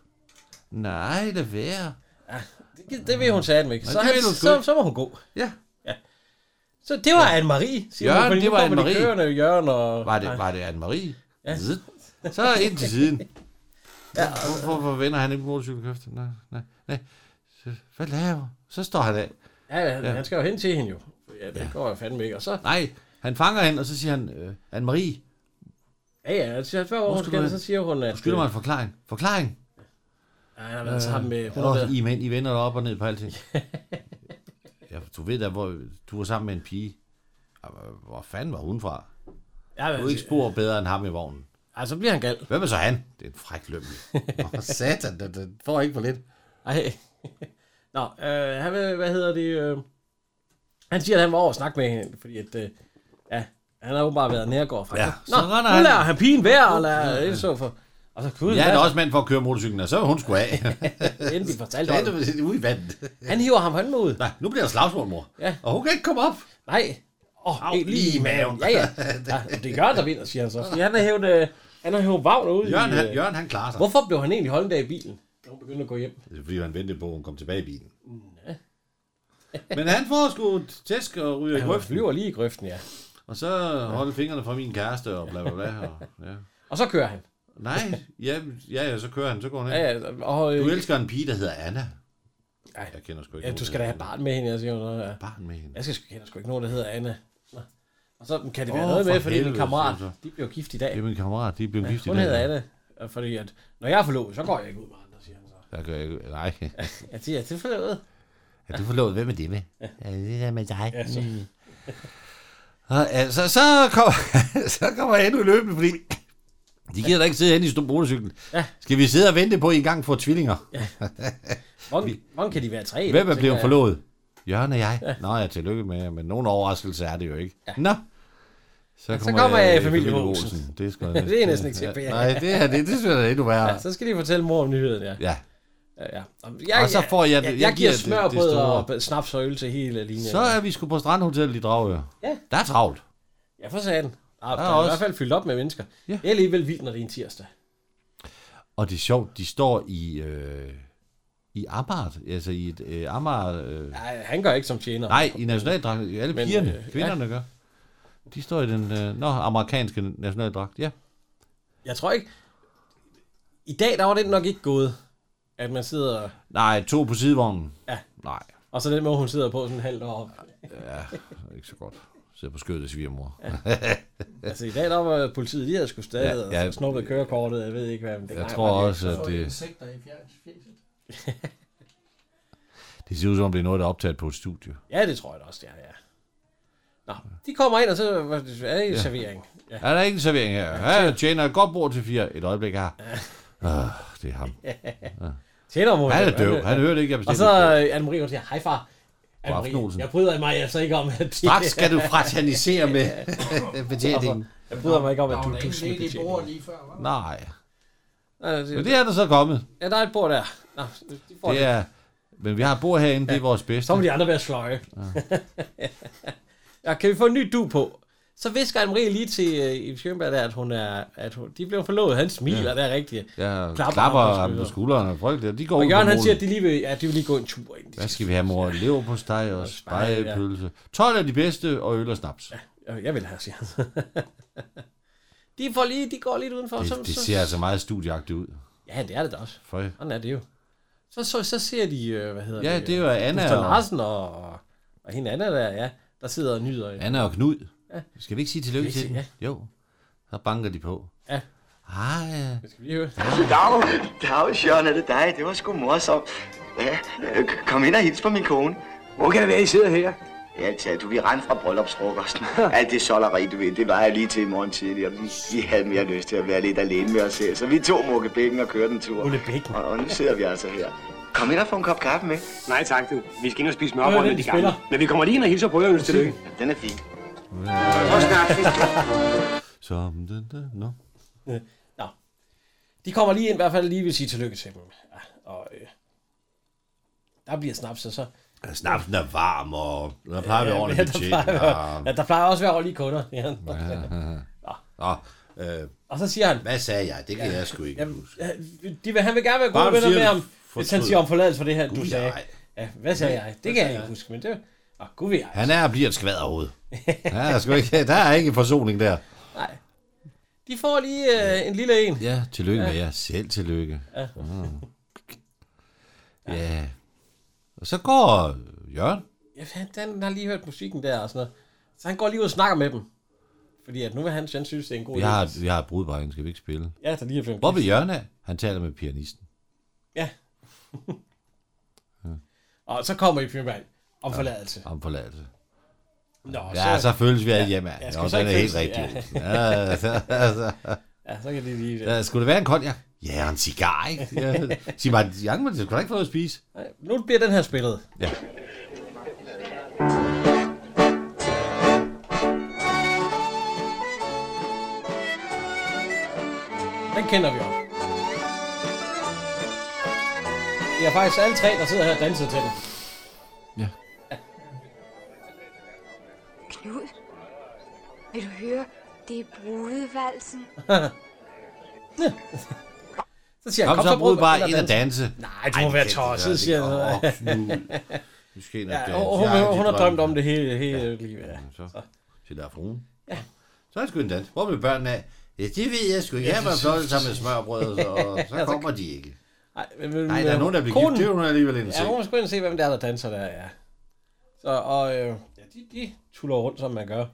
Speaker 3: Nej, det være.
Speaker 2: Det, det vil hun satme ikke.
Speaker 3: Nej,
Speaker 2: Så,
Speaker 3: det
Speaker 2: han,
Speaker 3: vil hun sgu
Speaker 2: så,
Speaker 3: ikke.
Speaker 2: så må hun gå.
Speaker 3: Ja.
Speaker 2: ja. Så det var Anne-Marie, siger hun,
Speaker 3: Jørgen,
Speaker 2: fordi
Speaker 3: det
Speaker 2: nu
Speaker 3: var
Speaker 2: kommer de
Speaker 3: Anne-Marie.
Speaker 2: kørende, Jørgen og...
Speaker 3: Var det, var det Anne-Marie?
Speaker 2: Ja.
Speaker 3: Zit. Så ind til siden. Ja, hvorfor vender han ikke motorcykelkøften? Nej, nej, nej. Så, hvad laver? Så står han af.
Speaker 2: Ja, ja, han skal jo hen til hende jo. Ja, det
Speaker 3: Ja.
Speaker 2: ja. går jo fandme ikke. Og så,
Speaker 3: Nej, han fanger hende, og så siger han, øh, Anne-Marie,
Speaker 2: ja, ja, så spørger hun,
Speaker 3: Hvor
Speaker 2: hun
Speaker 3: skal du
Speaker 2: skal,
Speaker 3: hen?
Speaker 2: så siger hun, at...
Speaker 3: du skylder mig en forklaring. Forklaring?
Speaker 2: Ja, han har været sammen med... Hun har
Speaker 3: og
Speaker 2: været-
Speaker 3: I, mænd, I vender dig op og ned på alting. ja, du ved da, hvor du var sammen med en pige. Ja, hvor- Hvor fanden var hun fra?
Speaker 2: Ja,
Speaker 3: Du er ikke spor bedre end ham i vognen.
Speaker 2: Ja, så bliver han gal.
Speaker 3: Hvem er så han? Det er en fræk lømmel. Åh, satan, den, den får ikke for lidt.
Speaker 2: Ej. Nå, øh, han, vil- hvad hedder det? Øh, han siger, at han var over at snakke med hende, fordi at, øh, ja, Han har jo bare været nærgård fra.
Speaker 3: Ja,
Speaker 2: Nå,
Speaker 3: så render
Speaker 2: nu
Speaker 3: han-
Speaker 2: lader han pigen være, og lader det så for... Og så, gud,
Speaker 3: Jeg er
Speaker 2: hvad-
Speaker 3: da også mand for at køre motorcyklen, og så er hun sgu af.
Speaker 2: Endelig fortalte
Speaker 3: Så er du ude i vandet.
Speaker 2: Han hiver ham fandme ud.
Speaker 3: Nej, nu bliver der slagsmål, mor.
Speaker 2: Ja.
Speaker 3: Og hun kan ikke komme op.
Speaker 2: Nej. Åh, oh, helt lige i maven. Ja, ja. ja det gør der vinder, siger han så. Fordi han har hævet, øh, han har hævet Wagner ud
Speaker 3: Jørgen,
Speaker 2: i... øh,
Speaker 3: han- Jørgen, han klarer sig.
Speaker 2: Hvorfor blev han egentlig holdt af i bilen, da hun begyndte at gå hjem?
Speaker 3: Det er fordi, han ventede på, at hun kom tilbage i bilen.
Speaker 2: Mm,
Speaker 3: Men han får sgu et tæsk og ryger i
Speaker 2: Han
Speaker 3: grøften.
Speaker 2: flyver lige i grøften, ja.
Speaker 3: Og så holde fingrene fra min kæreste og bla bla bla. Og, ja.
Speaker 2: Og så kører han.
Speaker 3: Nej, ja, ja, ja, så kører han, så går han ind.
Speaker 2: Ja, ja, og-
Speaker 3: du elsker en pige, der hedder Anna.
Speaker 2: Ej,
Speaker 3: jeg kender sgu ikke.
Speaker 2: Ja, du skal da have et barn med hende, jeg siger noget. Ja.
Speaker 3: Barn med hende.
Speaker 2: Jeg skal sgu kende sgu ikke nogen, der hedder Anna. Nå. Og så kan det være
Speaker 3: Åh,
Speaker 2: oh, noget
Speaker 3: for
Speaker 2: med, fordi min
Speaker 3: helvede,
Speaker 2: kammerat,
Speaker 3: siger du så.
Speaker 2: de blev gift i dag.
Speaker 3: Det er min kammerat, de blev
Speaker 2: Ja,
Speaker 3: gift i
Speaker 2: hun
Speaker 3: dag,
Speaker 2: hedder
Speaker 3: ja.
Speaker 2: Anna, og fordi at, når jeg er forlovet, så går jeg ikke ud med andre, siger han så.
Speaker 3: Jeg gør ikke, nej.
Speaker 2: Jeg siger, det er forlovet.
Speaker 3: Er du forlovet? Hvem er det med? Ja, det er med dig.
Speaker 2: Ja, så.
Speaker 3: Og, altså, så kommer, så kommer jeg endnu løbende, fordi de gider da ikke sidde henne i motorcyklen.
Speaker 2: Ja.
Speaker 3: Skal vi sidde og vente på, at I engang får tvillinger?
Speaker 2: Ja. Hvordan, hvordan kan de være tre?
Speaker 3: Hvem er
Speaker 2: tænker
Speaker 3: blevet
Speaker 2: jeg.
Speaker 3: forlovet? Jørgen og jeg. Ja. Nå, jeg er tillykke med jer, men nogen overraskelse er det jo ikke. Ja. Nå.
Speaker 2: Så kommer jeg i familiehuset.
Speaker 3: familiehuset. Det, skal
Speaker 2: det er næsten ikke til at bære.
Speaker 3: Nej, det, her, det, det synes jeg er endnu værre.
Speaker 2: Ja, så skal de fortælle mor om nyheden, ja.
Speaker 3: Ja.
Speaker 2: ja, ja. Og,
Speaker 3: Og så får jeg det-
Speaker 2: Altså, jeg, jeg,
Speaker 3: jeg
Speaker 2: jeg
Speaker 3: giver
Speaker 2: giver
Speaker 3: det- det
Speaker 2: smørbrød
Speaker 3: store.
Speaker 2: og snaps og øl til hele linjen.
Speaker 3: Så er vi sgu på Strandhotellet i Dragør.
Speaker 2: Ja.
Speaker 3: Der er travlt.
Speaker 2: Ja, for satan. Ah, der
Speaker 3: Der er
Speaker 2: er i
Speaker 3: også-
Speaker 2: hvert fald fyldt op med mennesker.
Speaker 3: Ja.
Speaker 2: Det er alligevel vildt, når det er en tirsdag.
Speaker 3: Og det er sjovt, de står i... Øh, i Amart, altså i et øh, Amart... Øh,
Speaker 2: Nej, han gør ikke som tjener.
Speaker 3: nej, i nationaldragten. Alle
Speaker 2: Men,
Speaker 3: pigerne,
Speaker 2: øh,
Speaker 3: kvinderne
Speaker 2: ja.
Speaker 3: gør. De står i den øh, nå, amerikanske nationaldragt, ja.
Speaker 2: Jeg tror ikke... I dag, der var det nok ikke gået, at man sidder...
Speaker 3: Nej, to på sidevognen.
Speaker 2: Ja.
Speaker 3: Nej.
Speaker 2: Og så den måde, hun sidder på sådan en halvt år.
Speaker 3: Ja, ikke så godt. Sidder på skødet af svigermor.
Speaker 2: altså i dag, der var politiet lige havde skulle stadig,
Speaker 3: Ja,
Speaker 2: ja,
Speaker 3: ja.
Speaker 2: ja, og snuppet kørekortet, jeg ved ikke hvad. Men det
Speaker 3: Jeg tror også, at det-
Speaker 13: Insekter i fjerns fjeset.
Speaker 3: Det ser ud som om, det er noget, der er optaget på et studie.
Speaker 2: Ja, det tror jeg da også, det er, ja. Nå, de kommer ind, og så er det ja. servering.
Speaker 3: Ja. Er der ikke en servering her? Ja, jeg tjener et godt bord til fire. Et øjeblik her. Ja. Øh, det er ham.
Speaker 2: Ja.
Speaker 3: Ja.
Speaker 2: Tjener må
Speaker 3: Han er døv. Han hørte ikke, jeg
Speaker 2: Og
Speaker 3: bestilte
Speaker 2: så
Speaker 3: et
Speaker 2: øh, Anne-Marie, hun siger, hej far.
Speaker 3: aften, Olsen.
Speaker 2: Anne-Marie, jeg bryder mig altså ikke om, at det...
Speaker 3: Straks skal du fratanisere med betjeningen.
Speaker 2: Altså, Jeg bryder mig ikke om, at
Speaker 13: Der
Speaker 2: du
Speaker 13: var da ikke
Speaker 2: tusser med
Speaker 13: ledige bord
Speaker 2: betjeningen.
Speaker 13: lige før, var der?
Speaker 3: Nej.
Speaker 2: Nej, det-
Speaker 3: Men det er der så kommet.
Speaker 2: Ja, der er et bord der. Nå, de får
Speaker 3: Det er, men vi har et bord herinde, det er vores bedste.
Speaker 2: Så må de andre være sløje. Ja. kan vi få en ny du på? Så visker Anne-Marie lige til øh, Iben Schønberg der, at, hun er, at hun, de blev forlovet. Han smiler,
Speaker 3: Ja.
Speaker 2: ja. det er rigtigt.
Speaker 3: Ja,
Speaker 2: Klapper
Speaker 3: klapper,
Speaker 2: ham på
Speaker 3: ham på skulderen og frygteligt. og De går
Speaker 2: Og
Speaker 3: ud
Speaker 2: Jørgen
Speaker 3: på
Speaker 2: han
Speaker 3: målet.
Speaker 2: siger, at de lige vil, ja, de vil lige gå en tur ind.
Speaker 3: Hvad skal vi have, mor? Lever på steg og
Speaker 2: spejepølse.
Speaker 3: spejepølse. 12 er de bedste, og øl og snaps.
Speaker 2: Ja, Øh, Jeg vil have, siger han. de, får lige, de går lidt udenfor.
Speaker 3: Det,
Speaker 2: så,
Speaker 3: det
Speaker 2: så-
Speaker 3: ser altså meget studieagtigt ud.
Speaker 2: Ja, det er det da også.
Speaker 3: Føj.
Speaker 2: Sådan er det jo. Så, så, så ser de, øh, hvad hedder
Speaker 3: Ja,
Speaker 2: det?
Speaker 3: det er jo Anna
Speaker 2: Buster
Speaker 3: og-
Speaker 2: Larsen og, og hende Anna der, ja. Der sidder og nyder. Ja.
Speaker 3: Anna og Knud.
Speaker 2: Ja.
Speaker 3: Skal vi ikke sige tillykke
Speaker 2: Skal vi
Speaker 3: til
Speaker 2: ikke
Speaker 3: dem?
Speaker 2: sige-
Speaker 3: Jo. Så banker de på.
Speaker 2: Ja.
Speaker 3: Hej.
Speaker 2: Det skal vi lige høre.
Speaker 14: Dag, dag, Sjøren, er det dig? Det var sgu morsomt. Ja, øh, k- kom ind og hils på min kone. Hvor kan det være, I sidder her? Ja, tja, du, vi rendte fra bryllupsfrokosten. Alt det solderi, du ved, det var jeg lige til i morgen tidlig, og vi, vi havde mere lyst til at være lidt alene med os selv, så vi tog Mukke Bækken og kørte en tur. Mukke
Speaker 2: Bækken?
Speaker 14: Og, og nu sidder vi altså her. Kom ind og få en kop kaffe med.
Speaker 11: Nej tak, du. Vi skal ind og spise
Speaker 14: Det var den,
Speaker 11: smørbrød med de
Speaker 14: de
Speaker 11: gamle.
Speaker 14: spiller.
Speaker 11: Men vi kommer lige ind og hilser på jer og ønsker tillykke.
Speaker 14: Den er fin.
Speaker 11: Så snakkes vi.
Speaker 3: Som den der. Nå.
Speaker 2: Nå. De kommer lige ind, i hvert fald lige vil sige tillykke til dem. Ja, og øh, der bliver snaps, og så...
Speaker 3: Ja, Snapsen er varm, og der plejer vi
Speaker 2: Ja,
Speaker 3: ordentligt
Speaker 2: ja,
Speaker 3: med
Speaker 2: der
Speaker 3: tjek.
Speaker 2: plejer- ja, der plejer også at være ordentlige kunder. Ja.
Speaker 3: Nå, øh,
Speaker 2: og så siger han...
Speaker 3: Hvad sagde jeg? Det kan jeg sgu ikke.
Speaker 2: Jamen, ja, de vil, han vil gerne være
Speaker 3: Bare
Speaker 2: gode
Speaker 3: du
Speaker 2: venner
Speaker 3: siger,
Speaker 2: med
Speaker 3: at
Speaker 2: ham,
Speaker 3: du
Speaker 2: hvis han
Speaker 3: fortrød.
Speaker 2: siger om forladelse for det her,
Speaker 3: Gud,
Speaker 2: du sagde.
Speaker 3: jeg.
Speaker 2: Ja, hvad sagde jeg? Det kan jeg ikke huske, men det... Åh, gud ved jeg.
Speaker 3: Han er og bliver et skvaderhoved. Ja, der, er sgu ikke, der er ikke forsoning der.
Speaker 2: Nej. De får lige øh, en lille en.
Speaker 3: Ja, tillykke
Speaker 2: Ja.
Speaker 3: med jer. Selv tillykke.
Speaker 2: Ja.
Speaker 3: Mm. Ja. Og så går Jørgen.
Speaker 2: Ja, han, han har lige hørt musikken der og sådan noget. Så han går lige ud og snakker med dem. Fordi at nu vil han, han synes, det er en god
Speaker 3: Vi
Speaker 2: idé.
Speaker 3: har, et- vi har et brud på hende, skal vi ikke spille?
Speaker 2: Ja, der lige er blevet
Speaker 3: Hvor vil Jørgen af? Han taler med pianisten.
Speaker 2: Ja. og så kommer I Fyrmand om forladelse.
Speaker 3: Om forladelse.
Speaker 2: Nå,
Speaker 3: Ja, så føles vi alle hjemme.
Speaker 2: jeg
Speaker 3: Ja,
Speaker 2: skal
Speaker 3: Nå,
Speaker 2: så
Speaker 3: den er
Speaker 2: ikke
Speaker 3: helt
Speaker 2: føles-
Speaker 3: rigtig.
Speaker 2: Ja.
Speaker 3: Ja, så, altså.
Speaker 2: Ja, så kan de lige... øh,
Speaker 3: Ja, skulle det være en konjak? Ja, og en cigar, ikke? Ja. Sig mig, Jan, men det skulle da ikke få noget at spise.
Speaker 2: Nej, Nu bliver den her spillet.
Speaker 3: Ja.
Speaker 2: Den kender vi også. Det er faktisk alle tre, der sidder her og danser til den.
Speaker 12: Knud, vil du høre? Det er brudevalsen.
Speaker 2: Så siger
Speaker 3: Kom
Speaker 2: han, kom,
Speaker 3: så, brud,
Speaker 2: brud,
Speaker 3: bare
Speaker 2: ind og
Speaker 3: ind og danse.
Speaker 2: Nej, du
Speaker 3: Ej,
Speaker 2: må
Speaker 3: vi
Speaker 2: være
Speaker 3: kan ikke gøre
Speaker 2: tosset,
Speaker 3: det.
Speaker 2: siger
Speaker 3: Åh,
Speaker 2: han.
Speaker 3: Knud. Vi skal ind og
Speaker 2: Ja,
Speaker 3: danse.
Speaker 2: og hun,
Speaker 3: Jeg har
Speaker 2: hun, hun har
Speaker 3: aldrig
Speaker 2: drømt om
Speaker 3: drømt.
Speaker 2: det hele, hele livet. Ja.
Speaker 3: Så til der fruen. Ja. Så er det sgu en dans. Hvor blev børnene af? Ja, det ved jeg sgu ikke.
Speaker 2: Ja,
Speaker 3: Jeg var
Speaker 2: det-
Speaker 3: blot sammen med smørbrød, og så,
Speaker 2: Ja,
Speaker 3: så
Speaker 2: så-
Speaker 3: kommer de ikke.
Speaker 2: Nej, men, men,
Speaker 3: Nej, der er nogen, der bliver
Speaker 2: konen-
Speaker 3: gift. Det er hun alligevel inde at se.
Speaker 2: Ja, hun må sgu ind og se, hvem det er, der danser der, ja. Så, og øh, ja, de, de tuller rundt, som man gør.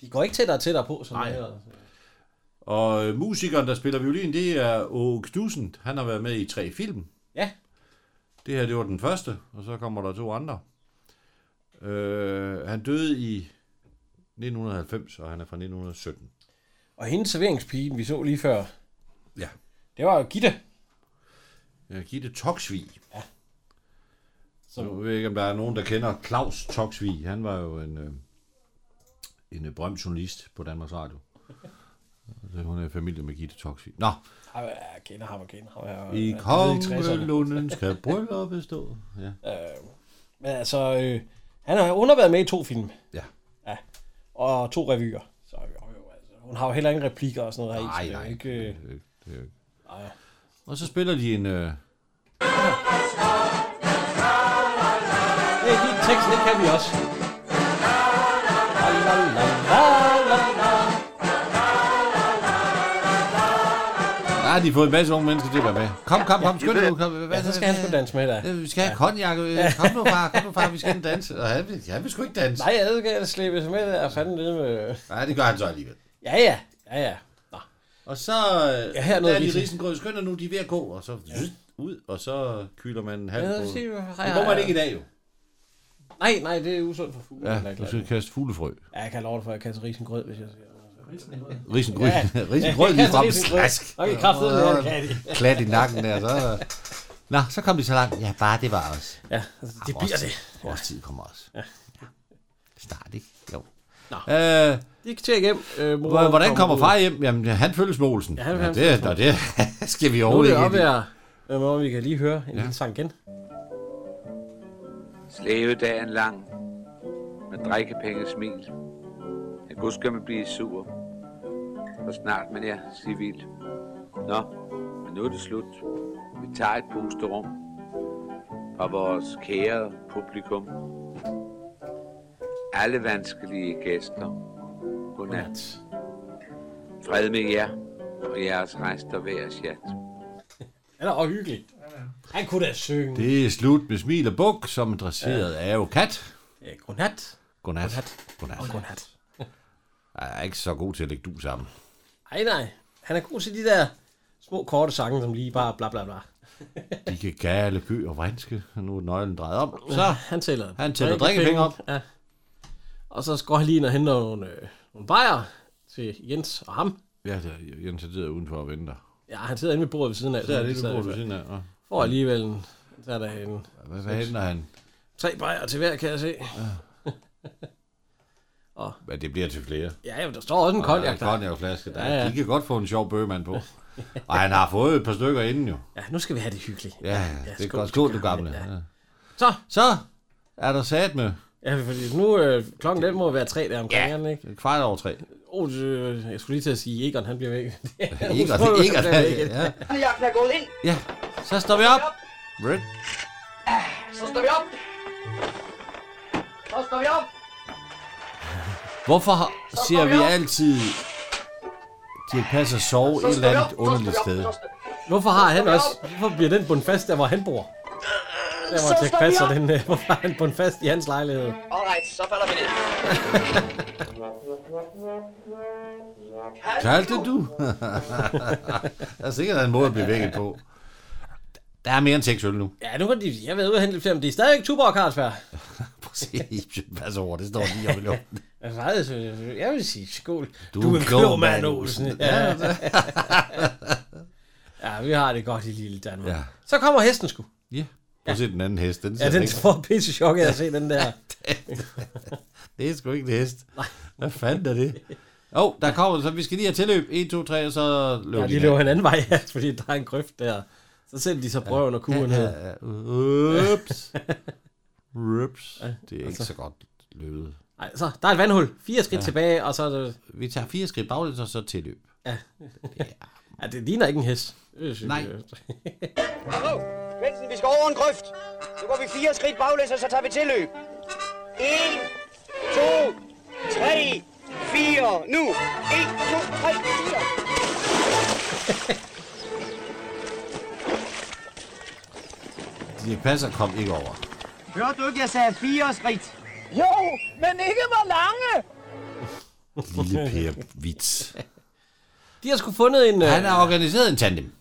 Speaker 2: De går ikke tættere og tættere på, sådan Nej. Her.
Speaker 3: Og øh, musikeren, der spiller violin, det er Åge Knudsen. Han har været med i tre film.
Speaker 2: Ja.
Speaker 3: Det her, det var den første, og så kommer der to andre. Øh, han døde i 1990, og han er fra 1917.
Speaker 2: Og hendes serveringspigen, vi så lige før.
Speaker 3: Ja.
Speaker 2: Det var jo Gitte.
Speaker 3: Ja, Gitte Toksvig.
Speaker 2: Ja.
Speaker 3: Så jeg ved ikke, om der er nogen, der kender Claus Toksvig. Han var jo en, øh, en øh, berømt journalist på Danmarks Radio. Så hun er i familie med Gitte Toksvig. Nå,
Speaker 2: Ej, Jeg kender ham og kender ham. Jeg var- jeg
Speaker 3: i
Speaker 2: var nede i 60'erne.
Speaker 3: kongelunden skal brylluppet stå. Ja.
Speaker 2: Øh, men altså, øh, han har underværet med i to film.
Speaker 3: Ja.
Speaker 2: ja. Og to revyer. Så jo, jo, altså, hun har jo heller ingen replikker og sådan noget. her i, så
Speaker 3: Nej,
Speaker 2: det er jo
Speaker 3: nej.
Speaker 2: Ikke, øh,
Speaker 3: Det er jo ikke- det er jo ikke-
Speaker 2: nej.
Speaker 3: Og så spiller de en... Øh,
Speaker 2: Det er din tekst, det kan vi også. La, la, la, la, la, la.
Speaker 3: der har Ah, de fået en masse unge mennesker til at være med. Kom, kom, kom, skynd dig nu. Kom. Hvad,
Speaker 2: Ja, så skal han sgu danse med da.
Speaker 3: Øh, Vi skal have konjak. øh, Kom nu, far. Kom nu, far. Vi skal ind og danse. Og han, vil- han vil sgu ikke danse.
Speaker 2: Nej, jeg skal jeg slippe med der og fanden nede med...
Speaker 3: Nej, det gør han så alligevel.
Speaker 2: Ja, ja. Ja, ja.
Speaker 3: Og så
Speaker 2: Ja,
Speaker 3: ja,
Speaker 2: her er
Speaker 3: her
Speaker 2: noget
Speaker 3: der er de
Speaker 2: lige til.
Speaker 3: risengrød. Skynd dig nu, de er ved at gå. Og så ja. ud, og så kyler man en halv
Speaker 2: Ja,
Speaker 3: ja,
Speaker 2: så siger vi, hej,
Speaker 3: Det må man
Speaker 2: hej.
Speaker 3: ikke i dag, jo.
Speaker 2: Nej, nej, det er usundt for fugle.
Speaker 3: Ja, du skal kaste fuglefrø.
Speaker 2: Ja, jeg kan love dig for, at jeg kaster risengrød, hvis jeg siger Risengrød.
Speaker 3: Risengrød. Risengrød lige frem. Slask.
Speaker 2: Okay, kraftedet med den kan de.
Speaker 3: Klat i nakken der. Så... Nå, så kom de så langt. Ja, bare det var os.
Speaker 2: Ja, altså, det
Speaker 3: Ah,
Speaker 2: bliver
Speaker 3: vores
Speaker 2: det.
Speaker 3: tid- Vores tid kommer også.
Speaker 2: Ja.
Speaker 3: Snart, ikke? Jo.
Speaker 2: Nå.
Speaker 3: Øh,
Speaker 2: De kan tjekke hjem. Øh, mor
Speaker 3: Hvor- Hvordan kommer
Speaker 2: ud.
Speaker 3: far hjem? Jamen, han følges med Olsen.
Speaker 2: Ja,
Speaker 3: Ja,
Speaker 2: han-
Speaker 3: han,
Speaker 2: han
Speaker 3: ja,
Speaker 2: følges
Speaker 3: det,
Speaker 2: med
Speaker 3: nå,
Speaker 2: Olsen.
Speaker 3: det skal vi
Speaker 2: Nu er det op
Speaker 3: overhovedet ikke.
Speaker 2: her. Øh, mor, vi kan lige høre en lille sang igen.
Speaker 6: Slavedagen lang, med drikkepenge smil. Jeg gud skal man blive sur, og snart man er civil. Nå, men nu er det slut. Vi tager et pusterum fra vores kære publikum. Alle vanskelige gæster. Godnat. Fred med jer og jeres rester hver chat.
Speaker 2: Han er også hyggelig. Han kunne da synge.
Speaker 3: Det er slut med smil og buk, som er dresseret af jo kat.
Speaker 2: Øh, Godnat.
Speaker 3: Godnat.
Speaker 2: Godnat.
Speaker 3: Godnat.
Speaker 2: Og godnat.
Speaker 3: Jeg er ikke så god til at lægge du sammen.
Speaker 2: Ej, nej. Han er god til de der små korte sange, som lige bare bla bla bla.
Speaker 3: De kan gale, gø og vrinske. og Nu er nøglen drejet om. Så
Speaker 2: han tæller,
Speaker 3: han tæller drikkepenge op.
Speaker 2: Ja. Og så går han lige ind og henter nogle, øh, nogle bajer til Jens og ham.
Speaker 3: Ja, det er Jens er sidder udenfor og venter.
Speaker 2: Ja, han sidder inde ved bordet ved siden af.
Speaker 3: Så er det,
Speaker 2: som
Speaker 3: du
Speaker 2: de
Speaker 3: bor
Speaker 2: sad
Speaker 3: ved
Speaker 2: ved
Speaker 3: siden
Speaker 2: før.
Speaker 3: af.
Speaker 2: Får alligevel en, så er der en,
Speaker 3: Hvad, hvad henter han?
Speaker 2: tre bajer til hver, kan jeg se.
Speaker 3: Ja, det bliver til flere.
Speaker 2: Ja, ja, men der står også en konjak
Speaker 3: der.
Speaker 2: der.
Speaker 3: er konjakflaske der.
Speaker 2: Ja,
Speaker 3: Ja,
Speaker 2: ja.
Speaker 3: ja. De kan godt få en sjov bøgemand på. Og han har fået et par stykker inden jo.
Speaker 2: Ja, nu skal vi have det hyggeligt.
Speaker 3: Ja, ja det
Speaker 2: skål
Speaker 3: er godt.
Speaker 2: til
Speaker 3: Skål, du gamle. Ja.
Speaker 2: Så.
Speaker 3: Så er der sat med
Speaker 2: Ja, fordi nu øh, klokken den må være tre der omkring, ja. ikke?
Speaker 3: kvart over tre.
Speaker 2: Oh, øh, jeg skulle lige til at sige, Egon han bliver væk.
Speaker 3: Egon,
Speaker 2: Hun
Speaker 3: Egon,
Speaker 2: bliver væk.
Speaker 3: ja.
Speaker 16: Jagten er gået ind.
Speaker 3: Ja, så står vi op. Red.
Speaker 16: Så står vi op. Så står vi op.
Speaker 3: Hvorfor har- ser vi altid Dirk Passer sove et eller andet underligt sted?
Speaker 2: Hvorfor Øh, har han også... Hvorfor bliver den bundt fast der, hvor han bor? Der,
Speaker 16: Så
Speaker 2: hvor Jack
Speaker 16: står vi
Speaker 2: Passer
Speaker 16: op.
Speaker 2: den... Øh, hvorfor er han bundt fast i hans lejlighed?
Speaker 16: Alright, så falder vi ned.
Speaker 3: Kaldte du? der er sikkert en måde at blive vækket på. Der er mere end seks øl nu.
Speaker 2: Ja, nu kan de... Jeg ved ude og hente lidt flere, men det er stadigvæk Tuborg Carlsberg.
Speaker 3: Præcis. Pas over, det står lige om i luften.
Speaker 2: Altså, faktisk, øh, jeg vil sige skål.
Speaker 3: Du er en klog mand, Olsen.
Speaker 2: Ja.
Speaker 3: Ja, det-
Speaker 2: ja, vi har det godt i lille Danmark. Ja.
Speaker 3: Ja.
Speaker 2: Så kommer hesten sgu.
Speaker 3: Ja. Prøv at se den anden hest. Den
Speaker 2: Ja, den
Speaker 3: ikke-
Speaker 2: får pisse chok af at se den der.
Speaker 3: Det er sgu ikke en hest. Hvad fanden er det? Åh, oh, der kommer, så vi skal lige have tilløb. 1, 2, 3, og så løber
Speaker 2: Ja, de
Speaker 3: ned.
Speaker 2: løber en anden vej, ja, fordi der er en grøft der. Så sætter de så prøven og kuglen
Speaker 3: Ja,
Speaker 2: ja,
Speaker 3: ja, ja. Ups. Ups. Det er
Speaker 2: altså.
Speaker 3: ikke så godt løbet.
Speaker 2: Nej, så der er et vandhul. Fire skridt ja.
Speaker 3: Ja.
Speaker 2: tilbage, og så er det...
Speaker 3: Vi tager fire skridt baglæns, og så tilløb.
Speaker 2: Ja. ja, det ligner ikke en hest. Det synes
Speaker 3: Nej.
Speaker 2: jeg.
Speaker 10: Svendsen, vi skal over en grøft. Nu går vi fire skridt baglæns, og så tager vi tilløb. En, to, tre, fire. Nu. En, to, tre, fire.
Speaker 3: De passer kom ikke over.
Speaker 10: Hørte du ikke, jeg sagde fire skridt? Jo, men ikke hvor lange.
Speaker 3: Lille Per Vits.
Speaker 2: De har sgu fundet en... øh,
Speaker 3: Han har organiseret en tandem.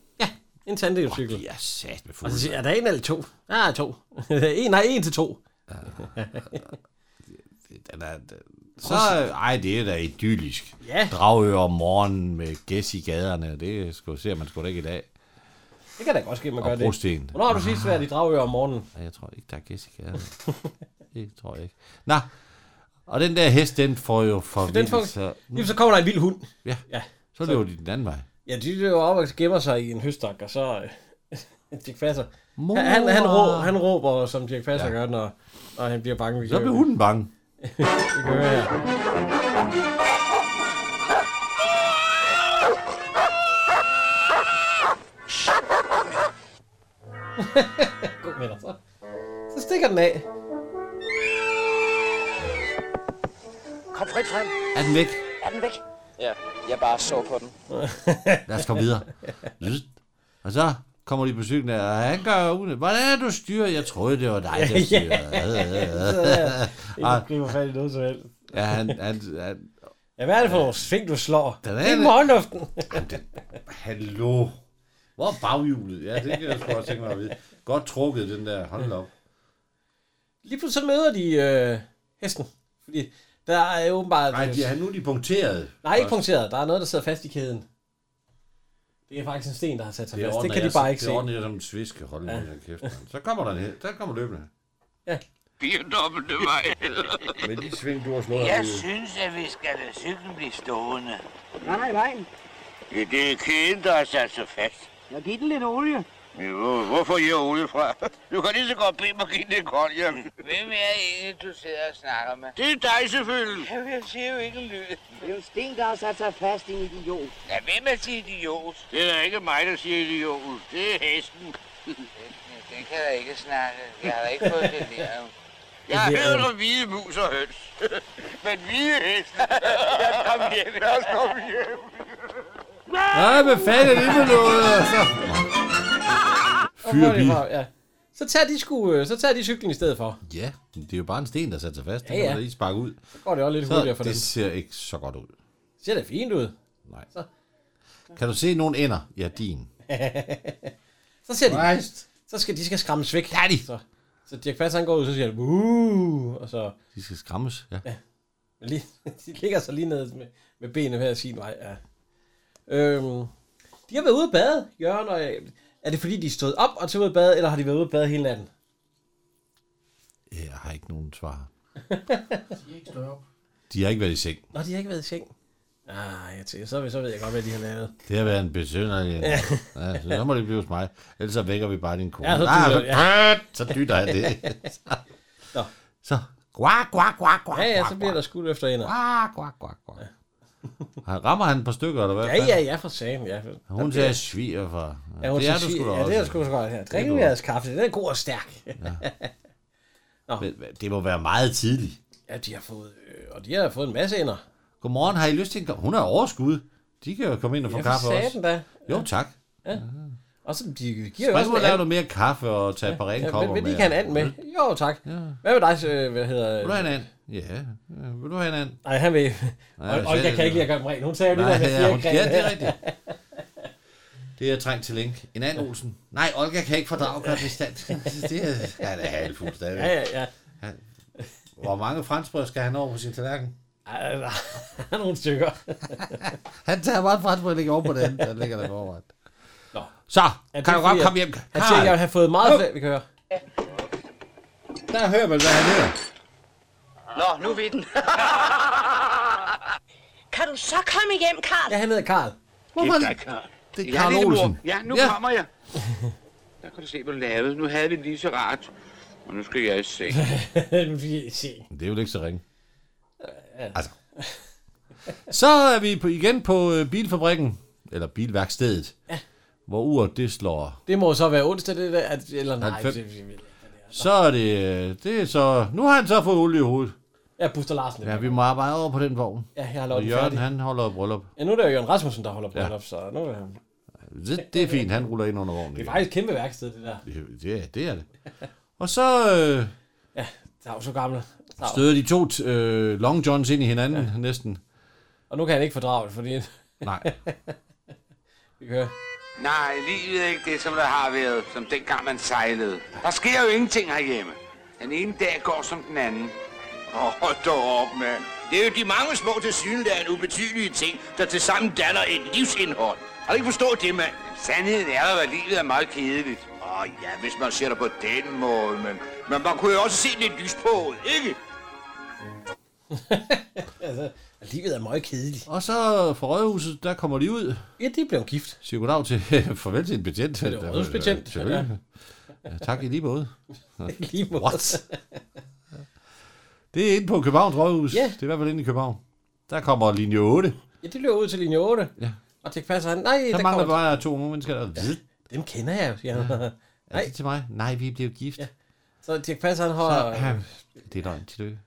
Speaker 2: En tandemcykel.
Speaker 3: de er sat med
Speaker 2: Og så siger jeg, er der en eller to? Der er to. en, nej, en til to.
Speaker 3: Den er, den, så, ej, det er da idyllisk.
Speaker 2: Ja.
Speaker 3: Dragø om morgenen med gæs i gaderne. Det skulle, ser man sgu da ikke i dag.
Speaker 2: Det kan da godt ske, man
Speaker 3: Og
Speaker 2: gør
Speaker 3: brosten.
Speaker 2: det. Hvornår har du sidst været i Dragør om morgenen?
Speaker 3: Nej, jeg tror ikke, der er gæs i gaderne. det tror jeg ikke. Nå, og den der hest, den får jo
Speaker 2: Den får,
Speaker 3: forvildelser.
Speaker 2: Jamen, så kommer der en vild hund.
Speaker 3: Ja,
Speaker 2: ja.
Speaker 3: så løber de den anden vej.
Speaker 2: Ja, de løber op og gemmer sig i en høstak, og så... Øh, Dirk Passer.
Speaker 3: Mor.
Speaker 2: Han, han, han, råber, han råber, som Dirk Passer ja. gør, når, når han bliver bange. Vi
Speaker 3: Så
Speaker 2: kan-
Speaker 3: blev hunden bange.
Speaker 2: Vi kan høre her. God med dig, så. Så stikker den af.
Speaker 16: Kom frit frem.
Speaker 3: Er den væk?
Speaker 16: Er den væk? Ja, jeg bare så på den.
Speaker 3: Lad os komme videre. Lyt. Og så kommer de på cyklen, og han gør uden. Hvordan er du styrer? Jeg troede, det var dig, der styrede.
Speaker 2: Ja, ikke griber fat i noget som helst.
Speaker 3: ja, han, han, han,
Speaker 2: Ja, hvad er det for nogle sving, du slår?
Speaker 3: Den
Speaker 2: Den
Speaker 3: er
Speaker 2: er det er
Speaker 3: det.
Speaker 2: morgenluften.
Speaker 3: Hallo. Hvor er baghjulet? Ja, det kan jeg sgu godt tænke mig at vide. Godt trukket, den der. Hold da op.
Speaker 2: Lige pludselig så møder de øh, hesten. Fordi der er jo åbenbart...
Speaker 3: Nej, de, han, nu er de punkteret.
Speaker 2: Nej, ikke punkteret. Der er noget, der sidder fast i kæden. Det er faktisk en sten, der har sat sig fast. Det
Speaker 3: ordner
Speaker 2: kan de
Speaker 3: jeg-
Speaker 2: bare ikke se.
Speaker 3: Det ordner jeg som en sviske. Hold nu,
Speaker 2: Ja.
Speaker 3: ja. kæft. mand. Så kommer der en her. Der kommer løbende.
Speaker 17: Fire dobbelte vej.
Speaker 3: Men de sving, du har slået.
Speaker 17: Jeg
Speaker 3: ham i.
Speaker 17: synes, at vi skal lade cyklen blive stående.
Speaker 10: Nej, nej.
Speaker 17: Ja, det er kæden, der har sat sig fast.
Speaker 10: Jeg giver den lidt olie.
Speaker 17: Jo, hvorfor jeg olie fra? Du kan lige så godt bede mig at give det godt hjem. Hvem er egentlig, du sidder og snakker med? Det er dig selvfølgelig. Jamen, jeg siger jo ikke en lyd.
Speaker 10: Det er jo en sten, der har sat sig fast i en idiot.
Speaker 17: Ja, hvem er til idiot? Det er da ikke mig, der siger idiot. Det er hesten. Den kan da ikke snakke. Jeg har da ikke fået det der. Jeg har
Speaker 16: Det er-
Speaker 17: hørt om hvide mus og høns. Men hvide heste. Lad os komme hjem. Lad os komme hjem.
Speaker 3: Nej, hvad fanden er det for noget? Så.
Speaker 2: Og hvor er det
Speaker 3: Fyrbil.
Speaker 2: fra? Ja. Så tager de sgu, øh, så tager de cyklen i stedet for.
Speaker 3: Ja, det er jo bare en sten, der satte sig fast. Den
Speaker 2: Ja,
Speaker 3: ja,
Speaker 2: ja.
Speaker 3: ja. lige sparke ud.
Speaker 2: Så går det også lidt
Speaker 3: Så
Speaker 2: hurtigere for
Speaker 3: det
Speaker 2: dem.
Speaker 3: ser ikke så godt ud.
Speaker 2: Ser det fint ud.
Speaker 3: Nej.
Speaker 2: Så.
Speaker 3: Kan du se nogen ender? Ja, din.
Speaker 2: så ser de.
Speaker 3: Christ.
Speaker 2: Så skal de skal skræmmes væk. Der er de. Så, så Dirk Passer han går ud, så siger han, Woo! og så
Speaker 3: De skal skræmmes, ja. ja.
Speaker 2: Men lige, de ligger så lige ned med, med benene hver sin vej. Ja. Øhm, de har været ude at bade, Jørgen og jeg. Er det fordi, de er stået op og til ude at bade, eller har de været ude at bade hele natten?
Speaker 3: Jeg har ikke nogen svar.
Speaker 13: De er ikke større op.
Speaker 3: De har ikke været i seng.
Speaker 2: Nå, de har ikke været i seng. Ah, jeg tænker, så, så ved jeg godt, hvad de har lavet.
Speaker 3: Det har været en besynderlig. Ja.
Speaker 2: Ja.
Speaker 3: ja, så så må det blive hos mig. Ellers så vækker vi bare din kone.
Speaker 2: Ja,
Speaker 3: Ah,
Speaker 2: så dytter-
Speaker 3: så,
Speaker 2: ja.
Speaker 3: så dytter jeg det.
Speaker 2: Nå.
Speaker 3: Så, guak, guak, guak, guak,
Speaker 2: Ja, ja, så bliver der skudt efter en.
Speaker 3: Guak, guak, guak, guak. Han rammer han et par stykker, eller hvad?
Speaker 2: Ja, ja, ja, for sagen, ja.
Speaker 3: Hun
Speaker 2: Der bliver-
Speaker 3: sagde sviger for.
Speaker 2: Ja, hun det er du
Speaker 3: sgu da
Speaker 2: sgu Ja,
Speaker 3: også.
Speaker 2: det er du sgu da godt. Ja, drik
Speaker 3: du
Speaker 2: nu jeres kaffe, den er god og stærk. Ja.
Speaker 3: Men Det må være meget tidligt.
Speaker 2: ja, de har fået, øh, og de har fået en masse ender.
Speaker 3: Godmorgen, har I lyst til en kop? Hun har overskud. De kan jo komme ind og få
Speaker 2: Ja, for
Speaker 3: kaffe også.
Speaker 2: satan da.
Speaker 3: Jo, tak.
Speaker 2: Ja. Og så de giver jo
Speaker 3: Spring
Speaker 2: også
Speaker 3: ud og
Speaker 2: en
Speaker 3: lave
Speaker 2: and.
Speaker 3: noget mere kaffe og tage et par rene
Speaker 2: Ja,
Speaker 3: kopper
Speaker 2: vil, vil de
Speaker 3: med.
Speaker 2: ikke have en and med? Jo, tak. Ja. Hvad med dig, øh, hvad hedder...
Speaker 3: Vil du have en and? Ja. Ja, Vil du have en and?
Speaker 2: Nej, han vil...
Speaker 3: Ja,
Speaker 2: Og, og,
Speaker 3: så-
Speaker 2: jeg kan ikke lige at gøre dem rent. Hun sagde jo lige,
Speaker 3: Nej,
Speaker 2: der med
Speaker 3: ja,
Speaker 2: fire
Speaker 3: hun-
Speaker 2: grene.
Speaker 3: Ja, det er rigtigt. Det er trængt til link. En anden Olsen. Nej, Olga kan ikke fordrage konstant. Det er, ja, det er halvfuld stadig.
Speaker 2: Ja, ja, ja.
Speaker 3: Han- Hvor mange franskbrød skal han over på sin tallerken?
Speaker 2: Ej, der er nogle stykker.
Speaker 3: Han tager bare et franskbrød og lægger over på den. Der ligger der forret.
Speaker 2: Nå.
Speaker 3: Så,
Speaker 2: Ja,
Speaker 3: kan
Speaker 2: det
Speaker 3: du
Speaker 2: er
Speaker 3: godt
Speaker 2: fordi,
Speaker 3: komme
Speaker 2: at-
Speaker 3: hjem.
Speaker 2: Han tænker, at han har fået meget
Speaker 3: Hov.
Speaker 2: flere, vi kan høre.
Speaker 3: Der hører man, hvad han hedder.
Speaker 16: Nå, nu er vi i den.
Speaker 7: Kan du så komme hjem, Karl?
Speaker 2: Ja, han hedder Karl.
Speaker 7: Hvorfor-
Speaker 18: Giv dig, Karl.
Speaker 2: Det er
Speaker 18: Ja,
Speaker 2: Karl
Speaker 18: lillebror.
Speaker 2: Olsen.
Speaker 18: Ja, nu
Speaker 2: Ja.
Speaker 18: kommer jeg. Der kan du se, hvad du lavede. Nu havde vi lige så rart. Og nu skal jeg i seng.
Speaker 2: nu skal jeg se.
Speaker 3: Det er jo ikke så ringe. Altså. Så er vi på, igen på øh, bilfabrikken, eller bilværkstedet, ja. hvor uret det slår.
Speaker 2: Det må så være onsdag, det der. at- Eller nej.
Speaker 3: Halv fem.
Speaker 2: det- det-
Speaker 3: Så er det, øh, det er så, nu har han så fået olie i hovedet.
Speaker 2: Ja, Buster Larsen.
Speaker 3: Ja, vi må arbejde over på den vogn.
Speaker 2: Ja, jeg har lavet
Speaker 3: Og
Speaker 2: den
Speaker 3: Jørgen,
Speaker 2: færdig.
Speaker 3: han holder bryllup.
Speaker 2: Ja, nu er det jo Jørgen Rasmussen, der holder på
Speaker 3: Ja.
Speaker 2: ja. op, så nu er han...
Speaker 3: Det, det er fint, han ruller ind under vognen.
Speaker 2: Det er
Speaker 3: igen.
Speaker 2: faktisk et kæmpe værksted, det der.
Speaker 3: Det, ja, det er det. Og så øh,
Speaker 2: Ja, der er jo så gamle. Der er jo-
Speaker 3: støder de to t- øh, long johns ind i hinanden ja. næsten.
Speaker 2: Og nu kan han ikke fordrage det, fordi...
Speaker 3: Nej.
Speaker 2: vi kan høre.
Speaker 18: Nej, livet er ikke det, som der har været, som dengang man sejlede. Der sker jo ingenting herhjemme. Den ene dag går som den anden. Åh, oh, hold dog op, mand.
Speaker 6: Det er jo de mange små tilsyneladende ubetydelige ting, der tilsammen danner et livsindhold. Har du ikke forstået det, mand?
Speaker 18: Sandheden er jo, at livet er meget kedeligt.
Speaker 6: Åh oh, ja, hvis man ser det på den måde, men, men man kunne jo også se lidt lys på, ikke?
Speaker 2: Altså, livet er meget kedeligt.
Speaker 3: Og så fra Rødhuset, der kommer de ud.
Speaker 2: Ja, de blev gift.
Speaker 3: Siger goddag til, farvel til en betjent.
Speaker 2: Til en
Speaker 3: Der-
Speaker 2: rådhusbetjent,
Speaker 3: Selvfølgelig. Ja, tak i lige måde.
Speaker 2: Lige måde.
Speaker 3: What? Det er inde på Københavns Rådhus.
Speaker 2: Ja.
Speaker 3: Det er i hvert fald inde i København. Der kommer linje 8.
Speaker 2: Ja, de løber ud til linje 8.
Speaker 3: Ja.
Speaker 2: Og det passer han. Nej,
Speaker 3: Der,
Speaker 2: der,
Speaker 3: der mangler
Speaker 2: kommer...
Speaker 3: bare to unge mennesker, der ja.
Speaker 2: Dem kender jeg jo, siger han. Ja.
Speaker 3: Er det til mig? Nej, vi blev gift. Ja.
Speaker 2: Så Dirk Passer, han har...
Speaker 3: Så, øh, det er løgn, tillykke.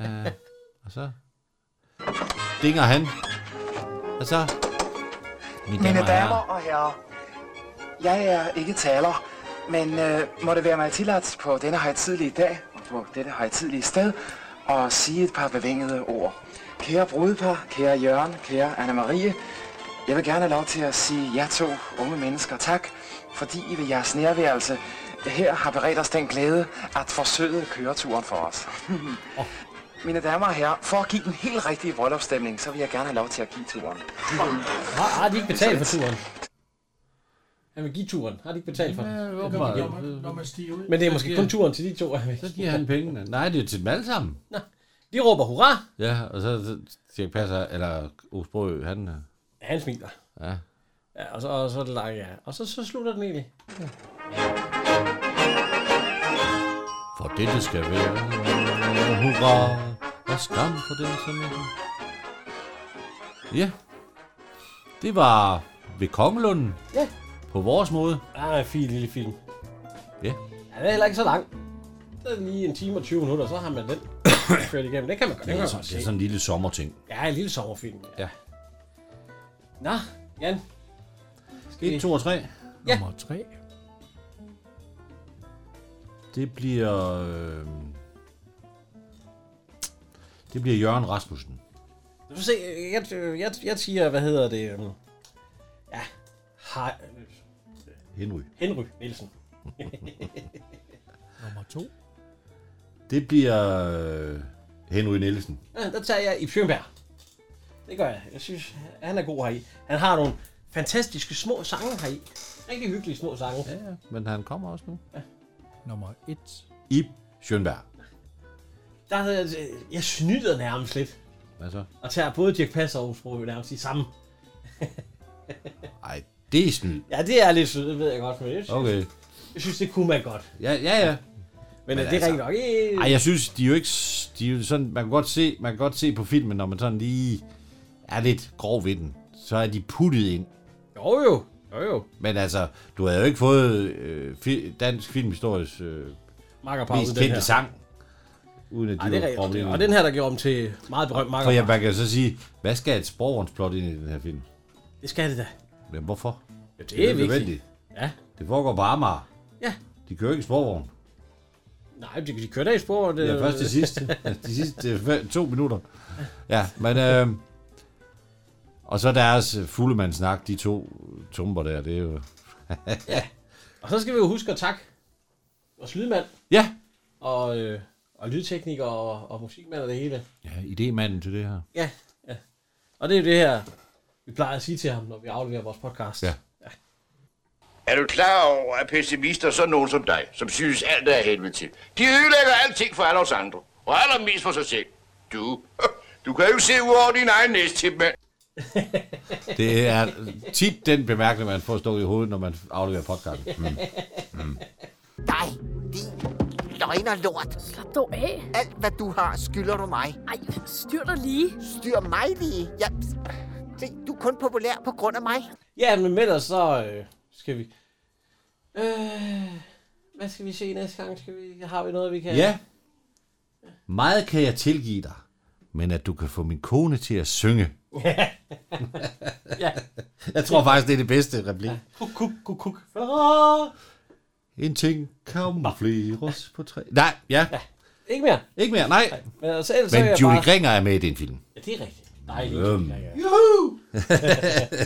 Speaker 3: øh, og så dinger han. Og så... Mine
Speaker 10: Mine damer og herrer, jeg er ikke taler, men øh, må det være mig tilladt på denne højtidlige dag, og på dette højtidlige sted, at sige et par bevingede ord. Kære brudepar, kære Jørgen, kære Anne-Marie, jeg vil gerne have lov til at sige jer to unge mennesker tak, fordi I ved jeres nærværelse her har beredt os den glæde at forsøge køreturen for os. Mine damer og herrer, for at give den helt rigtige bryllupsstemning, så vil jeg gerne have lov til at give turen.
Speaker 2: Har, har de ikke betalt for turen? Han vil give turen. Har de ikke betalt for den? Ja,
Speaker 19: Når man, når man, når man stiger ud.
Speaker 2: Men det er måske kun turen til de to.
Speaker 3: Så giver han pengene. Nej, det er til dem alle sammen.
Speaker 2: De råber hurra.
Speaker 3: Ja, og så, så Dirk Passer, eller Osbrø, han... øh,
Speaker 2: Han smiler.
Speaker 3: Ja.
Speaker 2: Ja, og så, og så er det langt, ja. Og så, så slutter den egentlig.
Speaker 3: For det, det skal være. Hurra. Og skam for den, som jeg... Ja. Det var ved Kongelunden.
Speaker 2: Ja.
Speaker 3: På vores måde.
Speaker 2: Ah, en fin lille film.
Speaker 3: Ja.
Speaker 2: Ja, den er heller ikke så lang. Det er lige en time og 20 minutter, så har man den kørt igennem. Det kan man godt, det
Speaker 3: Det
Speaker 2: kan
Speaker 3: er,
Speaker 2: man
Speaker 3: sådan,
Speaker 2: godt
Speaker 3: det er
Speaker 2: se.
Speaker 3: sådan en lille sommerting.
Speaker 2: Ja, en lille sommerfilm.
Speaker 3: Ja.
Speaker 2: Nå, Jan.
Speaker 3: 1, 2 og 3.
Speaker 2: Ja.
Speaker 1: Nummer 3.
Speaker 3: Det bliver... Øh, det bliver Jørgen Rasmussen.
Speaker 2: Du får se, jeg, jeg, jeg siger, hvad hedder det? øhm, Ja, har,
Speaker 3: Henry.
Speaker 2: Henry Nielsen.
Speaker 1: Nummer 2.
Speaker 3: Det bliver øh, Henry Nielsen.
Speaker 2: Ja, der tager jeg i Sjønberg. Det gør jeg. Jeg synes, han er god heri. Han har nogle fantastiske små sange heri. Rigtig hyggelige små sange. Ja,
Speaker 3: ja. Men han kommer også nu.
Speaker 1: Nummer 1.
Speaker 3: Ib Schønberg.
Speaker 2: Der, havde jeg- jeg snyder nærmest lidt.
Speaker 3: Hvad så?
Speaker 2: Og tager både Dirk Passer og Osbro nærmest i samme.
Speaker 3: Ej, det er snyd.
Speaker 2: Ja, det er lidt sødt, det ved jeg godt. Men jeg synes,
Speaker 3: Okay.
Speaker 2: jeg synes, det kunne man godt.
Speaker 3: Ja, ja, ja.
Speaker 2: Men,
Speaker 3: Men
Speaker 2: men det er
Speaker 3: altså-
Speaker 2: altså, rigtig nok. Øh,
Speaker 3: Ej, jeg synes, de er jo ikke... s- De er jo sådan, man, kan godt se, man kan godt se på filmen, når man sådan lige er lidt grov ved den, så er de puttet ind.
Speaker 2: Jo, jo. Jo, jo.
Speaker 3: Men altså, du havde jo ikke fået øh, fi, dansk filmhistories øh,
Speaker 2: Makkerpause,
Speaker 3: mest
Speaker 2: den
Speaker 3: kendte
Speaker 2: her.
Speaker 3: sang, uden at de
Speaker 2: Ej, det er
Speaker 3: var
Speaker 2: rigtigt. Og,
Speaker 3: proppet
Speaker 2: det-
Speaker 3: ind i
Speaker 2: og den her, der gjorde om til meget berømt
Speaker 3: For
Speaker 2: makker.
Speaker 3: ja, man kan jo så sige, hvad skal et sprogvognsplot ind i den her film?
Speaker 2: Det skal det da.
Speaker 3: Men hvorfor?
Speaker 2: Ja, det
Speaker 3: jo
Speaker 2: er vigtigt.
Speaker 3: nødvendigt.
Speaker 2: Ja.
Speaker 3: Det foregår på Amager.
Speaker 2: Ja.
Speaker 3: De kører ikke i sprogvogn.
Speaker 2: Nej, de, øh, de kører da i spor.
Speaker 3: Det er først til sidst. de sidste øh, to minutter. Ja, men... Øh, og så deres fuldemandssnak, de to tumper der, det er jo...
Speaker 2: ja. Og så skal vi jo huske at takke vores lydmand.
Speaker 3: Ja.
Speaker 2: Og, øh, og lydtekniker og, og musikmand og det hele.
Speaker 3: ja, idémanden til det her.
Speaker 2: Ja, ja. Og det er jo det her, vi plejer at sige til ham, når vi afleverer vores podcast.
Speaker 3: Ja.
Speaker 6: Er du klar over, at pessimister, sådan nogen som dig, som synes alt er af helvede til, de ødelægger alting for alle os andre, og allermest for sig selv. Du,
Speaker 9: Du kan jo se ud over din egen næstipmand.
Speaker 3: Det er tit den bemærkning, man får stukket i hovedet, når man afleverer podcasten. Mm. Mm.
Speaker 20: Dig, din løgner lort. Slap dog af. Alt, hvad du har, skylder du mig. Ej, styr dig lige. Styr mig lige? Ja, se, du er kun populær på grund af mig.
Speaker 2: Ja, men med dig så øh, skal vi... Øh, hvad skal vi se næste gang? Skal vi, har vi noget, vi kan...
Speaker 3: Ja. Meget kan jeg tilgive dig, men at du kan få min kone til at synge.
Speaker 2: ja.
Speaker 3: Jeg tror faktisk, det er det bedste replik.
Speaker 2: Kuk, kuk, kuk, kuk. Ah,
Speaker 3: En ting kamufleres på tre. Nej, ja.
Speaker 2: ikke mere.
Speaker 3: Ikke mere, nej.
Speaker 2: Men, altså, ellers, så
Speaker 3: Men
Speaker 2: vil jeg
Speaker 3: Judy
Speaker 2: bare...
Speaker 3: Gringer er med i din film.
Speaker 2: Ja, det er rigtigt. Dejligt.
Speaker 3: Øhm.
Speaker 2: Judy Gringer. Juhu!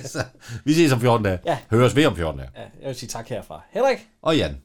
Speaker 3: så, vi ses om 14 dage.
Speaker 2: Ja.
Speaker 3: Høres ved om 14 dage.
Speaker 2: ja, jeg vil sige tak herfra. Henrik?
Speaker 3: Og Jan.